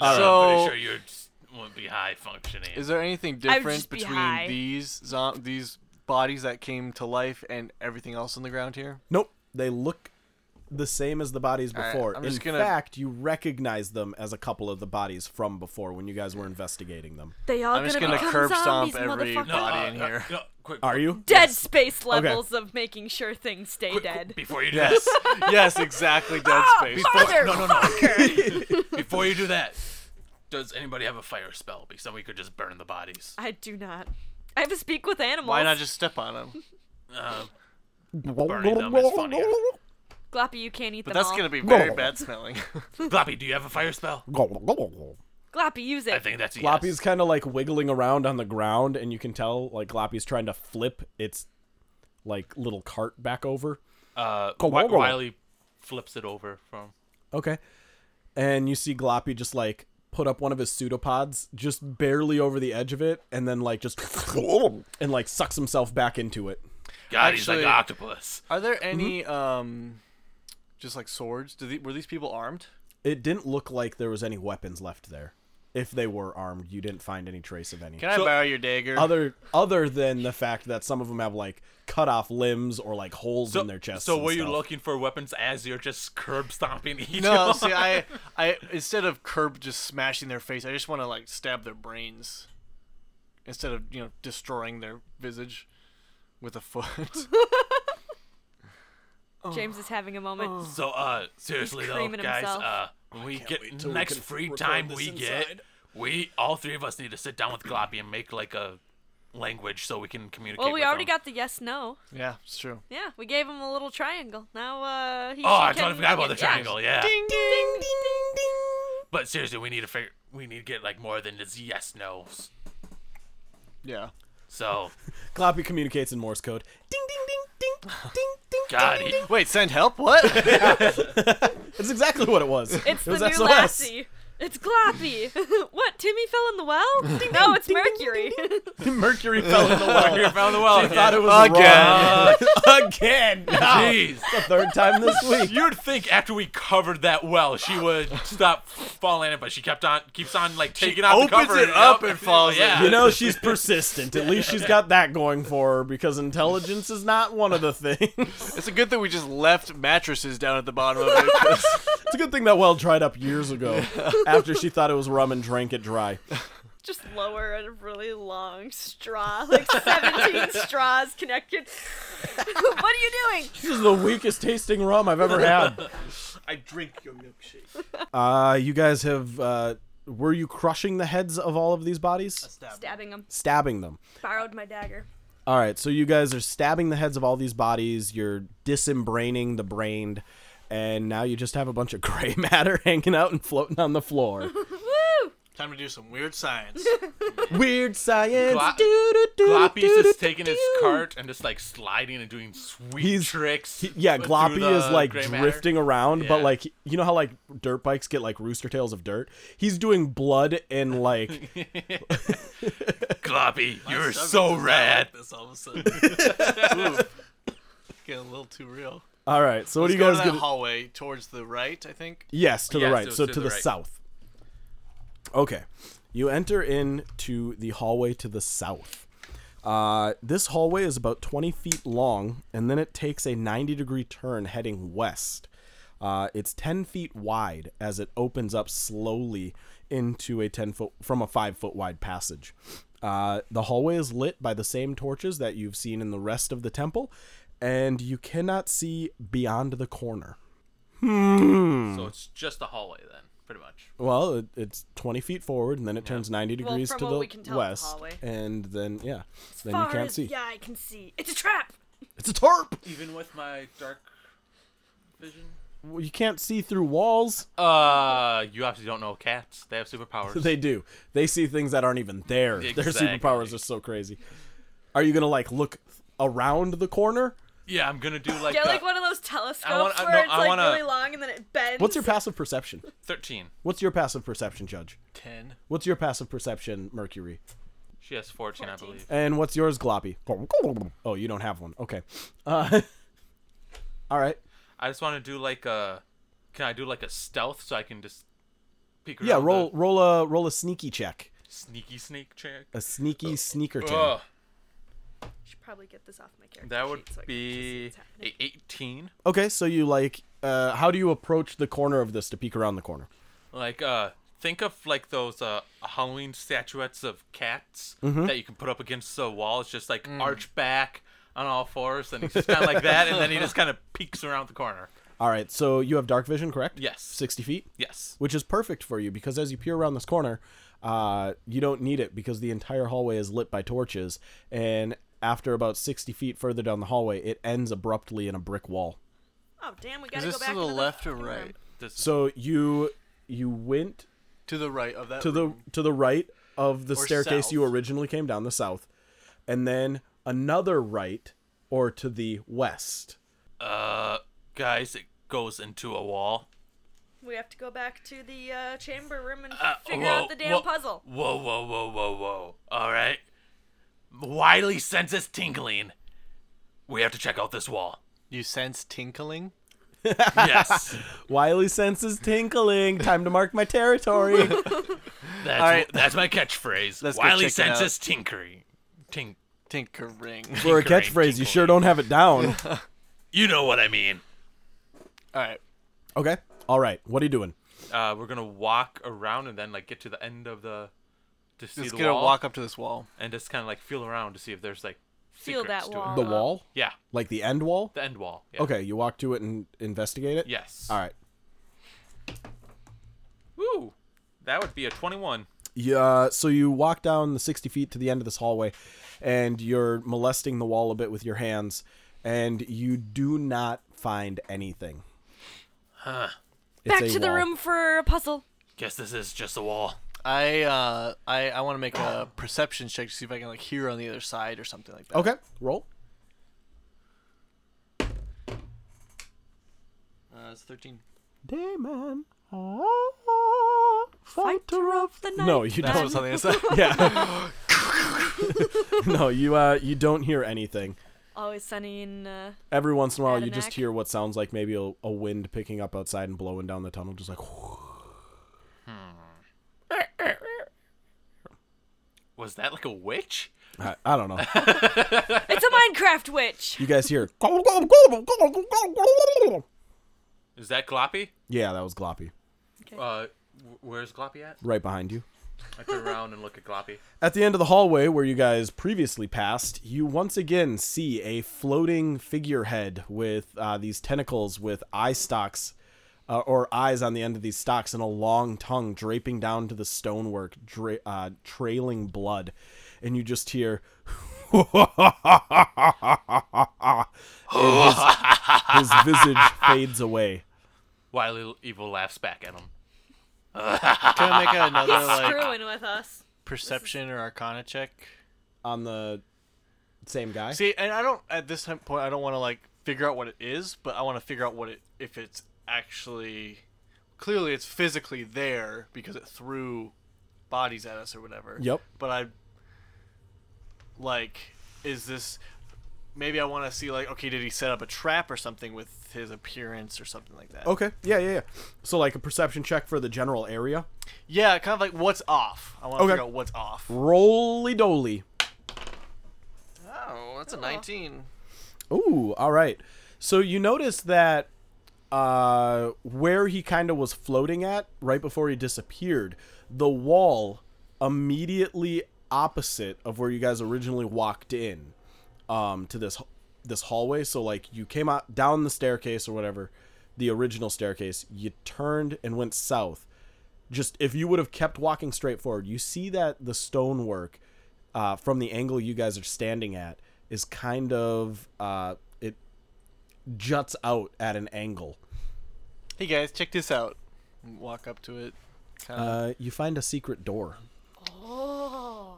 Speaker 3: I'm
Speaker 4: so.
Speaker 3: pretty sure you just won't be high functioning.
Speaker 4: Is there anything
Speaker 5: would
Speaker 4: different
Speaker 5: just be
Speaker 4: between
Speaker 5: high.
Speaker 4: these zom- these bodies that came to life and everything else on the ground here?
Speaker 2: Nope. They look the same as the bodies
Speaker 4: right,
Speaker 2: before.
Speaker 4: I'm
Speaker 2: In
Speaker 4: just gonna-
Speaker 2: fact, you recognize them as a couple of the bodies from before when you guys were investigating them.
Speaker 5: They all
Speaker 4: I'm just
Speaker 5: gonna,
Speaker 4: gonna
Speaker 5: become
Speaker 4: curb stomp
Speaker 5: zombies,
Speaker 4: every
Speaker 5: motherfucker.
Speaker 3: no,
Speaker 4: body
Speaker 3: uh,
Speaker 4: in
Speaker 3: uh,
Speaker 4: here.
Speaker 3: no, quick,
Speaker 2: Are you?
Speaker 5: Dead space levels of making sure things stay
Speaker 3: quick,
Speaker 5: dead. Oh,
Speaker 3: Before you do this,
Speaker 4: Yes, yes, exactly. Dead Space.
Speaker 5: Motherfucker!
Speaker 3: no, no, no. Before you do that, does anybody have a fire spell? Because then we could just burn the bodies.
Speaker 5: I do not. I have to speak with animals.
Speaker 4: Why not just step on them?
Speaker 3: Uh, burning them is funnier.
Speaker 5: Gloppy, you can't eat
Speaker 4: But
Speaker 5: them
Speaker 4: that's
Speaker 5: all.
Speaker 4: gonna be very bad smelling.
Speaker 3: Um, Gloppy, do you have a fire spell?
Speaker 5: Gloppy, use it.
Speaker 3: I think that's a
Speaker 2: Gloppy's
Speaker 3: yes.
Speaker 2: kind of like wiggling around on the ground, and you can tell like Gloppy's trying to flip its like little cart back over.
Speaker 3: Uh,
Speaker 2: Go,
Speaker 3: Wi-
Speaker 2: go, go.
Speaker 3: Wiley flips it over from.
Speaker 2: Okay. And you see Gloppy just like put up one of his pseudopods just barely over the edge of it, and then like just and like sucks himself back into it.
Speaker 3: God, he's like
Speaker 4: Actually-
Speaker 3: an octopus.
Speaker 4: Are there any um, just like swords? Do the, were these people armed?
Speaker 2: It didn't look like there was any weapons left there. If they were armed, you didn't find any trace of any.
Speaker 4: Can I borrow your dagger?
Speaker 2: other other than the fact that some of them have like cut off limbs or like holes in their chests.
Speaker 3: so
Speaker 2: and
Speaker 3: were you
Speaker 2: stuff.
Speaker 3: looking for weapons as you're just curb stomping each
Speaker 4: no,
Speaker 3: other?
Speaker 4: see, I, I instead of curb just smashing their face, I just want to like stab their brains, instead of you know destroying their visage with a foot.
Speaker 5: James is having a moment.
Speaker 4: Oh.
Speaker 3: So, uh, seriously though,
Speaker 5: creaming
Speaker 3: guys,
Speaker 5: himself.
Speaker 3: uh, when we get
Speaker 2: we
Speaker 3: next
Speaker 2: can
Speaker 3: free
Speaker 2: record
Speaker 3: time
Speaker 2: this
Speaker 3: we
Speaker 2: inside.
Speaker 3: get, we all three of us need to sit down with Gloppy and make like a language so we can communicate.
Speaker 5: Well, we
Speaker 3: with
Speaker 5: already
Speaker 3: him.
Speaker 5: got the yes no.
Speaker 4: yeah, it's true.
Speaker 5: Yeah, we gave him a little triangle. Now uh he
Speaker 3: Oh, I
Speaker 5: can-
Speaker 3: totally forgot about the
Speaker 5: yeah.
Speaker 3: triangle. Yeah.
Speaker 4: Ding ding ding ding.
Speaker 3: But seriously, we need to figure. We need to get like more than just yes nos.
Speaker 4: Yeah.
Speaker 3: So,
Speaker 2: Gloppy communicates in Morse code. Ding ding ding ding ding ding.
Speaker 3: God, he,
Speaker 4: Wait, send help? What?
Speaker 2: That's exactly what it was. it
Speaker 5: It's
Speaker 2: was
Speaker 5: the
Speaker 2: SOS.
Speaker 5: new Lassie. It's Gloppy. what? Timmy fell in the well? no, it's Mercury.
Speaker 2: Mercury fell in the well.
Speaker 3: you found the well. Uh,
Speaker 2: I thought it was
Speaker 4: Again.
Speaker 2: wrong. again. Now,
Speaker 3: Jeez.
Speaker 2: the third time this week.
Speaker 3: You'd think after we covered that well, she would stop falling in, but she kept on, keeps on like taking off the
Speaker 4: opens
Speaker 3: cover
Speaker 4: it up and falls in.
Speaker 3: Yeah.
Speaker 2: You know she's persistent. At least she's got that going for her because intelligence is not one of the things. It's
Speaker 4: it's a good thing we just left mattresses down at the bottom of it. 'cause-
Speaker 2: a good thing that well dried up years ago after she thought it was rum and drank it dry.
Speaker 5: Just lower a really long straw, like 17 straws connected. what are you doing?
Speaker 2: This is the weakest tasting rum I've ever had.
Speaker 4: I drink your milkshake.
Speaker 2: Uh, you guys have. Uh, were you crushing the heads of all of these bodies?
Speaker 5: Stabbing him.
Speaker 2: Stabbing them.
Speaker 5: Borrowed my dagger.
Speaker 2: All right, so you guys are stabbing the heads of all these bodies. You're disembraining the brained, and now you just have a bunch of gray matter hanging out and floating on the floor.
Speaker 5: Woo!
Speaker 4: Time to do some weird science.
Speaker 2: Weird science.
Speaker 3: Glop-
Speaker 2: doo-doo-doo,
Speaker 3: Gloppy's
Speaker 2: doo-doo-doo.
Speaker 3: just taking his cart and just like sliding and doing sweet
Speaker 2: He's-
Speaker 3: tricks.
Speaker 2: He- yeah,
Speaker 3: through
Speaker 2: Gloppy
Speaker 3: the
Speaker 2: is like
Speaker 3: gray matter.
Speaker 2: drifting around, but
Speaker 3: Yeah.
Speaker 2: like you know how like dirt bikes get like rooster tails of dirt. He's doing blood and like
Speaker 3: Gloppy, you're so rad.
Speaker 4: this all of a sudden. Ooh, getting a little too real.
Speaker 2: all right. So what
Speaker 4: Let's
Speaker 2: do you
Speaker 4: go
Speaker 2: guys
Speaker 4: to that
Speaker 2: get?
Speaker 4: hallway towards the right, I think.
Speaker 2: Yes, to the
Speaker 3: Yes,
Speaker 2: right.
Speaker 3: it was
Speaker 2: So
Speaker 3: to
Speaker 2: to,
Speaker 3: the
Speaker 2: the,
Speaker 3: right.
Speaker 2: south. Okay. You enter into the hallway to the south. Uh, this hallway is about 20 feet long, and then it takes a 90 degree turn heading west. Uh, it's 10 feet wide as it opens up slowly into a 10 foot from a 5 foot wide passage. Uh, the hallway is lit by the same torches that you've seen in the rest of the temple, and you cannot see beyond the corner. Mm-hmm.
Speaker 3: So it's just the hallway then, pretty much.
Speaker 2: Well, it, it's 20 feet forward, and then it turns 90
Speaker 5: Well,
Speaker 2: degrees
Speaker 5: from
Speaker 2: to
Speaker 5: what
Speaker 2: the
Speaker 5: we can tell, it's
Speaker 2: west,
Speaker 5: a hallway.
Speaker 2: and then yeah, then
Speaker 5: Far
Speaker 2: you can't
Speaker 5: as
Speaker 2: see.
Speaker 5: the eye can see. It's a trap.
Speaker 2: It's a tarp.
Speaker 3: Even with my dark vision.
Speaker 2: Well, you can't see through walls.
Speaker 3: Uh, you obviously don't know cats. They have superpowers.
Speaker 2: They do. They see things that aren't even there. Their
Speaker 3: Exactly.
Speaker 2: superpowers are so crazy. Are you gonna like look around the corner?
Speaker 3: yeah, I'm gonna do like,
Speaker 5: Get
Speaker 3: uh,
Speaker 5: like one of those telescopes
Speaker 3: I wanna-
Speaker 5: where
Speaker 3: no,
Speaker 5: it's
Speaker 3: I
Speaker 5: like
Speaker 3: wanna-
Speaker 5: really long and then it bends.
Speaker 2: What's your passive perception?
Speaker 3: thirteen.
Speaker 2: What's your passive perception, Judge?
Speaker 4: Ten.
Speaker 2: What's your passive perception, Mercury?
Speaker 3: She has 14, I
Speaker 5: 14.
Speaker 3: believe.
Speaker 2: And what's yours, Gloppy? Oh, you don't have one. Okay. Uh, all right.
Speaker 3: I just want to do like a. Can I do like a stealth so I can just peek around?
Speaker 2: Yeah. Roll.
Speaker 3: the
Speaker 2: Roll a. Roll a sneaky check.
Speaker 3: sneaky sneak check.
Speaker 2: A sneaky sneaker check.
Speaker 3: Ugh,
Speaker 5: Should probably get this off my character.
Speaker 3: that would
Speaker 5: sheet so I can actually see
Speaker 3: be
Speaker 5: what's
Speaker 3: a
Speaker 5: happening.
Speaker 3: 18.
Speaker 2: Okay. So you like. Uh, how do you approach the corner of this to peek around the corner?
Speaker 3: Like uh, think of like those uh Halloween statuettes of cats
Speaker 4: Mm-hmm.
Speaker 3: that you can put up against the wall. It's just like
Speaker 5: Mm.
Speaker 3: arch back on all fours, and he's just kind of like that, and then he just kind of peeks around the corner.
Speaker 2: All right. So you have dark vision, correct?
Speaker 3: Yes.
Speaker 2: Sixty feet.
Speaker 3: Yes.
Speaker 2: which is perfect for you because as you peer around this corner, uh, you don't need it because the entire hallway is lit by torches. And after about 60 feet further down the hallway, it ends abruptly in a brick wall.
Speaker 5: Oh damn, we
Speaker 4: Is
Speaker 5: gotta
Speaker 4: this
Speaker 5: go back
Speaker 4: to the
Speaker 5: into
Speaker 4: left or
Speaker 5: fucking room.
Speaker 4: right?
Speaker 3: This is
Speaker 2: So you you went
Speaker 4: To the right of that.
Speaker 2: to the
Speaker 4: room.
Speaker 2: to the right of the
Speaker 4: Or
Speaker 2: staircase
Speaker 4: south.
Speaker 2: you originally came down the south, and then another right or to the west.
Speaker 3: uh, guys, it goes into a wall.
Speaker 5: We have to go back to the uh, chamber room and
Speaker 3: Uh,
Speaker 5: figure
Speaker 3: whoa,
Speaker 5: out the damn
Speaker 3: whoa,
Speaker 5: puzzle.
Speaker 3: Whoa, whoa, whoa, whoa, whoa. All right. Wiley senses tingling. We have to check out this wall.
Speaker 4: You sense tinkling.
Speaker 3: Yes.
Speaker 2: Wiley senses tinkling. Time to mark my territory.
Speaker 3: That's,
Speaker 4: All right.
Speaker 3: that's my catchphrase.
Speaker 4: Let's go
Speaker 3: Wiley
Speaker 4: check it out.
Speaker 3: senses tinkering. Tink.
Speaker 4: Tinkering.
Speaker 2: For a
Speaker 3: Tinkering,
Speaker 2: catchphrase, you
Speaker 3: tinkling.
Speaker 2: sure don't have it down.
Speaker 3: You know what I mean.
Speaker 4: All right.
Speaker 2: Okay. All right. What are you doing?
Speaker 3: Uh, we're gonna walk around and then like get to the end of the to see
Speaker 4: Just
Speaker 3: the
Speaker 4: gonna
Speaker 3: wall
Speaker 4: walk up to this wall.
Speaker 3: and just kind of like feel around to see if there's like
Speaker 5: Feel
Speaker 3: secrets
Speaker 5: that
Speaker 3: to it.
Speaker 5: wall.
Speaker 2: The
Speaker 5: Uh,
Speaker 2: wall?
Speaker 3: Yeah,
Speaker 2: Like the end wall?
Speaker 3: the end wall. Yeah.
Speaker 2: Okay, you walk to it and investigate it?
Speaker 3: Yes.
Speaker 2: All right.
Speaker 3: Woo. That would be a 21.
Speaker 2: Yeah, so you walk down the 60 feet to the end of this hallway, and you're molesting the wall a bit with your hands, and you do not find anything. Huh.
Speaker 5: Back to the room for a puzzle.
Speaker 3: Guess this is just a wall.
Speaker 4: I uh I I want to make a perception check to see if I can like hear on the other side or something like that.
Speaker 2: Okay, roll.
Speaker 4: Uh, it's thirteen.
Speaker 2: Damon.
Speaker 5: Fighter of the night.
Speaker 2: Ah, No, you don't.
Speaker 4: That's what's on the other side.
Speaker 2: Yeah. no, you uh, you don't hear anything.
Speaker 5: Always sunny in. Uh,
Speaker 2: every once in a while you
Speaker 5: Adirondack.
Speaker 2: just hear what sounds like maybe a, a wind picking up outside and blowing down the tunnel just like
Speaker 3: Was that like a witch?
Speaker 2: I, I don't know
Speaker 5: it's a Minecraft witch.
Speaker 2: you guys hear
Speaker 3: Is that Gloppy?
Speaker 2: yeah that was gloppy
Speaker 3: Uh, wh- where's Gloppy at?
Speaker 2: right behind you
Speaker 3: I turn around and look at Gloppy.
Speaker 2: at the end of the hallway where you guys previously passed you once again see a floating figurehead with uh, these tentacles with eye stalks uh, or eyes on the end of these stalks and a long tongue draping down to the stonework dra- uh, trailing blood and you just hear And his, his visage fades away.
Speaker 3: Wiley Evil laughs back at him.
Speaker 4: Can I make another like
Speaker 5: Screwing with us.
Speaker 4: perception or arcana check?
Speaker 2: On the same guy?
Speaker 4: See, and I don't at this time point I don't want to like figure out what it is, but I want to figure out what it if it's actually clearly it's physically there because it threw bodies at us or whatever.
Speaker 2: Yep.
Speaker 4: But I like is this maybe I want to see like okay did he set up a trap or something with his appearance or something like that.
Speaker 2: Okay. Yeah, yeah, yeah. So, like a perception check for the general area.
Speaker 4: Yeah, kind of like what's off. I want to
Speaker 2: Okay.
Speaker 4: figure out what's off.
Speaker 2: Roly doly.
Speaker 4: Oh, that's a 19.
Speaker 2: Ooh, all right. So you notice that uh, where he kind of was floating at right before he disappeared, the wall immediately opposite of where you guys originally walked in um, to this this hallway. So like you came out down the staircase or whatever, the original staircase. You turned and went south. Just if you would have kept walking straight forward, you see that the stonework uh, from the angle you guys are standing at is kind of uh, it juts out at an angle.
Speaker 4: Hey guys, check this out. Walk up to it. Kinda-
Speaker 2: Uh, you find a secret door.
Speaker 5: Oh,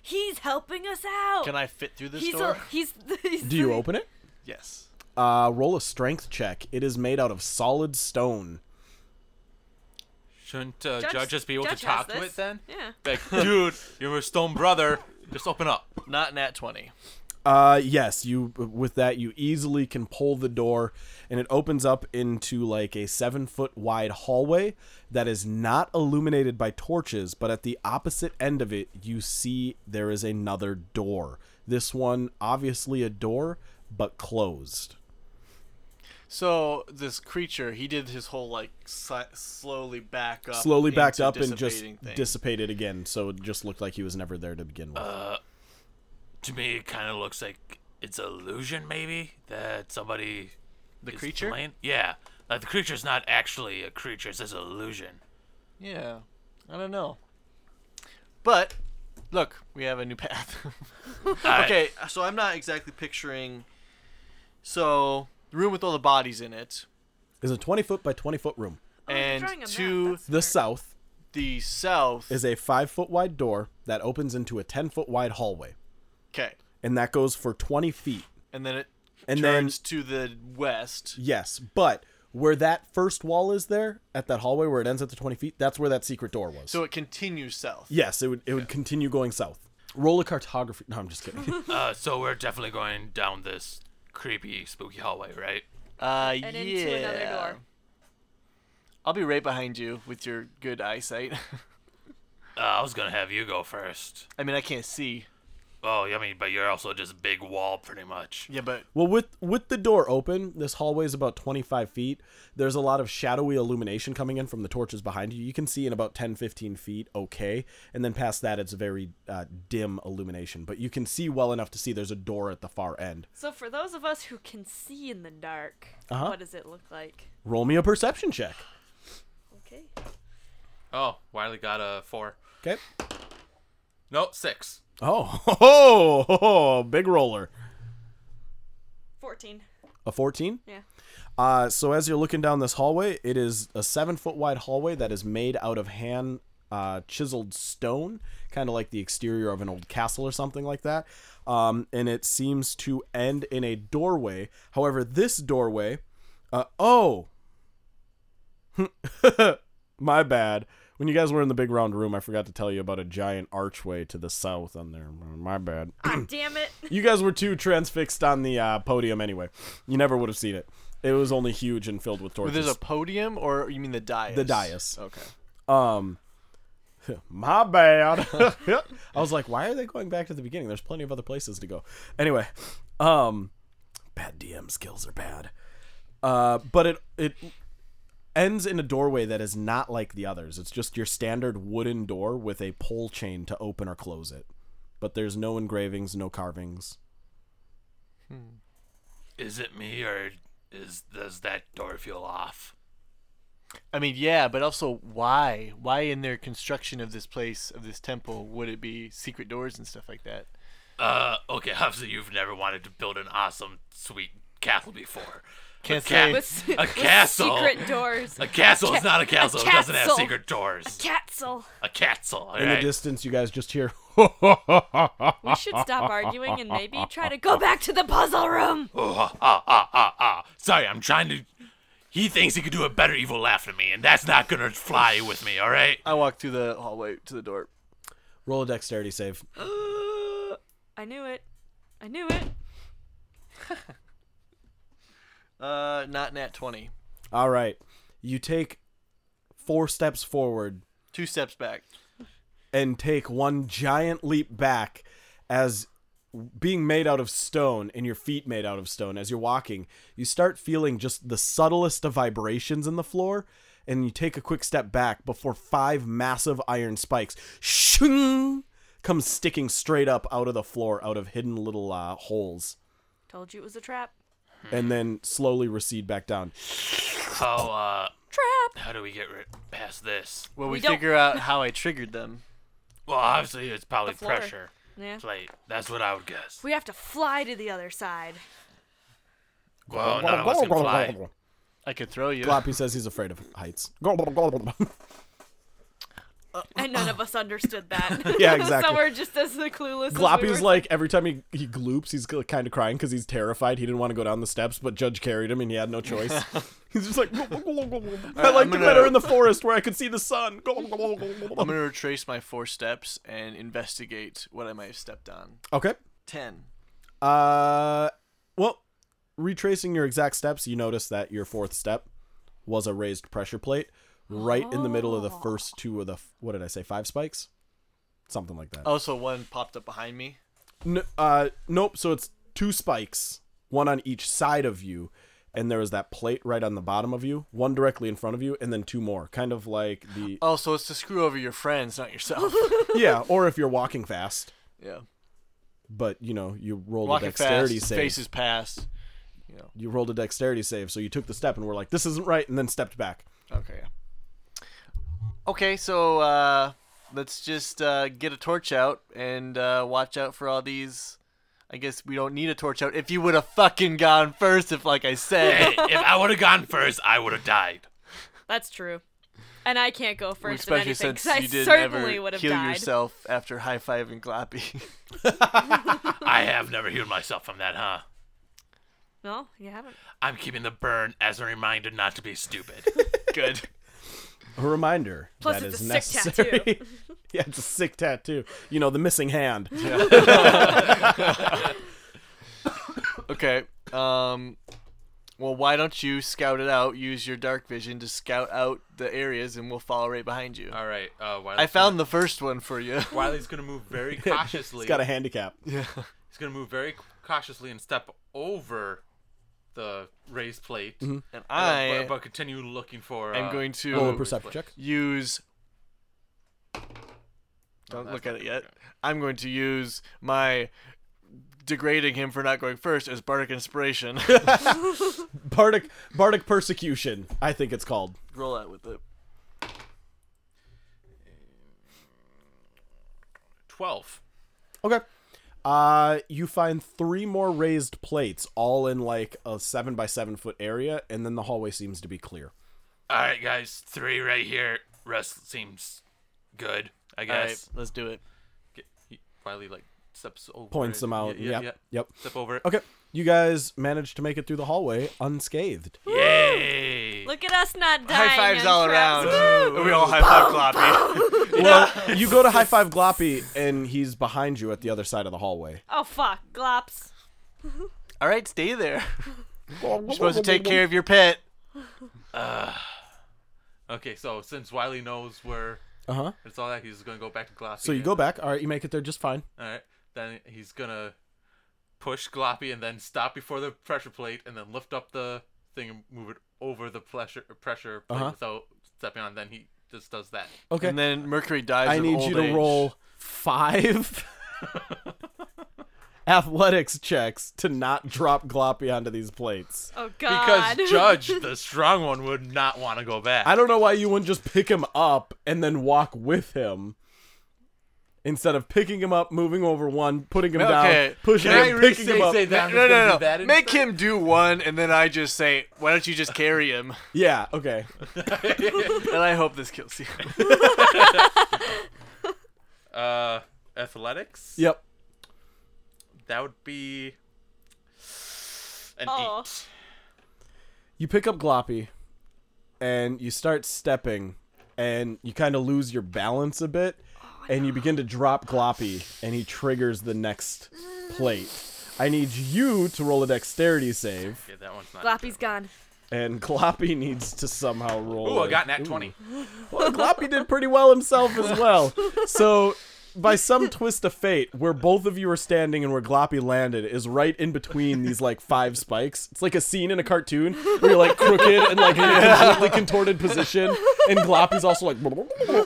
Speaker 5: he's helping us out.
Speaker 4: Can I fit through this
Speaker 5: he's
Speaker 4: door?
Speaker 5: A, he's, he's
Speaker 2: Do you
Speaker 5: the-
Speaker 2: open it?
Speaker 4: yes.
Speaker 2: Uh, roll a strength check. It is made out of solid stone.
Speaker 3: Shouldn't uh,
Speaker 5: Judge-
Speaker 3: judges be able
Speaker 5: Judge
Speaker 3: to
Speaker 5: has
Speaker 3: talk to
Speaker 5: this.
Speaker 3: it then?
Speaker 5: Yeah.
Speaker 3: Like, dude, you're a stone brother. Just open up.
Speaker 4: Not nat twenty.
Speaker 2: Uh, yes, you with that you easily can pull the door, and it opens up into like a seven foot wide hallway that is not illuminated by torches. But at the opposite end of it, you see there is another door. This one, obviously a door, but closed.
Speaker 4: So this creature, he did his whole like si- slowly back up,
Speaker 2: Slowly
Speaker 4: into
Speaker 2: backed up and just
Speaker 4: dissipating thing.
Speaker 2: dissipated again, so it just looked like he was never there to begin with.
Speaker 3: To me, it kind of looks like it's an illusion, maybe that somebody
Speaker 4: the
Speaker 3: is
Speaker 4: creature.
Speaker 3: playing- Yeah, like the creature's not actually a creature; it's just an illusion.
Speaker 4: Yeah, I don't know. But look, we have a new path. okay, so I'm not exactly picturing. So the room with all the bodies in it,
Speaker 2: is a twenty foot by twenty foot room.
Speaker 5: Oh, you're
Speaker 4: and
Speaker 5: drawing a map,
Speaker 4: to
Speaker 5: that's
Speaker 2: The
Speaker 5: smart.
Speaker 2: south
Speaker 4: the south.
Speaker 2: is a five foot wide door that opens into a ten foot wide hallway.
Speaker 4: okay,
Speaker 2: and that goes for 20 feet.
Speaker 4: and then it
Speaker 2: And then-
Speaker 4: turns to the west.
Speaker 2: Yes, but where that first wall is there at that hallway where it ends at the 20 feet, that's where that secret door was.
Speaker 4: So it continues south.
Speaker 2: yes, it would it would continue going south. Roll a cartography. No, I'm just kidding.
Speaker 3: Uh, so we're definitely going down this creepy, spooky hallway, right?
Speaker 4: Uh,
Speaker 5: And
Speaker 4: yeah.
Speaker 5: into another door.
Speaker 4: I'll be right behind you with your good eyesight.
Speaker 3: Uh, I was gonna have you go first.
Speaker 4: I mean, I can't see.
Speaker 3: Oh, I mean, but you're also just a big wall, pretty much.
Speaker 4: Yeah, but
Speaker 2: well, with with the door open, this hallway is about 25 feet. There's a lot of shadowy illumination coming in from the torches behind you. You can see in about 10, 15 feet, okay, and then past that, it's very uh, dim illumination. But you can see well enough to see there's a door at the far end.
Speaker 5: So for those of us who can see in the dark,
Speaker 2: Uh-huh.
Speaker 5: what does it look like?
Speaker 2: Roll me a perception check.
Speaker 5: Okay.
Speaker 3: Oh, Wiley got a four.
Speaker 2: Okay.
Speaker 3: No, six.
Speaker 2: Oh, oh, big roller.
Speaker 5: 14.
Speaker 2: A 14?
Speaker 5: Yeah.
Speaker 2: Uh, so as you're looking down this hallway, it is a seven foot wide hallway that is made out of hand uh, chiseled stone, kind of like the exterior of an old castle or something like that. Um, and it seems to end in a doorway. However, this doorway, uh, oh, my bad. When you guys were in the big round room, I forgot to tell you about a giant archway to the south on there. My bad.
Speaker 5: Ah, damn it.
Speaker 2: You guys were too transfixed on the uh, podium anyway. You never would have seen it. It was only huge and filled with
Speaker 4: Well,
Speaker 2: torches.
Speaker 4: there's a podium, or you mean the dais?
Speaker 2: The dais.
Speaker 4: Okay.
Speaker 2: um, my bad. I was like, why are they going back to the beginning? There's plenty of other places to go. Anyway, um, bad DM skills are bad. Uh, but it it ends in a doorway that is not like the others. It's just your standard wooden door with a pole chain to open or close it. But there's no engravings, no carvings.
Speaker 3: Is it me or is does that door feel off?
Speaker 4: I mean, yeah, but also why? Why in their construction of this place, of this temple, would it be secret doors and stuff like that?
Speaker 3: Uh, okay, obviously you've never wanted to build an awesome, sweet castle before.
Speaker 4: Can't
Speaker 3: cat
Speaker 4: say.
Speaker 3: with
Speaker 5: With,
Speaker 3: A
Speaker 5: with
Speaker 3: castle.
Speaker 5: secret doors.
Speaker 3: A castle is not a castle. It doesn't have
Speaker 5: castle.
Speaker 3: secret doors.
Speaker 5: Catzel.
Speaker 3: A castle.
Speaker 2: In the
Speaker 3: alright?
Speaker 2: distance, you guys just hear.
Speaker 5: We should stop arguing and maybe try to go back to the puzzle room.
Speaker 3: Oh, ah, ah, ah, ah, ah. Sorry, I'm trying to. He thinks he could do a better evil laugh than me, and that's not gonna fly with me, alright?
Speaker 4: I walk through the hallway to the door.
Speaker 2: Roll a dexterity save.
Speaker 5: I knew it. I knew it.
Speaker 4: Uh, not nat twenty.
Speaker 2: All right. You take four steps forward
Speaker 4: Two steps back.
Speaker 2: and take one giant leap back as being made out of stone and your feet made out of stone as you're walking, you start feeling just the subtlest of vibrations in the floor, and you take a quick step back before five massive iron spikes shung, come sticking straight up out of the floor out of hidden little uh, holes,
Speaker 5: Told you it was a trap.
Speaker 2: and then slowly recede back down.
Speaker 3: How uh,
Speaker 5: Trap.
Speaker 3: how do we get rid- past this?
Speaker 4: Well, we,
Speaker 5: We don't-
Speaker 4: figure out how I triggered them.
Speaker 3: Well, obviously it's probably
Speaker 5: The floor.
Speaker 3: pressure
Speaker 5: Yeah.
Speaker 3: plate. That's what I would guess.
Speaker 5: We have to fly to the other side.
Speaker 3: Well, none of us can fly.
Speaker 4: I could throw you.
Speaker 2: Floppy says he's afraid of heights.
Speaker 5: And none of us understood that.
Speaker 2: Yeah, exactly.
Speaker 5: so we're just as clueless as we
Speaker 2: Gloppy's
Speaker 5: were.
Speaker 2: like every time he he gloops, he's kind of crying because he's terrified. He didn't want to go down the steps, but Judge carried him, and he had no choice. he's just like, I liked it
Speaker 4: gonna-
Speaker 2: better in the forest where I could see the sun.
Speaker 4: I'm gonna retrace my four steps and investigate what I might have stepped on.
Speaker 2: okay.
Speaker 4: Ten.
Speaker 2: Uh, well, retracing your exact steps, you notice that your fourth step was a raised pressure plate right in the middle of
Speaker 5: Oh.
Speaker 2: the first two of the f- what did I say? Five spikes, something like that.
Speaker 4: Also, one popped up behind me.
Speaker 2: N- uh, nope. So it's two spikes, one on each side of you, and there is that plate right on the bottom of you, one directly in front of you, and then two more, kind of like the
Speaker 4: Oh, so it's to screw over your friends, not yourself.
Speaker 2: yeah. Or if you're walking fast,
Speaker 4: yeah.
Speaker 2: but you know you rolled a
Speaker 4: Walking fast,
Speaker 2: dexterity save.
Speaker 4: faces past.
Speaker 2: You rolled a dexterity save, so you took the step and were like, "This isn't right," and then stepped back.
Speaker 4: Okay. Okay, so uh, let's just uh, get a torch out and uh, watch out for all these. I guess we don't need a torch out. If you would have fucking gone first, if like I said,
Speaker 3: Hey, if I would have gone first, I would have died.
Speaker 5: That's true. And I can't go first in
Speaker 4: especially
Speaker 5: anything
Speaker 4: since
Speaker 5: because I
Speaker 4: you didn't
Speaker 5: certainly
Speaker 4: ever
Speaker 5: would have
Speaker 4: kill
Speaker 5: died.
Speaker 4: yourself after high fiving Gloppy.
Speaker 3: I have never healed myself from that, huh?
Speaker 5: No, you haven't.
Speaker 3: I'm keeping the burn as a reminder not to be stupid.
Speaker 4: Good.
Speaker 2: A reminder
Speaker 5: Plus
Speaker 2: that
Speaker 5: it's
Speaker 2: is
Speaker 5: a sick
Speaker 2: necessary. yeah, it's a sick tattoo. You know, the missing hand.
Speaker 4: Okay. Um. Well, why don't you scout it out? Use your dark vision to scout out the areas, and we'll follow right behind you.
Speaker 3: All right, uh, Wiley's
Speaker 4: I found the first one for you.
Speaker 3: Gonna, Wiley's gonna move very
Speaker 2: It's
Speaker 3: cautiously.
Speaker 2: got a handicap.
Speaker 3: He's gonna move very cautiously and step over the raised plate,
Speaker 2: Mm-hmm.
Speaker 4: And
Speaker 3: uh,
Speaker 4: I
Speaker 3: but, but continue looking for.
Speaker 4: am
Speaker 3: uh,
Speaker 4: going to
Speaker 2: Roll a perception check.
Speaker 4: use.
Speaker 3: that's
Speaker 4: Don't look at it
Speaker 3: not-
Speaker 4: yet.
Speaker 3: okay.
Speaker 4: I'm going to use my degrading him for not going first as bardic inspiration.
Speaker 2: Bardic Bardic persecution, I think it's called.
Speaker 4: Roll out with it.
Speaker 3: twelve.
Speaker 2: Okay. Uh, you find three more raised plates, all in like a seven by seven foot area, and then the hallway seems to be clear.
Speaker 3: All right, guys, three right here. Rest seems good, I
Speaker 4: All right,
Speaker 3: guess.
Speaker 4: let's do it.
Speaker 3: Get- he- Wiley like steps over.
Speaker 2: Points
Speaker 3: it.
Speaker 2: them out.
Speaker 3: Yeah, yeah,
Speaker 2: yep. Yep.
Speaker 3: yeah. Step over. it.
Speaker 2: Okay. You guys managed to make it through the hallway unscathed.
Speaker 3: Yay!
Speaker 5: Look at us not dying.
Speaker 4: High fives
Speaker 5: on
Speaker 4: all
Speaker 5: traps.
Speaker 4: around. We all high five Gloppy.
Speaker 2: Well, you go to high five Gloppy, and he's behind you at the other side of the hallway.
Speaker 5: Oh fuck, glops.
Speaker 4: all right, stay there. You're supposed to take care of your pet.
Speaker 3: Okay, so since Wiley knows where
Speaker 2: Uh huh.
Speaker 3: it's all that, he's gonna go back to Gloppy.
Speaker 2: So you go back. All right, you make it there just fine.
Speaker 3: All right, then he's gonna push Gloppy and then stop before the pressure plate and then lift up the thing and move it over the pressure pressure plate
Speaker 2: Uh-huh.
Speaker 3: without stepping on. Then he just does that.
Speaker 2: Okay.
Speaker 4: And then Mercury dies.
Speaker 2: I
Speaker 4: of
Speaker 2: need
Speaker 4: old
Speaker 2: you to
Speaker 4: age.
Speaker 2: roll five athletics checks to not drop Gloppy onto these plates.
Speaker 5: Oh
Speaker 3: Because
Speaker 5: god.
Speaker 3: Judge, the strong one, would not want to go back.
Speaker 2: I don't know why you wouldn't just pick him up and then walk with him instead of picking him up, moving over one, putting him
Speaker 4: Okay.
Speaker 2: down, pushing
Speaker 4: Can I
Speaker 2: him,
Speaker 3: really
Speaker 2: picking him
Speaker 3: say-
Speaker 2: up.
Speaker 3: say that? I'm
Speaker 4: No, no,
Speaker 3: just gonna
Speaker 4: no.
Speaker 3: do that
Speaker 4: Make
Speaker 3: instead.
Speaker 4: him do one, and then I just say, "Why don't you just carry him?"
Speaker 2: Yeah, okay.
Speaker 4: and I hope this kills you.
Speaker 3: Uh, athletics.
Speaker 2: Yep.
Speaker 3: That would be an
Speaker 5: Oh.
Speaker 3: eight.
Speaker 2: You pick up Gloppy and you start stepping and you kind of lose your balance a bit and you begin to drop Gloppy and he triggers the next plate. I need you to roll a dexterity save
Speaker 3: Yeah, that one's not.
Speaker 5: Gloppy's gone.
Speaker 2: and Gloppy needs to somehow roll.
Speaker 3: Ooh, I
Speaker 2: a-
Speaker 3: got nat twenty.
Speaker 2: Well, Gloppy did pretty well himself as well. So by some twist of fate, where both of you are standing and where Gloppy landed is right in between these like five spikes. It's like a scene in a cartoon where you're like crooked and like in a completely contorted position, and Gloppy's also like.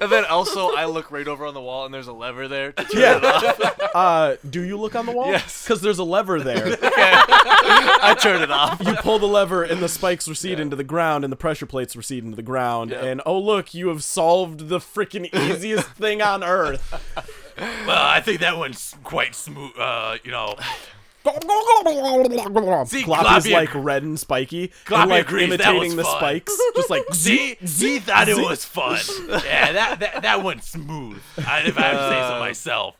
Speaker 4: And then also, I look right over on the wall, and there's a lever there. To turn it off.
Speaker 2: Yeah. Uh, do you look on the wall?
Speaker 4: Yes.
Speaker 2: Because there's a lever there.
Speaker 4: I turn it off.
Speaker 2: you pull the lever and the spikes recede into the ground and the pressure plates recede into the ground and oh look you have solved the freaking easiest thing on earth
Speaker 3: Well, I think that one's quite smooth. Uh, you know, See,
Speaker 2: Gloppy's
Speaker 3: Gloppy-
Speaker 2: like red and spiky
Speaker 3: Gloppy
Speaker 2: and like
Speaker 3: agrees, that
Speaker 2: imitating the
Speaker 3: was fun.
Speaker 2: spikes just like
Speaker 3: Z Z thought it was fun. Yeah, that that, that one's smooth. I, if I have to say
Speaker 2: Uh,
Speaker 3: so myself,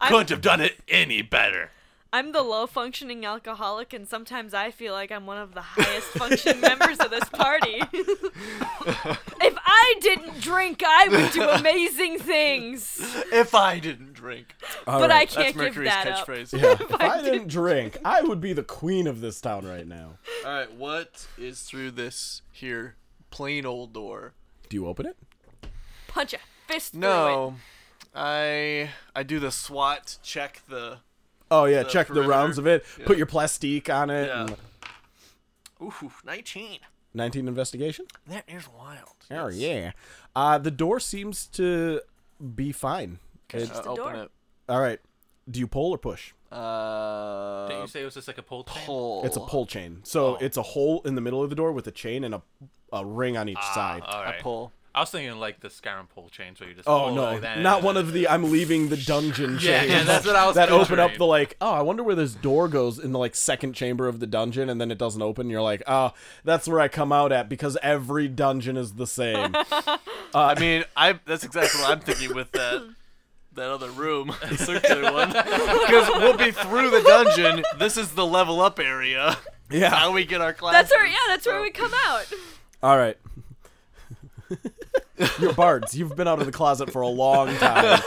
Speaker 3: couldn't have done it any better.
Speaker 5: I'm the low functioning alcoholic, and sometimes I feel like I'm one of the highest functioning members of this party. if I didn't drink, I would do amazing things.
Speaker 4: If I didn't drink,
Speaker 2: All
Speaker 5: but
Speaker 2: right.
Speaker 5: I
Speaker 4: that's
Speaker 5: can't give
Speaker 4: Mercury's
Speaker 5: that up.
Speaker 4: catchphrase.
Speaker 2: Yeah. if I didn't drink, I would be the queen of this town right now.
Speaker 4: All right, what is through this here plain old door?
Speaker 2: Do you open it?
Speaker 5: Punch a fist. through it.
Speaker 4: No, I I do the SWAT check the.
Speaker 2: Oh yeah, check the
Speaker 4: perimeter.
Speaker 2: rounds of it. Put your plastique on it.
Speaker 4: Yeah.
Speaker 2: and-
Speaker 4: Ooh, 19.
Speaker 2: 19 investigation.
Speaker 4: That is wild.
Speaker 2: Oh yeah. Uh, the door seems to be fine. It-
Speaker 5: Just a
Speaker 4: open
Speaker 5: door.
Speaker 4: it.
Speaker 2: all right. Do you pull or push?
Speaker 4: Uh,
Speaker 3: say it was just like a pole?
Speaker 4: pull.
Speaker 2: It's a pull chain. So it's a hole in the middle of the door with a chain and a, a ring on each side.
Speaker 3: all
Speaker 4: I
Speaker 3: right.
Speaker 4: pull.
Speaker 3: I was thinking like the Skyrim pole chains where you just.
Speaker 2: Oh
Speaker 3: pull
Speaker 2: no,
Speaker 3: like that.
Speaker 2: not one of the I'm leaving the dungeon
Speaker 3: Yeah,
Speaker 2: chains
Speaker 3: yeah, that's what I was
Speaker 2: that open up
Speaker 3: picturing.
Speaker 2: the like, oh, I wonder where this door goes in the like second chamber of the dungeon and then it doesn't open. You're like, oh, that's where I come out at because every dungeon is the same.
Speaker 4: Uh, I mean, I that's exactly what I'm thinking with that that other room, the circular one, because we'll be through the dungeon. This is the level up area. How
Speaker 2: yeah.
Speaker 4: we get our class.
Speaker 5: That's where, yeah, that's where we come out.
Speaker 2: All right. You're bards. You've been out of the closet for a long time.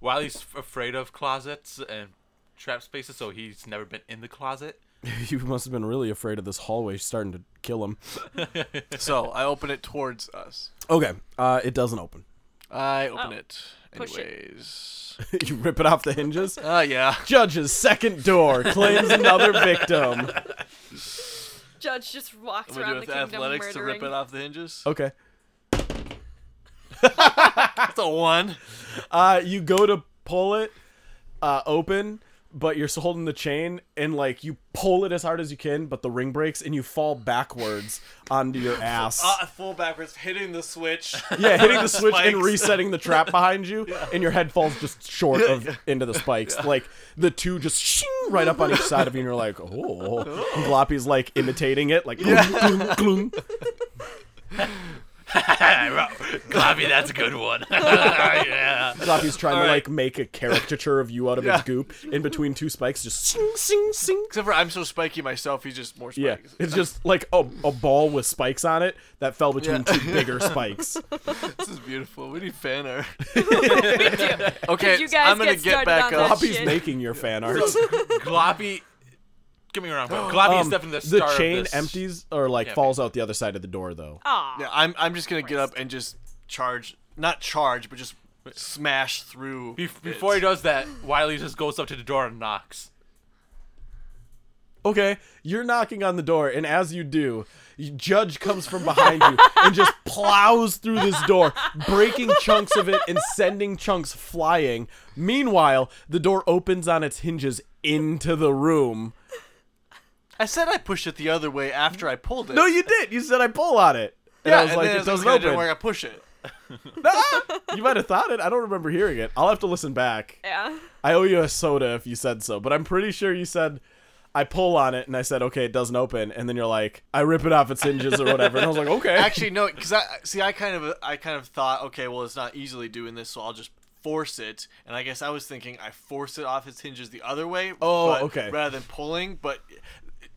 Speaker 3: Wiley's f- afraid of closets and trap spaces, so he's never been in the closet.
Speaker 2: you must have been really afraid of this hallway starting to kill him.
Speaker 4: So I open it towards us.
Speaker 2: Okay. Uh, it doesn't open.
Speaker 4: I open
Speaker 5: Oh.
Speaker 4: it.
Speaker 5: Push it.
Speaker 4: Anyways.
Speaker 2: you rip it off the hinges.
Speaker 4: Ah, yeah.
Speaker 2: Judge's second door claims another victim.
Speaker 5: Judge just walks
Speaker 4: Am I
Speaker 5: around
Speaker 4: doing
Speaker 5: the kingdom
Speaker 4: athletics to
Speaker 5: murdering.
Speaker 4: rip it off the hinges?
Speaker 2: Okay.
Speaker 4: That's a one.
Speaker 2: Uh, you go to pull it uh, open, but you're still holding the chain, and like you pull it as hard as you can, but the ring breaks, and you fall backwards onto your ass.
Speaker 4: Uh, full backwards, hitting the switch.
Speaker 2: yeah, hitting the switch and
Speaker 4: Spikes.
Speaker 2: resetting the trap behind you, and your head falls just short of into the spikes. Like the two just shing right up on each side of you, and you're like, oh. And Gloppy's like imitating it, like gloom, gloom, gloom.
Speaker 3: Globby, that's a good one. yeah.
Speaker 2: Floppy's trying to
Speaker 4: All right.
Speaker 2: like make a caricature of you out of his
Speaker 4: Yeah.
Speaker 2: goop in between two spikes, just sing, sing, sing.
Speaker 4: Except for I'm so spiky myself, he's just more
Speaker 2: Yeah,
Speaker 4: spiky.
Speaker 2: it's just like a, a ball with spikes on it that fell between two bigger spikes.
Speaker 4: This is beautiful. We need fan art.
Speaker 5: Me too.
Speaker 4: Okay,
Speaker 5: you guys
Speaker 4: I'm gonna
Speaker 5: get
Speaker 4: get,
Speaker 5: started
Speaker 4: back
Speaker 5: on
Speaker 4: up.
Speaker 5: that?
Speaker 2: Floppy's
Speaker 5: Shit.
Speaker 2: making your fan art.
Speaker 3: Globby, get me wrong, but Globby is
Speaker 2: Um,
Speaker 3: definitely the
Speaker 2: the
Speaker 3: star
Speaker 2: chain
Speaker 3: of this.
Speaker 2: empties or like
Speaker 3: Yeah,
Speaker 2: falls out the other side of the door though.
Speaker 5: Aw.
Speaker 4: Yeah, I'm, I'm just gonna get up and just charge. Not charge, but just smash through.
Speaker 3: Bef- before he
Speaker 4: it.
Speaker 3: does that, Wiley just goes up to the door and knocks.
Speaker 2: Okay, you're knocking on the door, and as you do, y- Judge comes from behind you and just plows through this door, breaking chunks of it and sending chunks flying. Meanwhile, the door opens on its hinges into the room.
Speaker 4: I said I pushed it the other way after I pulled it.
Speaker 2: No, you did. You said I pull on it. And
Speaker 4: yeah,
Speaker 2: I was like,
Speaker 4: then
Speaker 2: it
Speaker 4: I was
Speaker 2: doesn't
Speaker 4: like, okay, I didn't
Speaker 2: open.
Speaker 4: work, I push it.
Speaker 2: You might have thought it. I don't remember hearing it. I'll have to listen back.
Speaker 5: Yeah.
Speaker 2: I owe you a soda if you said so, but I'm pretty sure you said I pull on it and I said, okay, it doesn't open. And then you're like, I rip it off its hinges or whatever. And I was like, okay.
Speaker 4: Actually, no, because I see. I kind of, I kind of thought, okay, well, it's not easily doing this, so I'll just force it. And I guess I was thinking I force it off its hinges the other way.
Speaker 2: Oh,
Speaker 4: but-
Speaker 2: okay.
Speaker 4: Rather than pulling, but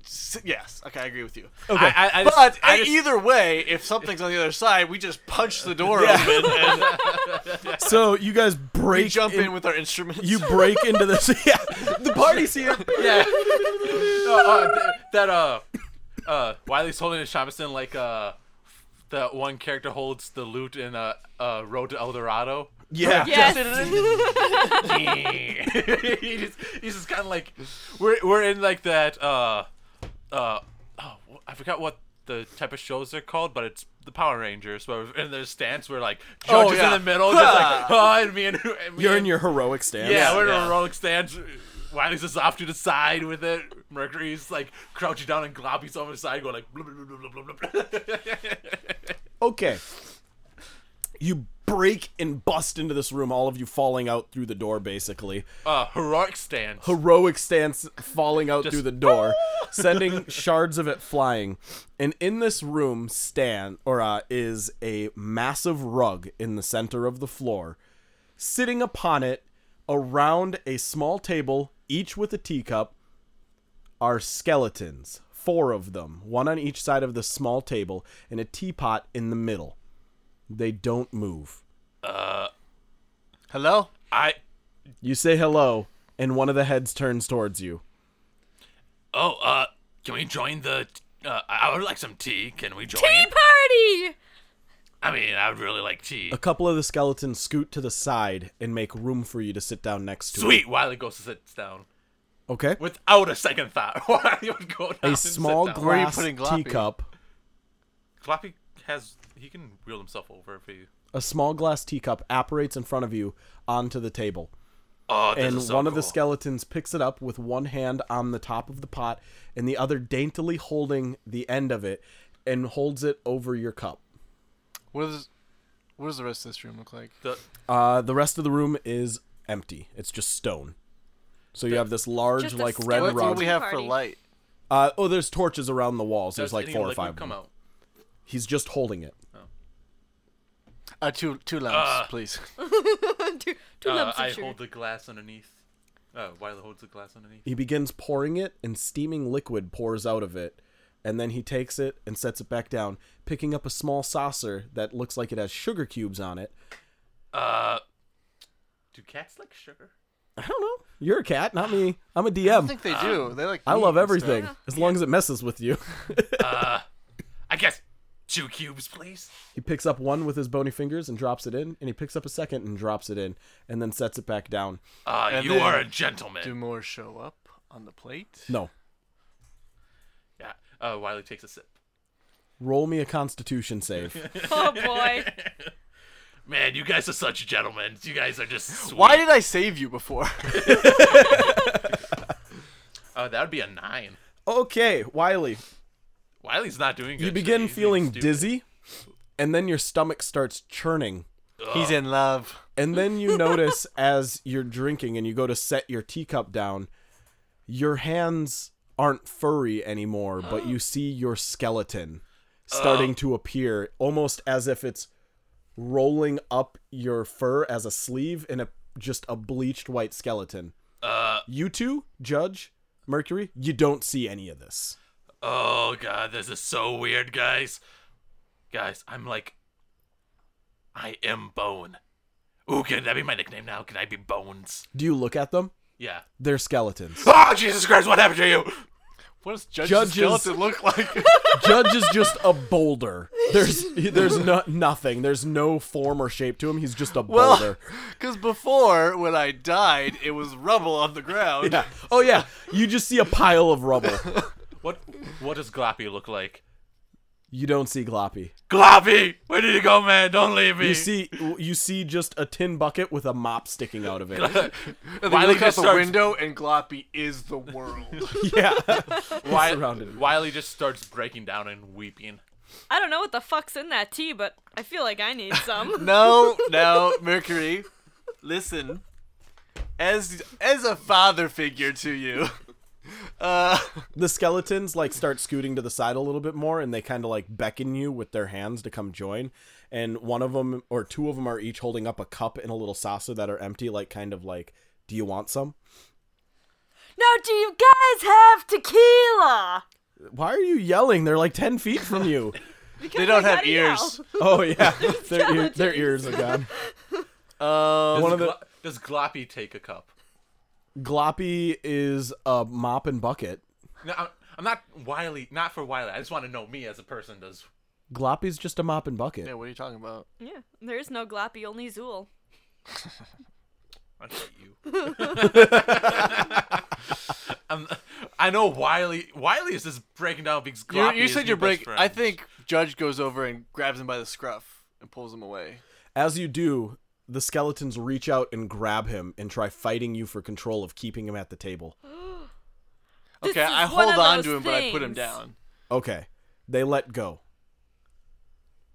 Speaker 4: s- yes, okay, I agree with you.
Speaker 2: Okay.
Speaker 3: I, I, I just,
Speaker 4: But
Speaker 3: I
Speaker 4: e-
Speaker 3: just,
Speaker 4: either way, if something's on the other side, we just punch the door open and
Speaker 2: so you guys break
Speaker 4: we jump in,
Speaker 2: in-
Speaker 4: with our instruments.
Speaker 2: you break into this. Yeah, the party's here.
Speaker 3: yeah. No, uh, th- that uh, uh, Wiley's holding a shamisen like uh, the one character holds the loot in uh, uh, Road to El Dorado.
Speaker 2: Yeah.
Speaker 5: Yes.
Speaker 3: he just, he's just kind of like we're we're in like that uh uh oh, I forgot what the type of shows they're called, but it's the Power Rangers where in their stance we're like
Speaker 4: Oh,
Speaker 3: judges
Speaker 4: yeah.
Speaker 3: in the middle, just like oh, and me and, and me
Speaker 2: You're in
Speaker 3: and-
Speaker 2: your heroic stance.
Speaker 3: yeah, we're in
Speaker 4: yeah.
Speaker 3: a rolling stance. Wiley's just off to the side with it. Mercury's like crouching down and Globby's over the side going like blub, blub, blub, blub, blub, blub.
Speaker 2: Okay. You break and bust into this room, all of you falling out through the door, basically.
Speaker 3: uh, heroic stance.
Speaker 2: heroic stance falling out
Speaker 3: Just-
Speaker 2: through the door, sending shards of it flying. And in this room stand or uh, is a massive rug in the center of the floor. Sitting upon it, around a small table, each with a teacup, are skeletons. Four of them, one on each side of the small table, and a teapot in the middle. They don't move.
Speaker 4: Hello?
Speaker 3: I
Speaker 2: You say hello, and one of the heads turns towards you.
Speaker 3: oh uh, can we join the? Uh, I would like some tea. Can we join?
Speaker 5: Tea party!
Speaker 3: I mean, I would really like tea.
Speaker 2: A couple of the skeletons scoot to the side and make room for you to sit down next to. 'em.
Speaker 3: Sweet. Wiley goes and sits down
Speaker 2: Okay.
Speaker 3: without a second thought. Wiley would go down
Speaker 2: A
Speaker 3: and
Speaker 2: small
Speaker 3: sit down.
Speaker 4: Where are you
Speaker 2: glass
Speaker 4: putting Gloppy?
Speaker 2: teacup.
Speaker 3: Gloppy has he can wheel himself over if he.
Speaker 2: A small glass teacup apparates in front of you onto the table,
Speaker 3: Oh, this
Speaker 2: and
Speaker 3: is so
Speaker 2: one of the
Speaker 3: cool.
Speaker 2: skeletons picks it up with one hand on the top of the pot and the other daintily holding the end of it and holds it over your cup.
Speaker 4: What is what does the rest of this room look like?
Speaker 3: The-
Speaker 2: Uh, the rest of the room is empty. It's just stone. So you have this large,
Speaker 5: Just a
Speaker 2: like
Speaker 5: skeleton
Speaker 2: red
Speaker 4: What's what
Speaker 2: rug.
Speaker 4: do we have for
Speaker 5: Party.
Speaker 4: light?
Speaker 2: Uh, oh, there's torches around the walls. There's
Speaker 3: does
Speaker 2: like
Speaker 3: any
Speaker 2: four or
Speaker 3: liquid
Speaker 2: five. of
Speaker 3: Come
Speaker 2: them.
Speaker 3: out.
Speaker 2: He's just holding it.
Speaker 4: Uh, two two lamps,
Speaker 3: Uh,
Speaker 4: please.
Speaker 5: two two
Speaker 3: Uh,
Speaker 5: lumps of
Speaker 3: I
Speaker 5: sugar.
Speaker 3: hold the glass underneath. Oh, Wiley holds the glass underneath.
Speaker 2: He begins pouring it, and steaming liquid pours out of it. And then he takes it and sets it back down, picking up a small saucer that looks like it has sugar cubes on it.
Speaker 3: Uh, do cats like sugar?
Speaker 2: I don't know. You're a cat, not me. I'm a
Speaker 4: I
Speaker 2: DM.
Speaker 4: think they do. They like.
Speaker 2: I
Speaker 4: meat
Speaker 2: love
Speaker 4: and stuff.
Speaker 2: everything as long as it messes with you.
Speaker 3: I guess two cubes, please.
Speaker 2: he picks up one with his bony fingers and drops it in, and he picks up a second and drops it in, and then sets it back down.
Speaker 3: Uh,
Speaker 4: And
Speaker 3: you
Speaker 4: then
Speaker 3: are a gentleman.
Speaker 4: Do more show up on the plate?
Speaker 2: No.
Speaker 3: yeah. Uh, Wiley takes a sip.
Speaker 2: Roll me a constitution save.
Speaker 5: Oh boy.
Speaker 3: Man, you guys are such gentlemen. You guys are just sweet.
Speaker 4: Why did I save you before?
Speaker 3: Oh, that would be a nine.
Speaker 2: okay, Wiley.
Speaker 3: Wiley's not doing good.
Speaker 2: You
Speaker 3: today.
Speaker 2: begin
Speaker 3: He's being
Speaker 2: feeling
Speaker 3: stupid.
Speaker 2: dizzy, and then your stomach starts churning.
Speaker 4: He's in love.
Speaker 2: And then you notice as you're drinking and you go to set your teacup down, your hands aren't furry anymore, but you see your skeleton starting to appear almost as if it's rolling up your fur as a sleeve in a just a bleached white skeleton. you two, Judge, Mercury, you don't see any of this.
Speaker 3: Oh god, this is so weird, guys. Guys, I'm like, I am Bone. Ooh, can that be my nickname now? Can I be Bones?
Speaker 2: Do you look at them?
Speaker 3: Yeah.
Speaker 2: They're skeletons.
Speaker 3: Oh Jesus Christ! What happened to you?
Speaker 4: What does
Speaker 2: Judge's-
Speaker 4: Judge's skeleton look like?
Speaker 2: Judge is just a boulder. There's there's no, nothing. There's no form or shape to him. He's just a
Speaker 4: Well-
Speaker 2: boulder.
Speaker 4: Because before, when I died, it was rubble on the ground.
Speaker 2: Yeah. Oh yeah. You just see a pile of rubble.
Speaker 3: What What does Gloppy look like?
Speaker 2: You don't see Gloppy.
Speaker 3: Gloppy, where did you go, man? Don't leave me.
Speaker 2: You see you see just a tin bucket with a mop sticking out of it.
Speaker 4: And
Speaker 3: Wiley
Speaker 4: then you look out
Speaker 3: just
Speaker 4: the
Speaker 3: starts-
Speaker 4: window, and Gloppy is the world.
Speaker 2: Yeah.
Speaker 3: Wi-
Speaker 2: surrounded.
Speaker 3: Wiley just starts breaking down and weeping.
Speaker 5: I don't know what the fuck's in that tea, but I feel like I need some.
Speaker 4: no, no, Mercury, listen. As as a father figure to you, uh,
Speaker 2: The skeletons like start scooting to the side a little bit more and they kind of like beckon you with their hands to come join. And one of them or two of them are each holding up a cup and a little saucer that are empty like kind of like do you want some?
Speaker 5: now, do you guys have tequila?
Speaker 2: Why are you yelling? They're like 10 feet from you.
Speaker 4: they don't
Speaker 5: I
Speaker 4: have
Speaker 5: gotta yell.
Speaker 4: ears.
Speaker 2: Oh yeah, their, ear, their ears are gone.
Speaker 4: Um,
Speaker 2: One of the
Speaker 3: Glo- does Gloppy take a cup?
Speaker 2: Gloppy is a mop and bucket.
Speaker 3: No, I'm, I'm not Wiley. Not for Wiley. I just want to know me as a person. Does
Speaker 2: Gloppy's just a mop and bucket.
Speaker 4: yeah, what are you talking about?
Speaker 5: Yeah, there is no gloppy, only Zool.
Speaker 3: I hate you. I'm- I know Wiley. Wiley is just breaking down because
Speaker 4: You,
Speaker 3: Gloppy
Speaker 4: you
Speaker 3: is
Speaker 4: said
Speaker 3: new
Speaker 4: you're
Speaker 3: best
Speaker 4: break. I
Speaker 3: friend.
Speaker 4: think Judge goes over and grabs him by the scruff and pulls him away.
Speaker 2: As you do, the skeletons reach out and grab him and try fighting you for control of keeping him at the table.
Speaker 5: This
Speaker 4: Okay,
Speaker 5: is
Speaker 4: I
Speaker 5: one
Speaker 4: hold
Speaker 5: of
Speaker 4: on
Speaker 5: those
Speaker 4: to him, but I put him
Speaker 5: things.
Speaker 4: down.
Speaker 2: Okay. They let go.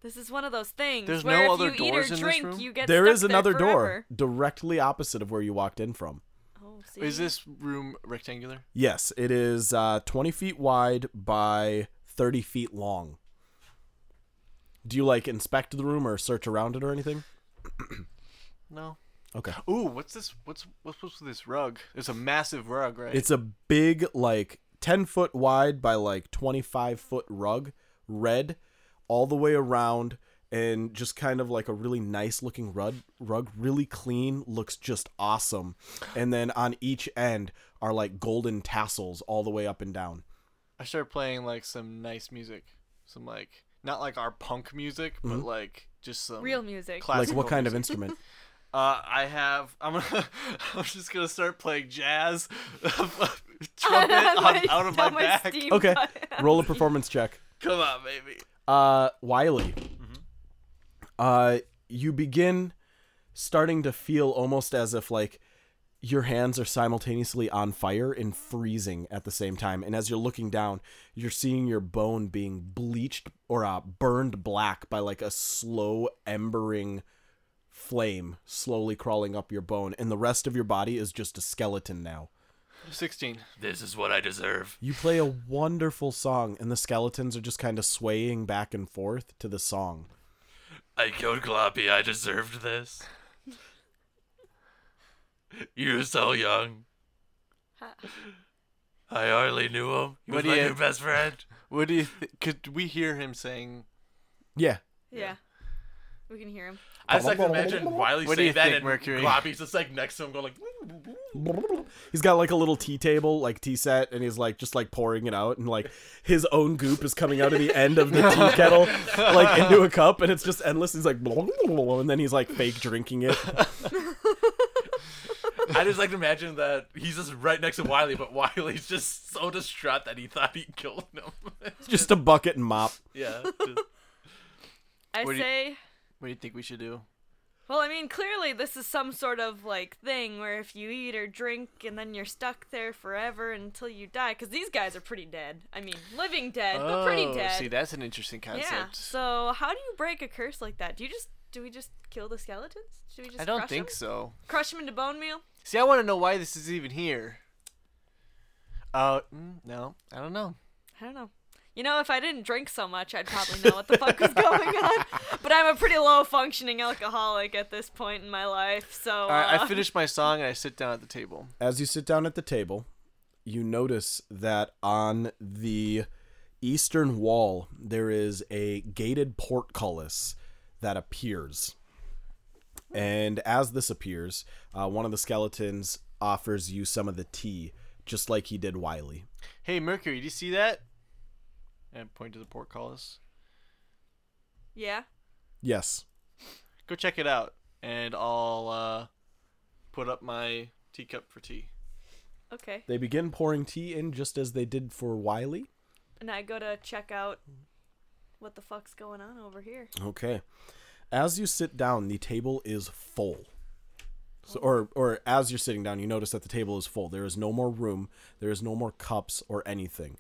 Speaker 5: This is one of those things
Speaker 4: There's
Speaker 5: where
Speaker 4: no
Speaker 5: if
Speaker 4: other
Speaker 5: you eat or
Speaker 4: doors in this
Speaker 5: drink,
Speaker 4: room?
Speaker 5: you get
Speaker 2: there
Speaker 5: stuck
Speaker 2: is another door
Speaker 5: forever.
Speaker 2: directly opposite of where you walked in from.
Speaker 5: Oh, see?
Speaker 4: Is this room rectangular?
Speaker 2: Yes, it is uh, 20 feet wide by 30 feet long. Do you like inspect the room or search around it or anything?
Speaker 4: No.
Speaker 2: Okay.
Speaker 4: Ooh, what's this? What's what's what's with this rug? It's a massive rug, right?
Speaker 2: It's a big, like 10 foot wide by like 25 foot rug, red, all the way around, and just kind of like a really nice looking rug. Rug, really clean, looks just awesome. And then on each end are like golden tassels all the way up and down.
Speaker 4: I started playing like some nice music, some like not like our punk music,
Speaker 2: Mm-hmm.
Speaker 4: but like just some
Speaker 5: real music?
Speaker 2: Like,
Speaker 4: classical
Speaker 2: what kind of
Speaker 4: music.
Speaker 2: instrument?
Speaker 4: Uh, I have. I'm gonna. I'm just gonna start playing jazz, trumpet on, out of my
Speaker 5: Down
Speaker 4: back.
Speaker 5: Steam
Speaker 2: Okay,
Speaker 5: butt.
Speaker 2: roll a performance check.
Speaker 4: Come on, baby.
Speaker 2: Uh, Wiley, uh, you begin starting to feel almost as if like your hands are simultaneously on fire and freezing at the same time. And as you're looking down, you're seeing your bone being bleached or uh, burned black by like a slow embering flame slowly crawling up your bone and the rest of your body is just a skeleton now.
Speaker 4: Sixteen.
Speaker 3: this is what I deserve.
Speaker 2: You play a wonderful song and the skeletons are just kind of swaying back and forth to the song.
Speaker 3: I killed Gloppy. I deserved this. You're so young. I hardly knew him. He was
Speaker 4: What do
Speaker 3: my
Speaker 4: you-
Speaker 3: new best friend.
Speaker 4: What do you? Th- could we hear him saying?
Speaker 2: Yeah,
Speaker 5: Yeah, we can hear him.
Speaker 3: I just like to imagine Wiley
Speaker 4: What do you
Speaker 3: saying that
Speaker 4: think,
Speaker 3: and
Speaker 4: Mercury?
Speaker 3: Gloppy's just like next to him going like,
Speaker 2: He's got like a little tea table, like tea set, and he's like just like pouring it out, and like his own goop is coming out of the end of the tea kettle, like into a cup, and it's just endless. He's like, and then he's like fake drinking it.
Speaker 3: I just like to imagine that he's just right next to Wiley, but Wiley's just so distraught that he thought he killed him.
Speaker 2: Just a bucket and mop.
Speaker 3: yeah.
Speaker 5: I
Speaker 4: What do you-
Speaker 5: say.
Speaker 4: What do you think we should do?
Speaker 5: Well, I mean, clearly this is some sort of like thing where if you eat or drink and then you're stuck there forever until you die, because these guys are pretty dead. I mean, living dead, but pretty dead.
Speaker 4: Oh, see, that's an interesting concept.
Speaker 5: yeah. So how do you break a curse like that? Do you just do we just kill the skeletons? Should we just
Speaker 4: I don't
Speaker 5: crush
Speaker 4: think
Speaker 5: 'em?
Speaker 4: so.
Speaker 5: Crush them into bone meal?
Speaker 4: See, I want to know why this is even here. Uh, mm, no, I don't know.
Speaker 5: I don't know. You know, if I didn't drink so much, I'd probably know what the fuck was going on. But I'm a pretty low functioning alcoholic at this point in my life, so.
Speaker 4: All right,
Speaker 5: uh,
Speaker 4: I finish my song and I sit down at the table.
Speaker 2: As you sit down at the table, you notice that on the eastern wall there is a gated portcullis that appears. And as this appears, uh, one of the skeletons offers you some of the tea, just like he did Wiley.
Speaker 4: Hey, Mercury, do you see that? And point to the portcullis.
Speaker 5: Yeah.
Speaker 2: Yes.
Speaker 4: Go check it out, and I'll uh, put up my teacup for tea.
Speaker 5: Okay.
Speaker 2: They begin pouring tea in just as they did for Wiley.
Speaker 5: and I go to check out what the fuck's going on over here.
Speaker 2: Okay. As you sit down, the table is full. So, or, or as you're sitting down, you notice that the table is full. There is no more room. There is no more cups or anything.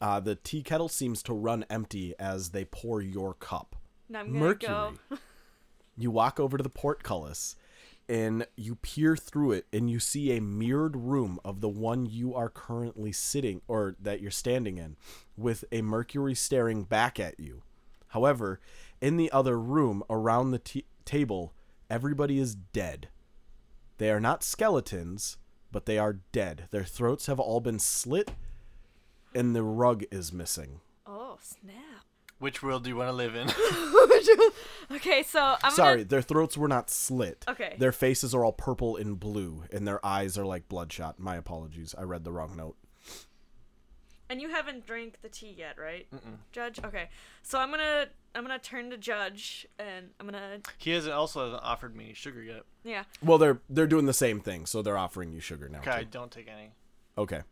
Speaker 2: Uh, the tea kettle seems to run empty as they pour your cup.
Speaker 5: And I'm gonna go.
Speaker 2: Mercury. you walk over to the portcullis and you peer through it and you see a mirrored room of the one you are currently sitting or that you're standing in with a mercury staring back at you. However, in the other room around the t- table, everybody is dead. They are not skeletons, but they are dead. Their throats have all been slit and the rug is missing.
Speaker 5: Oh snap!
Speaker 4: Which world do you want to live in?
Speaker 5: okay, so I'm
Speaker 2: Sorry,
Speaker 5: Gonna,
Speaker 2: their throats were not slit.
Speaker 5: Okay.
Speaker 2: Their faces are all purple and blue, and their eyes are like bloodshot. My apologies. I read the wrong note.
Speaker 5: and you haven't drank the tea yet, right? Judge. Okay, so I'm gonna I'm gonna turn to Judge, and I'm gonna
Speaker 4: He hasn't also hasn't offered me sugar yet.
Speaker 5: yeah.
Speaker 2: Well, they're they're doing the same thing, so they're offering you sugar now.
Speaker 4: Okay,
Speaker 2: too.
Speaker 4: don't take any.
Speaker 2: Okay.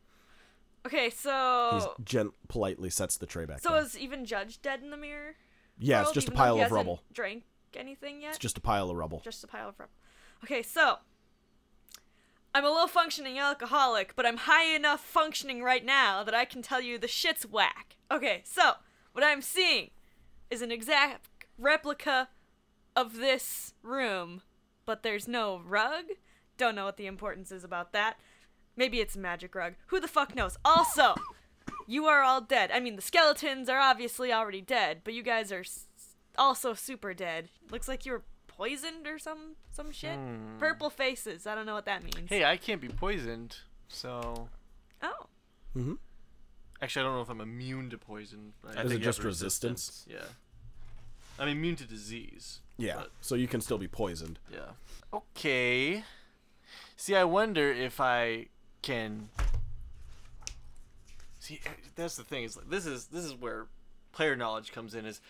Speaker 5: Okay,
Speaker 2: He
Speaker 5: so
Speaker 2: gent politely sets the tray back.
Speaker 5: Oh. so
Speaker 2: down.
Speaker 5: is even Judge dead in the mirror?
Speaker 2: yeah, it's
Speaker 5: world,
Speaker 2: just a
Speaker 5: even though he
Speaker 2: pile of
Speaker 5: hasn't
Speaker 2: rubble.
Speaker 5: Drank anything yet?
Speaker 2: It's just a pile of rubble.
Speaker 5: just a pile of rubble. Okay, so I'm a low functioning alcoholic, but I'm high enough functioning right now that I can tell you the shit's whack. Okay, so what I'm seeing is an exact replica of this room, but there's no rug. Don't know what the importance is about that. Maybe it's a magic rug. Who the fuck knows? Also, you are all dead. I mean, the skeletons are obviously already dead, but you guys are s- also super dead. Looks like you were poisoned or some some shit. Purple faces. I don't know what that means.
Speaker 4: Hmm. Hey, I can't be poisoned, so
Speaker 5: Oh.
Speaker 4: actually I don't know if I'm immune to poison. But I
Speaker 2: Is
Speaker 4: think
Speaker 2: it
Speaker 4: I
Speaker 2: just
Speaker 4: have
Speaker 2: resistance?
Speaker 4: Yeah, I'm immune to disease.
Speaker 2: Yeah.
Speaker 4: but-
Speaker 2: So you can still be poisoned.
Speaker 4: Yeah. Okay. See, I wonder if I can. See, eh, that's the thing. Is like, this is this is where player knowledge comes in. Is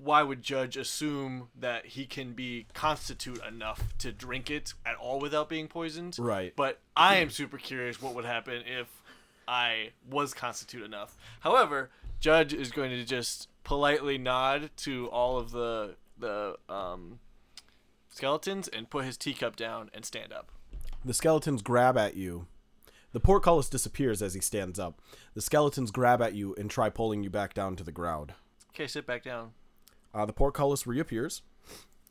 Speaker 4: why would Judge assume that he can be constitute enough to drink it at all without being poisoned?
Speaker 2: Right.
Speaker 4: But I am super curious what would happen if I was constitute enough. However, Judge is going to just politely nod to all of the the um, skeletons and put his teacup down and stand up.
Speaker 2: The skeletons grab at you. The portcullis disappears as he stands up. The skeletons grab at you and try pulling you back down to the ground.
Speaker 4: Okay, sit back down.
Speaker 2: Uh, the portcullis reappears,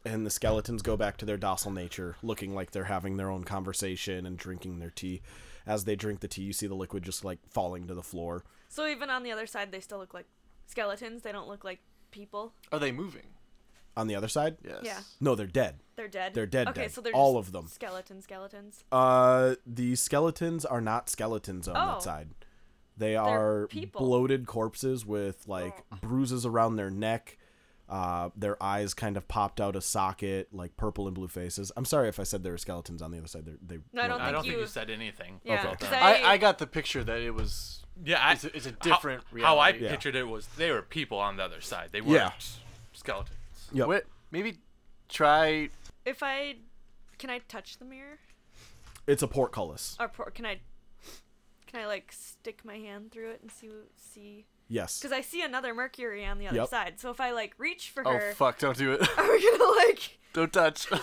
Speaker 2: and the skeletons go back to their docile nature, looking like they're having their own conversation and drinking their tea. As they drink the tea, you see the liquid just like falling to the floor.
Speaker 5: So even on the other side, they still look like skeletons. They don't look like people.
Speaker 4: Are they moving?
Speaker 2: On the other side?
Speaker 4: Yes.
Speaker 5: Yeah.
Speaker 2: No, they're dead.
Speaker 5: They're dead.
Speaker 2: They're dead,
Speaker 5: Okay,
Speaker 2: dead.
Speaker 5: so they're
Speaker 2: All
Speaker 5: just
Speaker 2: of them.
Speaker 5: Skeleton skeletons.
Speaker 2: Uh, the skeletons are not skeletons on
Speaker 5: Oh.
Speaker 2: that side. They are
Speaker 5: people. Oh.
Speaker 2: bloated corpses with like bruises around their neck. Uh, their eyes kind of popped out a socket, like purple and blue faces. I'm sorry if I said there were skeletons on the other side. They're, they
Speaker 5: No, I don't
Speaker 2: weren't.
Speaker 3: I don't think
Speaker 5: you-
Speaker 3: you said anything.
Speaker 5: Yeah,
Speaker 3: about
Speaker 5: 'cause
Speaker 3: that.
Speaker 5: I-
Speaker 4: I, I got the picture that it was.
Speaker 3: yeah, I,
Speaker 4: It's a- it's a different
Speaker 3: how, How I
Speaker 4: reality.
Speaker 2: Yeah.
Speaker 3: pictured it was they were people on the other side. They weren't
Speaker 2: Yeah.
Speaker 3: skeletons.
Speaker 2: Yep.
Speaker 4: What? Maybe try.
Speaker 5: If I can I touch the mirror
Speaker 2: It's a portcullis.
Speaker 5: or por- can I can I like stick my hand through it and see see
Speaker 2: Yes.
Speaker 5: because I see another Mercury on the other
Speaker 2: Yep.
Speaker 5: side. So if I like reach for
Speaker 4: Oh
Speaker 5: her,
Speaker 4: fuck! Don't do it.
Speaker 5: are we gonna like
Speaker 4: don't touch.
Speaker 5: are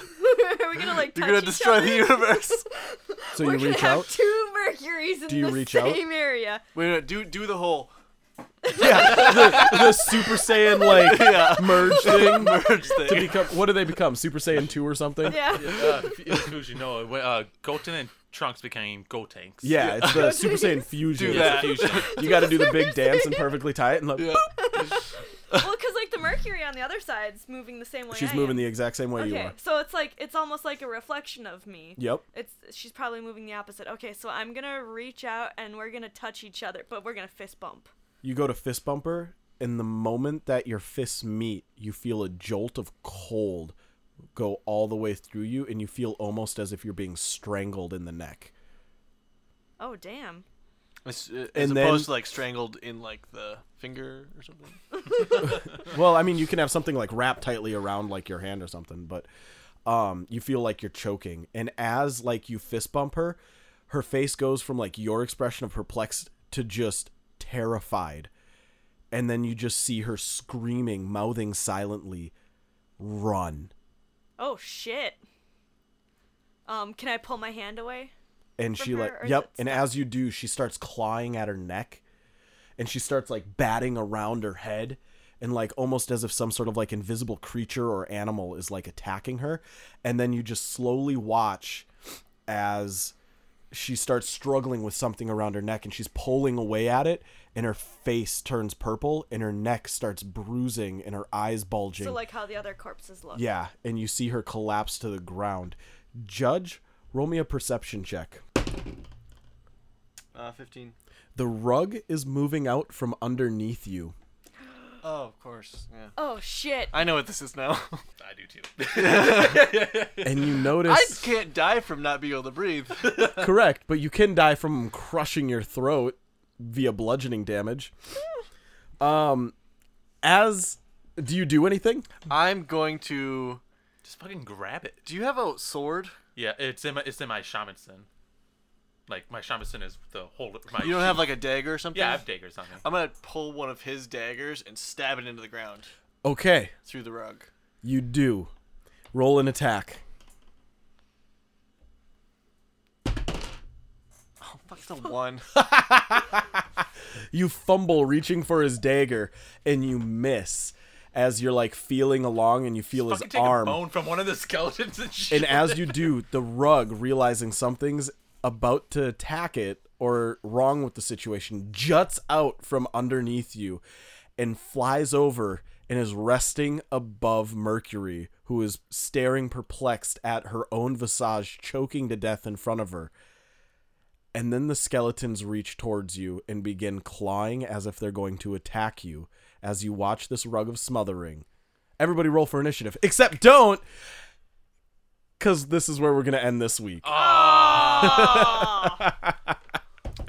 Speaker 5: we gonna like
Speaker 4: You're
Speaker 5: touch
Speaker 4: gonna
Speaker 5: each
Speaker 4: destroy
Speaker 5: other?
Speaker 4: the universe.
Speaker 2: So
Speaker 5: We're
Speaker 2: you
Speaker 5: gonna
Speaker 2: reach
Speaker 5: have
Speaker 2: out.
Speaker 5: two Mercuries in
Speaker 2: Do you
Speaker 5: the
Speaker 2: reach out?
Speaker 5: same area.
Speaker 4: Wait, no, do do the whole
Speaker 2: yeah. The, the Super Saiyan like
Speaker 4: Yeah.
Speaker 2: merge thing
Speaker 4: merge thing.
Speaker 2: to become. What do they become? Super Saiyan two or something?
Speaker 5: Yeah.
Speaker 3: Uh, f- if you should know, when, uh, Goten and Trunks became Gotenks.
Speaker 2: Yeah, it's the Super Saiyan fusion.
Speaker 4: Do
Speaker 2: It's a
Speaker 4: that.
Speaker 2: fusion. You got to do the big dance and perfectly tie it, and like,
Speaker 4: Yeah.
Speaker 5: well, because like the Mercury on the other side's moving the same way.
Speaker 2: she's
Speaker 5: I
Speaker 2: moving
Speaker 5: am.
Speaker 2: the exact same way you
Speaker 5: Okay,
Speaker 2: are.
Speaker 5: so it's like it's almost like a reflection of me.
Speaker 2: Yep.
Speaker 5: It's she's probably moving the opposite. Okay, so I'm gonna reach out and we're gonna touch each other, but we're gonna fist bump.
Speaker 2: You go to fist bumper, and the moment that your fists meet, you feel a jolt of cold go all the way through you, and you feel almost as if you're being strangled in the neck.
Speaker 5: Oh damn.
Speaker 4: As, uh, as
Speaker 2: And then-
Speaker 4: opposed to like strangled in like the finger or something.
Speaker 2: Well, I mean, you can have something like wrapped tightly around like your hand or something, but um, you feel like you're choking. And as like you fist bump her, her face goes from like your expression of perplexed to just terrified. And then you just see her screaming, mouthing silently, run.
Speaker 5: Oh shit. Um, can I pull my hand away?
Speaker 2: and
Speaker 5: from
Speaker 2: she
Speaker 5: her,
Speaker 2: like
Speaker 5: or is
Speaker 2: yep
Speaker 5: it
Speaker 2: and as you do she starts clawing at her neck and she starts like batting around her head and like almost as if some sort of like invisible creature or animal is like attacking her and then you just slowly watch as she starts struggling with something around her neck and she's pulling away at it and her face turns purple and her neck starts bruising and her eyes bulging
Speaker 5: So like how the other corpses look.
Speaker 2: yeah and you see her collapse to the ground judge roll me a perception check
Speaker 4: Uh, fifteen.
Speaker 2: The rug is moving out from underneath you.
Speaker 4: Oh, of course. Yeah.
Speaker 5: Oh shit.
Speaker 4: I know what this is now.
Speaker 3: I do too.
Speaker 2: And you
Speaker 4: I
Speaker 2: notice
Speaker 4: can't die from not being able to breathe.
Speaker 2: correct, but you can die from crushing your throat. via bludgeoning damage. Um, as do you do anything?
Speaker 4: I'm going to.
Speaker 3: Just fucking grab it.
Speaker 4: Do you have a sword?
Speaker 3: Yeah, it's in my it's in my shaman's sin. Like my shaman's sin is the whole. My
Speaker 4: You don't have like a dagger or something?
Speaker 3: Yeah, I have daggers on me.
Speaker 4: I'm gonna pull one of his daggers and stab it into the ground
Speaker 2: Okay,
Speaker 4: through the rug.
Speaker 2: you do. Roll an attack.
Speaker 4: Oh, fuck the one.
Speaker 2: You fumble reaching for his dagger and you miss as you're like feeling along and you feel his
Speaker 3: Fucking take a
Speaker 2: arm.
Speaker 3: bone from one of the skeletons and shit.
Speaker 2: And as you do, the rug, realizing something's about to attack it or wrong with the situation, juts out from underneath you and flies over and is resting above Mercury, who is staring perplexed at her own visage choking to death in front of her. And then the skeletons reach towards you and begin clawing as if they're going to attack you as you watch this rug of smothering. Everybody roll for initiative, except don't, because this is where we're going to end this week.
Speaker 3: Ah.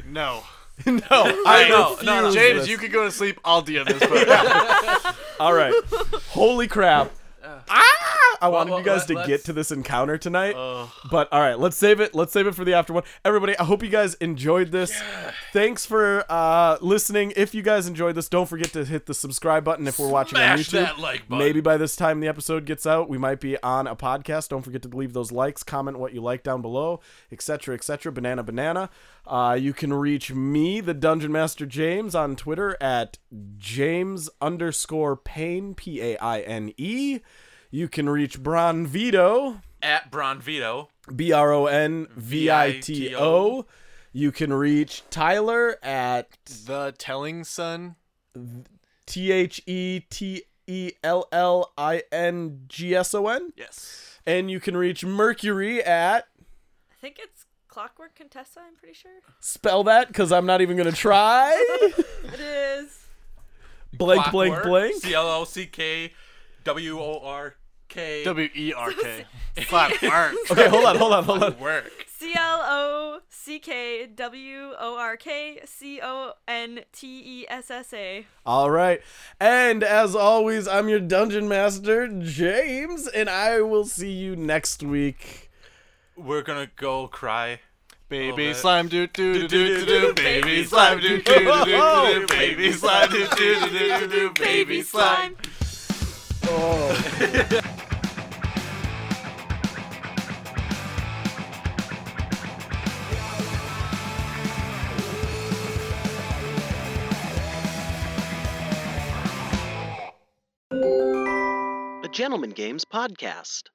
Speaker 4: No.
Speaker 2: no, I
Speaker 3: no, no,
Speaker 2: refuse
Speaker 4: James,
Speaker 2: this.
Speaker 4: you could go to sleep. I'll deal this. But
Speaker 2: All right. Holy crap.
Speaker 4: Uh.
Speaker 2: Ah! I wanted
Speaker 3: well,
Speaker 2: you guys
Speaker 3: let-
Speaker 2: to get
Speaker 3: let's-
Speaker 2: to this encounter tonight,
Speaker 4: Oh.
Speaker 2: but all right, let's save it. Let's save it for the after one. Everybody, I hope you guys enjoyed this. Thanks for uh, listening. If you guys enjoyed this, don't forget to hit the subscribe button if we're watching on
Speaker 3: Smash
Speaker 2: YouTube.
Speaker 3: that like button.
Speaker 2: Maybe by this time the episode gets out, we might be on a podcast. Don't forget to leave those likes, comment what you like down below, etc., etc. Banana, banana. Uh, you can reach me, the Dungeon Master James, on Twitter at James underscore Payne P A I N E. You can reach Bron Vito
Speaker 3: at Bron Vito.
Speaker 2: B R O N V I T O. You can reach Tyler at
Speaker 4: the Telling Sun.
Speaker 2: T H E T E L L I N G S O N.
Speaker 4: Yes.
Speaker 2: And you can reach Mercury at
Speaker 5: I think it's Clockwork Contessa, I'm pretty sure.
Speaker 2: spell that because I'm not even gonna try.
Speaker 5: It is.
Speaker 2: blank, blank, blank.
Speaker 3: C L O C K W O R K.
Speaker 4: W E R K. Clap work.
Speaker 2: Okay, hold on, hold on, hold on.
Speaker 3: Work.
Speaker 5: C L O C K W O R K C O N T E S S A.
Speaker 2: All right. And as always, I'm your dungeon master, James, and I will see you next week.
Speaker 3: We're gonna go cry.
Speaker 4: Baby
Speaker 3: Oh, that-
Speaker 4: slime doo doo doo doo doo doo. Baby slime doo doo doo doo doo. Baby slime doo doo doo doo doo doo. Baby slime.
Speaker 1: A Gentleman Games podcast.